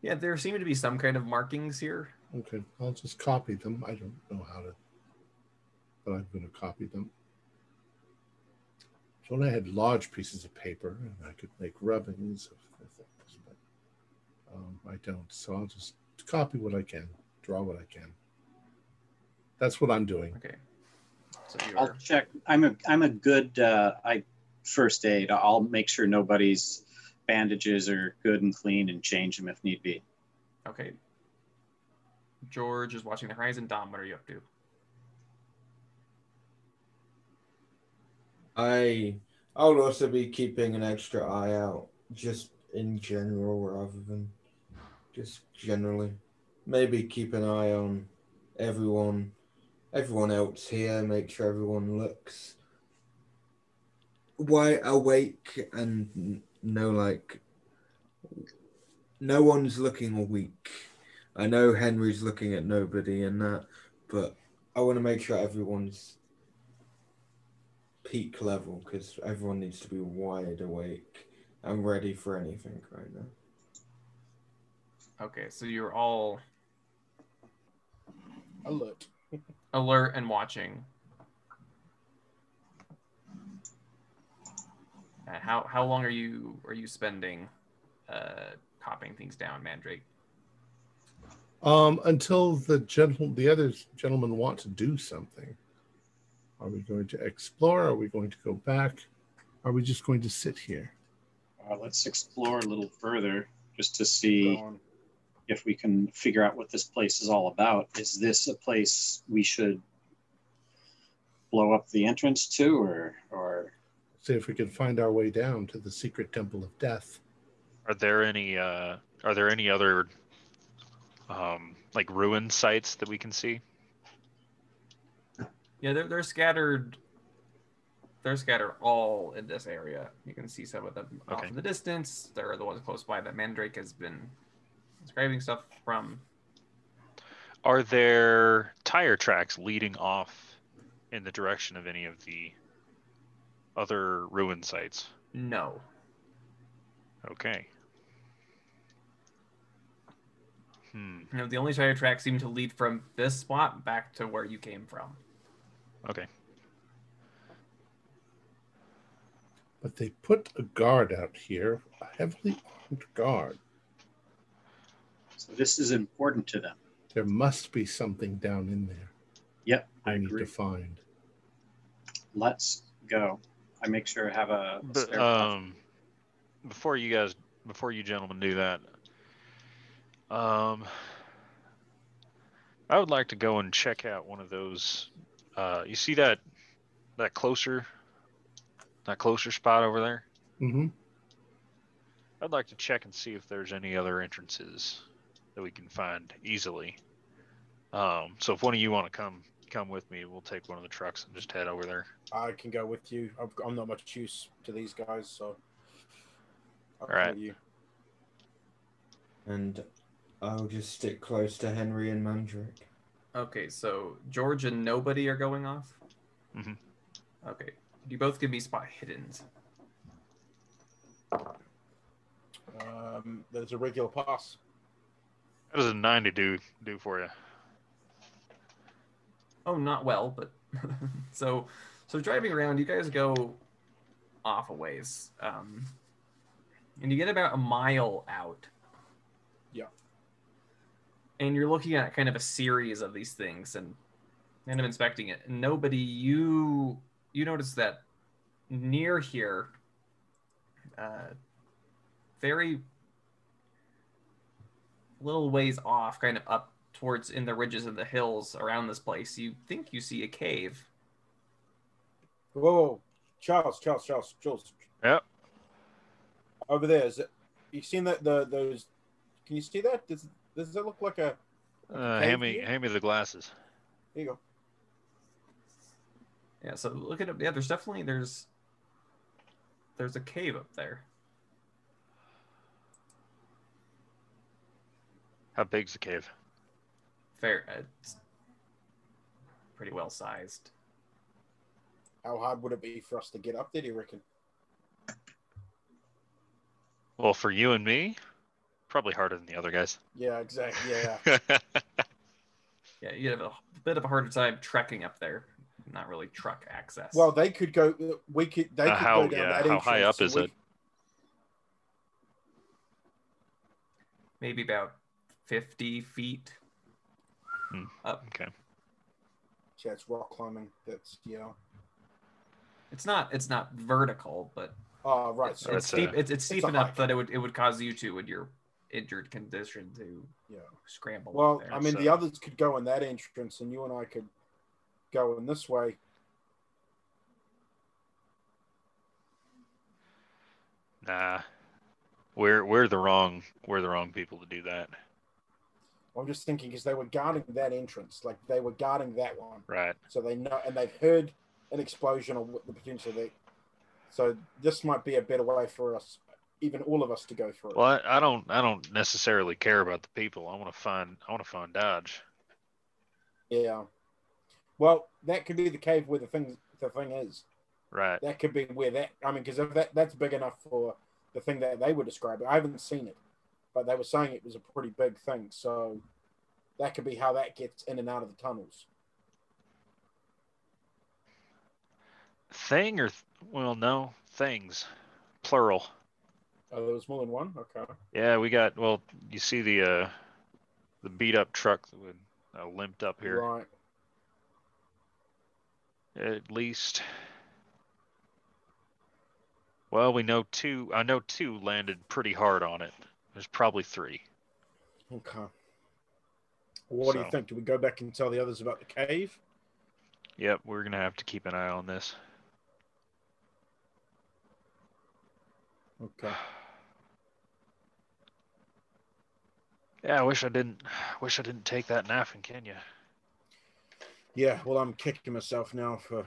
[SPEAKER 4] Yeah, there seem to be some kind of markings here.
[SPEAKER 1] Okay, I'll just copy them. I don't know how to, but I'm going to copy them. So when I had large pieces of paper and I could make rubbings of the things, but um, I don't. So I'll just copy what I can, draw what I can. That's what I'm doing.
[SPEAKER 4] Okay. So
[SPEAKER 2] I'll
[SPEAKER 4] you're
[SPEAKER 2] check. I'm a I'm a good uh, I first aid. I'll make sure nobody's bandages are good and clean and change them if need be.
[SPEAKER 4] okay. George is watching the horizon. Dom, what are you up to?
[SPEAKER 5] I I'll also be keeping an extra eye out just in general rather than just generally. Maybe keep an eye on everyone everyone else here, make sure everyone looks why awake and n- no like no one's looking weak. I know Henry's looking at nobody and that, but I want to make sure everyone's peak level because everyone needs to be wide awake and ready for anything right now.
[SPEAKER 4] Okay, so you're all
[SPEAKER 6] Alert.
[SPEAKER 4] alert and watching. Uh, how how long are you are you spending uh, copying things down, Mandrake?
[SPEAKER 1] Um, until the gentle, the other gentlemen want to do something. Are we going to explore? Are we going to go back? Are we just going to sit here?
[SPEAKER 2] Uh, let's explore a little further just to see
[SPEAKER 6] Gone.
[SPEAKER 2] if we can figure out what this place is all about. Is this a place we should blow up the entrance to, or or
[SPEAKER 1] see if we could find our way down to the secret temple of death.
[SPEAKER 3] Are there any uh, are there any other um, like ruin sites that we can see?
[SPEAKER 4] Yeah, they're, they're scattered. They're scattered all in this area. You can see some of them off
[SPEAKER 3] Okay.
[SPEAKER 4] in the distance. There are the ones close by that Mandrake has been describing stuff from.
[SPEAKER 3] Are there tire tracks leading off in the direction of any of the other ruin sites?
[SPEAKER 4] No.
[SPEAKER 3] Okay. Hmm.
[SPEAKER 4] No, the only tire tracks seem to lead from this spot back to where you came from.
[SPEAKER 3] Okay.
[SPEAKER 1] But they put a guard out here, a heavily armed guard.
[SPEAKER 2] So this is important to them.
[SPEAKER 1] There must be something down in there
[SPEAKER 2] Yep,
[SPEAKER 1] we
[SPEAKER 2] I
[SPEAKER 1] need
[SPEAKER 2] agree.
[SPEAKER 1] to find.
[SPEAKER 2] Let's go. I make sure I have a, a
[SPEAKER 3] But,
[SPEAKER 2] spare
[SPEAKER 3] um, before you guys, before you gentlemen do that, um, I would like to go and check out one of those. Uh, you see that that closer, that closer spot over there?
[SPEAKER 1] hmm
[SPEAKER 3] I'd like to check and see if there's any other entrances that we can find easily. Um, so if one of you want to come come with me, we'll take one of the trucks and just head over there.
[SPEAKER 6] I can go with you. I've, I'm not much use to these guys, so. I'll come
[SPEAKER 3] Alright.
[SPEAKER 6] with You.
[SPEAKER 5] And I'll just stick close to Henry and Mandrake.
[SPEAKER 4] Okay, so George and nobody are going off.
[SPEAKER 3] Mhm.
[SPEAKER 4] Okay, you both give me spot hiddens.
[SPEAKER 6] Um, there's a regular pass.
[SPEAKER 3] How does a ninety do do for you?
[SPEAKER 4] Oh, not well, but so so driving around, you guys go off a ways, um, and you get about a mile out.
[SPEAKER 6] Yeah.
[SPEAKER 4] And you're looking at kind of a series of these things and kind of inspecting it. And nobody you you notice that near here, uh, very little ways off, kind of up towards in the ridges of the hills around this place, you think you see a cave.
[SPEAKER 6] Whoa, whoa, whoa. Charles, Charles, Charles, Jules.
[SPEAKER 3] Yep.
[SPEAKER 6] Over there, is it? You seen that? The those? Can you see that? Does does it look like a?
[SPEAKER 3] Uh,
[SPEAKER 6] Thank
[SPEAKER 3] hand me
[SPEAKER 6] you.
[SPEAKER 3] hand me the glasses.
[SPEAKER 6] There you go.
[SPEAKER 4] Yeah, so look at it. Yeah, there's definitely there's there's a cave up there.
[SPEAKER 3] How big's the cave?
[SPEAKER 4] Fair, uh, it's pretty well sized.
[SPEAKER 6] How hard would it be for us to get up there? Do you reckon?
[SPEAKER 3] Well, for you and me, probably harder than the other guys.
[SPEAKER 6] Yeah, exactly. Yeah.
[SPEAKER 4] Yeah, you have a bit of a harder time trekking up there. Not really truck access.
[SPEAKER 6] well, they could go. We could. They
[SPEAKER 3] Uh,
[SPEAKER 6] could
[SPEAKER 3] how-
[SPEAKER 6] go down
[SPEAKER 3] yeah,
[SPEAKER 6] that
[SPEAKER 3] how high
[SPEAKER 6] entrance
[SPEAKER 3] up
[SPEAKER 6] and
[SPEAKER 3] is
[SPEAKER 6] we-
[SPEAKER 3] it?
[SPEAKER 4] maybe about fifty feet.
[SPEAKER 3] Hmm.
[SPEAKER 4] Up.
[SPEAKER 3] okay.
[SPEAKER 6] Yeah, it's rock climbing. That's yeah.
[SPEAKER 4] It's not it's not vertical, but
[SPEAKER 6] Oh right.
[SPEAKER 4] it's,
[SPEAKER 6] So
[SPEAKER 3] that's
[SPEAKER 4] it's steep.
[SPEAKER 3] a-
[SPEAKER 4] it's, it's steep
[SPEAKER 6] a
[SPEAKER 4] enough
[SPEAKER 6] hike.
[SPEAKER 4] that it would it would cause you to, in your injured condition, to
[SPEAKER 6] Yeah.
[SPEAKER 4] scramble. up
[SPEAKER 6] Well,
[SPEAKER 4] there.
[SPEAKER 6] I mean,
[SPEAKER 3] so-
[SPEAKER 6] the others could go in that entrance, and you and I could go in this way.
[SPEAKER 3] Nah, we're we're the wrong we're the wrong people to do that.
[SPEAKER 6] I'm just thinking because they were guarding that entrance, like they were guarding that one,
[SPEAKER 3] Right.
[SPEAKER 6] so they know and they've heard an explosion or what the potential there. So this might be a better way for us, even all of us, to go through. it.
[SPEAKER 3] Well, I, I don't I don't necessarily care about the people. I want to find I want to find Dodge.
[SPEAKER 6] Yeah. Well, that could be the cave where the thing the thing is.
[SPEAKER 3] Right.
[SPEAKER 6] That could be where that. I mean, because if that that's big enough for the thing that they were describing, I haven't seen it, but they were saying it was a pretty big thing. So that could be how that gets in and out of the tunnels.
[SPEAKER 3] Thing or th- well, no things, plural.
[SPEAKER 6] Oh, there was more than one. Okay.
[SPEAKER 3] Yeah, we got well. You see the uh the beat up truck that would uh, limped up here.
[SPEAKER 6] Right.
[SPEAKER 3] At least. Well, we know two. I know two landed pretty hard on it. There's probably three.
[SPEAKER 6] Okay. What do you
[SPEAKER 3] So-
[SPEAKER 6] think? Do we go back and tell the others about the cave?
[SPEAKER 3] Yep, we're gonna have to keep an eye on this.
[SPEAKER 6] Okay.
[SPEAKER 3] Yeah, I wish I didn't. Wish I didn't take that nap in Kenya.
[SPEAKER 6] Yeah, well, I'm kicking myself now for.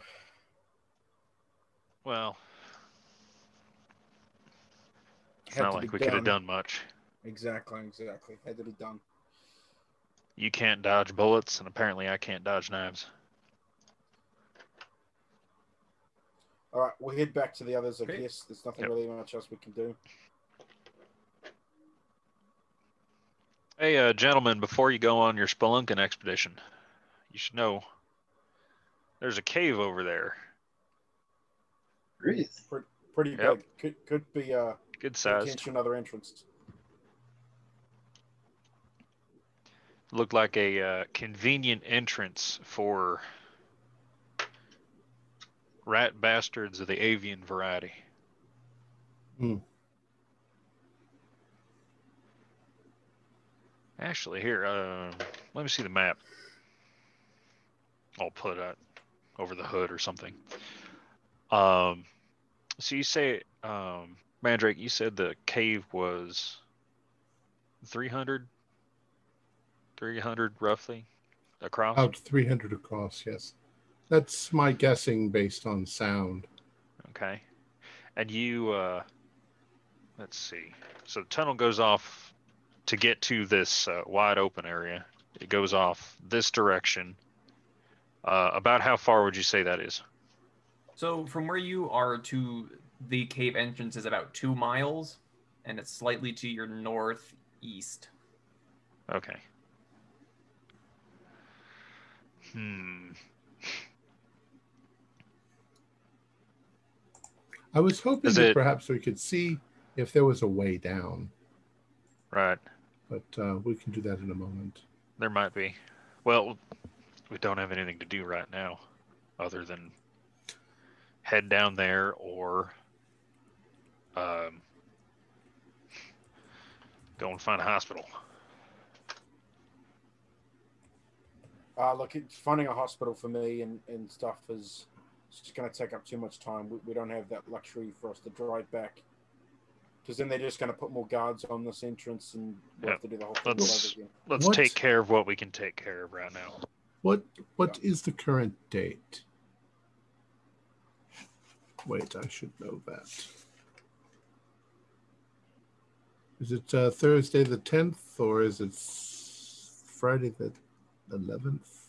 [SPEAKER 3] Well, it's
[SPEAKER 6] had
[SPEAKER 3] not
[SPEAKER 6] to
[SPEAKER 3] like
[SPEAKER 6] be
[SPEAKER 3] we could have done much.
[SPEAKER 6] Exactly, exactly. Had to be done.
[SPEAKER 3] You can't dodge bullets, and apparently I can't dodge knives.
[SPEAKER 6] All right, we'll head back to the others, I
[SPEAKER 4] Okay.
[SPEAKER 6] guess. There's nothing
[SPEAKER 3] Yep.
[SPEAKER 6] really much else we can do.
[SPEAKER 3] Hey, uh, gentlemen, before you go on your spelunking expedition, you should know there's a cave over there.
[SPEAKER 2] Really?
[SPEAKER 6] Pretty
[SPEAKER 3] Yep.
[SPEAKER 6] big. Could, could be uh,
[SPEAKER 3] Good sized.
[SPEAKER 6] potential another entrance.
[SPEAKER 3] Looked like a uh, convenient entrance for rat bastards of the avian variety.
[SPEAKER 1] Hmm.
[SPEAKER 3] Actually, here, uh, let me see the map. I'll put it over the hood or something. Um, so you say, um, Mandrake, you said the cave was 300, 300 roughly across?
[SPEAKER 1] About 300 across, yes. That's my guessing based on sound.
[SPEAKER 3] Okay. And you, uh, let's see. So the tunnel goes off to get to this uh, wide open area. It goes off this direction. Uh, about how far would you say that is?
[SPEAKER 4] So from where you are to the cave entrance is about two miles, and it's slightly to your northeast.
[SPEAKER 3] Okay. Hmm.
[SPEAKER 1] I was hoping
[SPEAKER 3] Is
[SPEAKER 1] that
[SPEAKER 3] it-
[SPEAKER 1] perhaps we could see if there was a way down,
[SPEAKER 3] Right.
[SPEAKER 1] but uh, we can do that in a moment.
[SPEAKER 3] There might be. Well, we don't have anything to do right now other than head down there or um, go and find a hospital.
[SPEAKER 6] Uh, look, it's finding a hospital for me and, and stuff is it's just going to take up too much time. We, we don't have that luxury for us to drive back. Because then they're just going to put more guards on this entrance and we'll
[SPEAKER 3] Yeah.
[SPEAKER 6] have to do the whole thing all over
[SPEAKER 3] Let's-
[SPEAKER 6] again.
[SPEAKER 3] Let's
[SPEAKER 1] What-
[SPEAKER 3] take care of what we can take care of right now.
[SPEAKER 1] What What is the current date? Wait, I should know that. Is it uh, Thursday the 10th or is it s- Friday the 11th?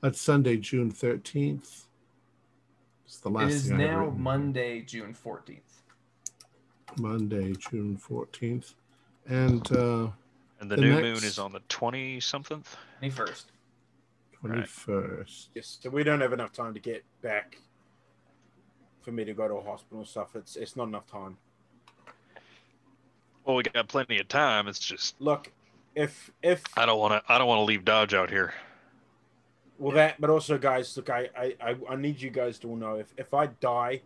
[SPEAKER 1] That's Sunday, June 13th. It's the last
[SPEAKER 4] it is
[SPEAKER 1] thing I have
[SPEAKER 4] now
[SPEAKER 1] written.
[SPEAKER 4] Monday, June fourteenth.
[SPEAKER 1] Monday, June 14th. And uh,
[SPEAKER 3] And
[SPEAKER 1] The
[SPEAKER 3] the, new
[SPEAKER 1] next-
[SPEAKER 3] moon is on the 20 something.
[SPEAKER 4] May first.
[SPEAKER 1] 21st.
[SPEAKER 6] Yes, so we don't have enough time to get back for me to go to a hospital and stuff. It's, it's not enough time.
[SPEAKER 3] Well, we got plenty of time. It's just
[SPEAKER 6] Look, if if
[SPEAKER 3] I don't want to I don't want to leave Dodge out here.
[SPEAKER 6] Well, that, but also, guys, look, I, I, I, I need you guys to all know if, if I die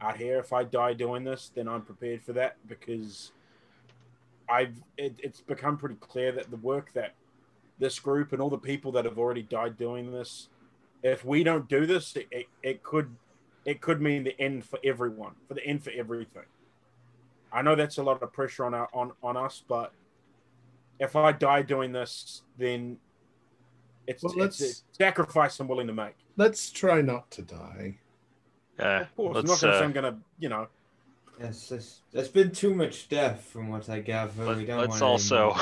[SPEAKER 6] out here, if I die doing this, then I'm prepared for that because I've it, it's become pretty clear that the work that this group and all the people that have already died doing this, if we don't do this, it, it, it could it could mean the end for everyone, for the end for everything. I know that's a lot of pressure on our on, on us, but if I die doing this, then it's,
[SPEAKER 1] Well,
[SPEAKER 6] it's
[SPEAKER 1] let's-
[SPEAKER 6] a sacrifice I'm willing to make.
[SPEAKER 1] Let's try not to die.
[SPEAKER 3] Uh,
[SPEAKER 6] Of course, I'm not
[SPEAKER 3] let's
[SPEAKER 6] gonna say
[SPEAKER 3] uh,
[SPEAKER 6] I'm gonna, you know,
[SPEAKER 5] Yes, there's, there's been too much death from what I gather. we
[SPEAKER 3] let,
[SPEAKER 5] don't
[SPEAKER 3] let's
[SPEAKER 5] want any
[SPEAKER 3] also
[SPEAKER 5] more.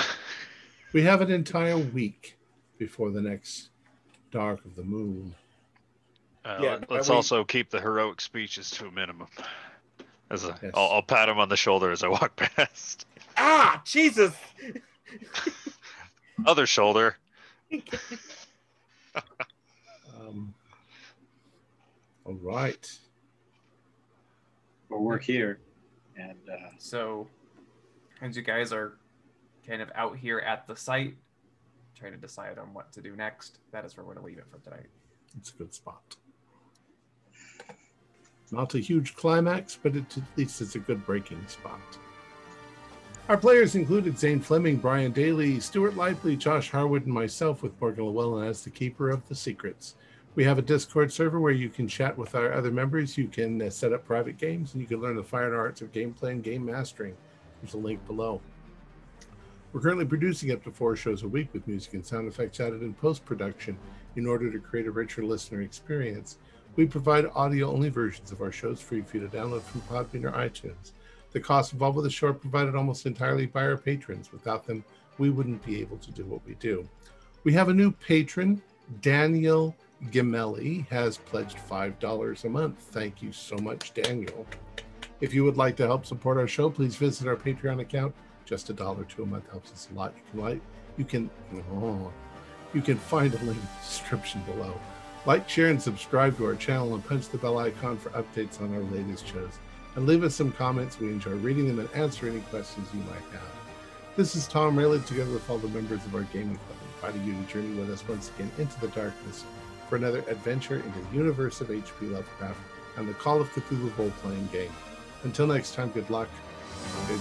[SPEAKER 1] We have an entire week before the next dark of the moon.
[SPEAKER 3] uh,
[SPEAKER 6] Yeah,
[SPEAKER 3] let, us
[SPEAKER 6] we-
[SPEAKER 3] also keep the heroic speeches to a minimum. As a,
[SPEAKER 1] Yes.
[SPEAKER 3] I'll, I'll pat him on the shoulder as I walk past.
[SPEAKER 6] ah, Jesus.
[SPEAKER 3] Other shoulder.
[SPEAKER 1] Um, all right.
[SPEAKER 2] But we're here. And uh,
[SPEAKER 4] So, as you guys are kind of out here at the site, trying to decide on what to do next, that is where we're going to leave it for tonight.
[SPEAKER 1] It's a good spot. Not a huge climax, but it, at least it's a good breaking spot. Our players included Zane Fleming, Brian Daly, Stuart Lively, Josh Harwood, and myself, with Morgan Llewellyn as the keeper of the secrets. We have a Discord server where you can chat with our other members. You can uh, set up private games, and you can learn the fine arts of gameplay and game mastering. There's a link below. We're currently producing up to four shows a week with music and sound effects added in post production in order to create a richer listener experience. We provide audio only versions of our shows free for you to download from Podbean or iTunes. The costs involved with the show are provided almost entirely by our patrons. Without them, we wouldn't be able to do what we do. We have a new patron, Daniel Gimelli, has pledged $5 a month. Thank you so much, Daniel. If you would like to help support our show, please visit our Patreon account. Just a dollar to a month helps us a lot. You can like, you can, oh, you can find a link in the description below. Like, share, and subscribe to our channel and punch the bell icon for updates on our latest shows. And leave us some comments. We enjoy reading them and answer any questions you might have. This is Tom Rayleigh together with all the members of our gaming club, inviting you to journey with us once again into the darkness for another adventure into the universe of H.P. Lovecraft and the Call of Cthulhu role playing game. Until next time, good luck, and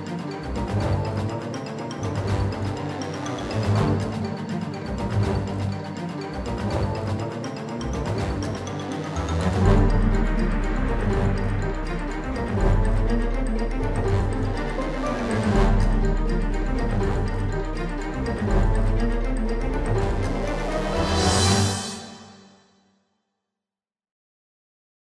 [SPEAKER 1] good gaming.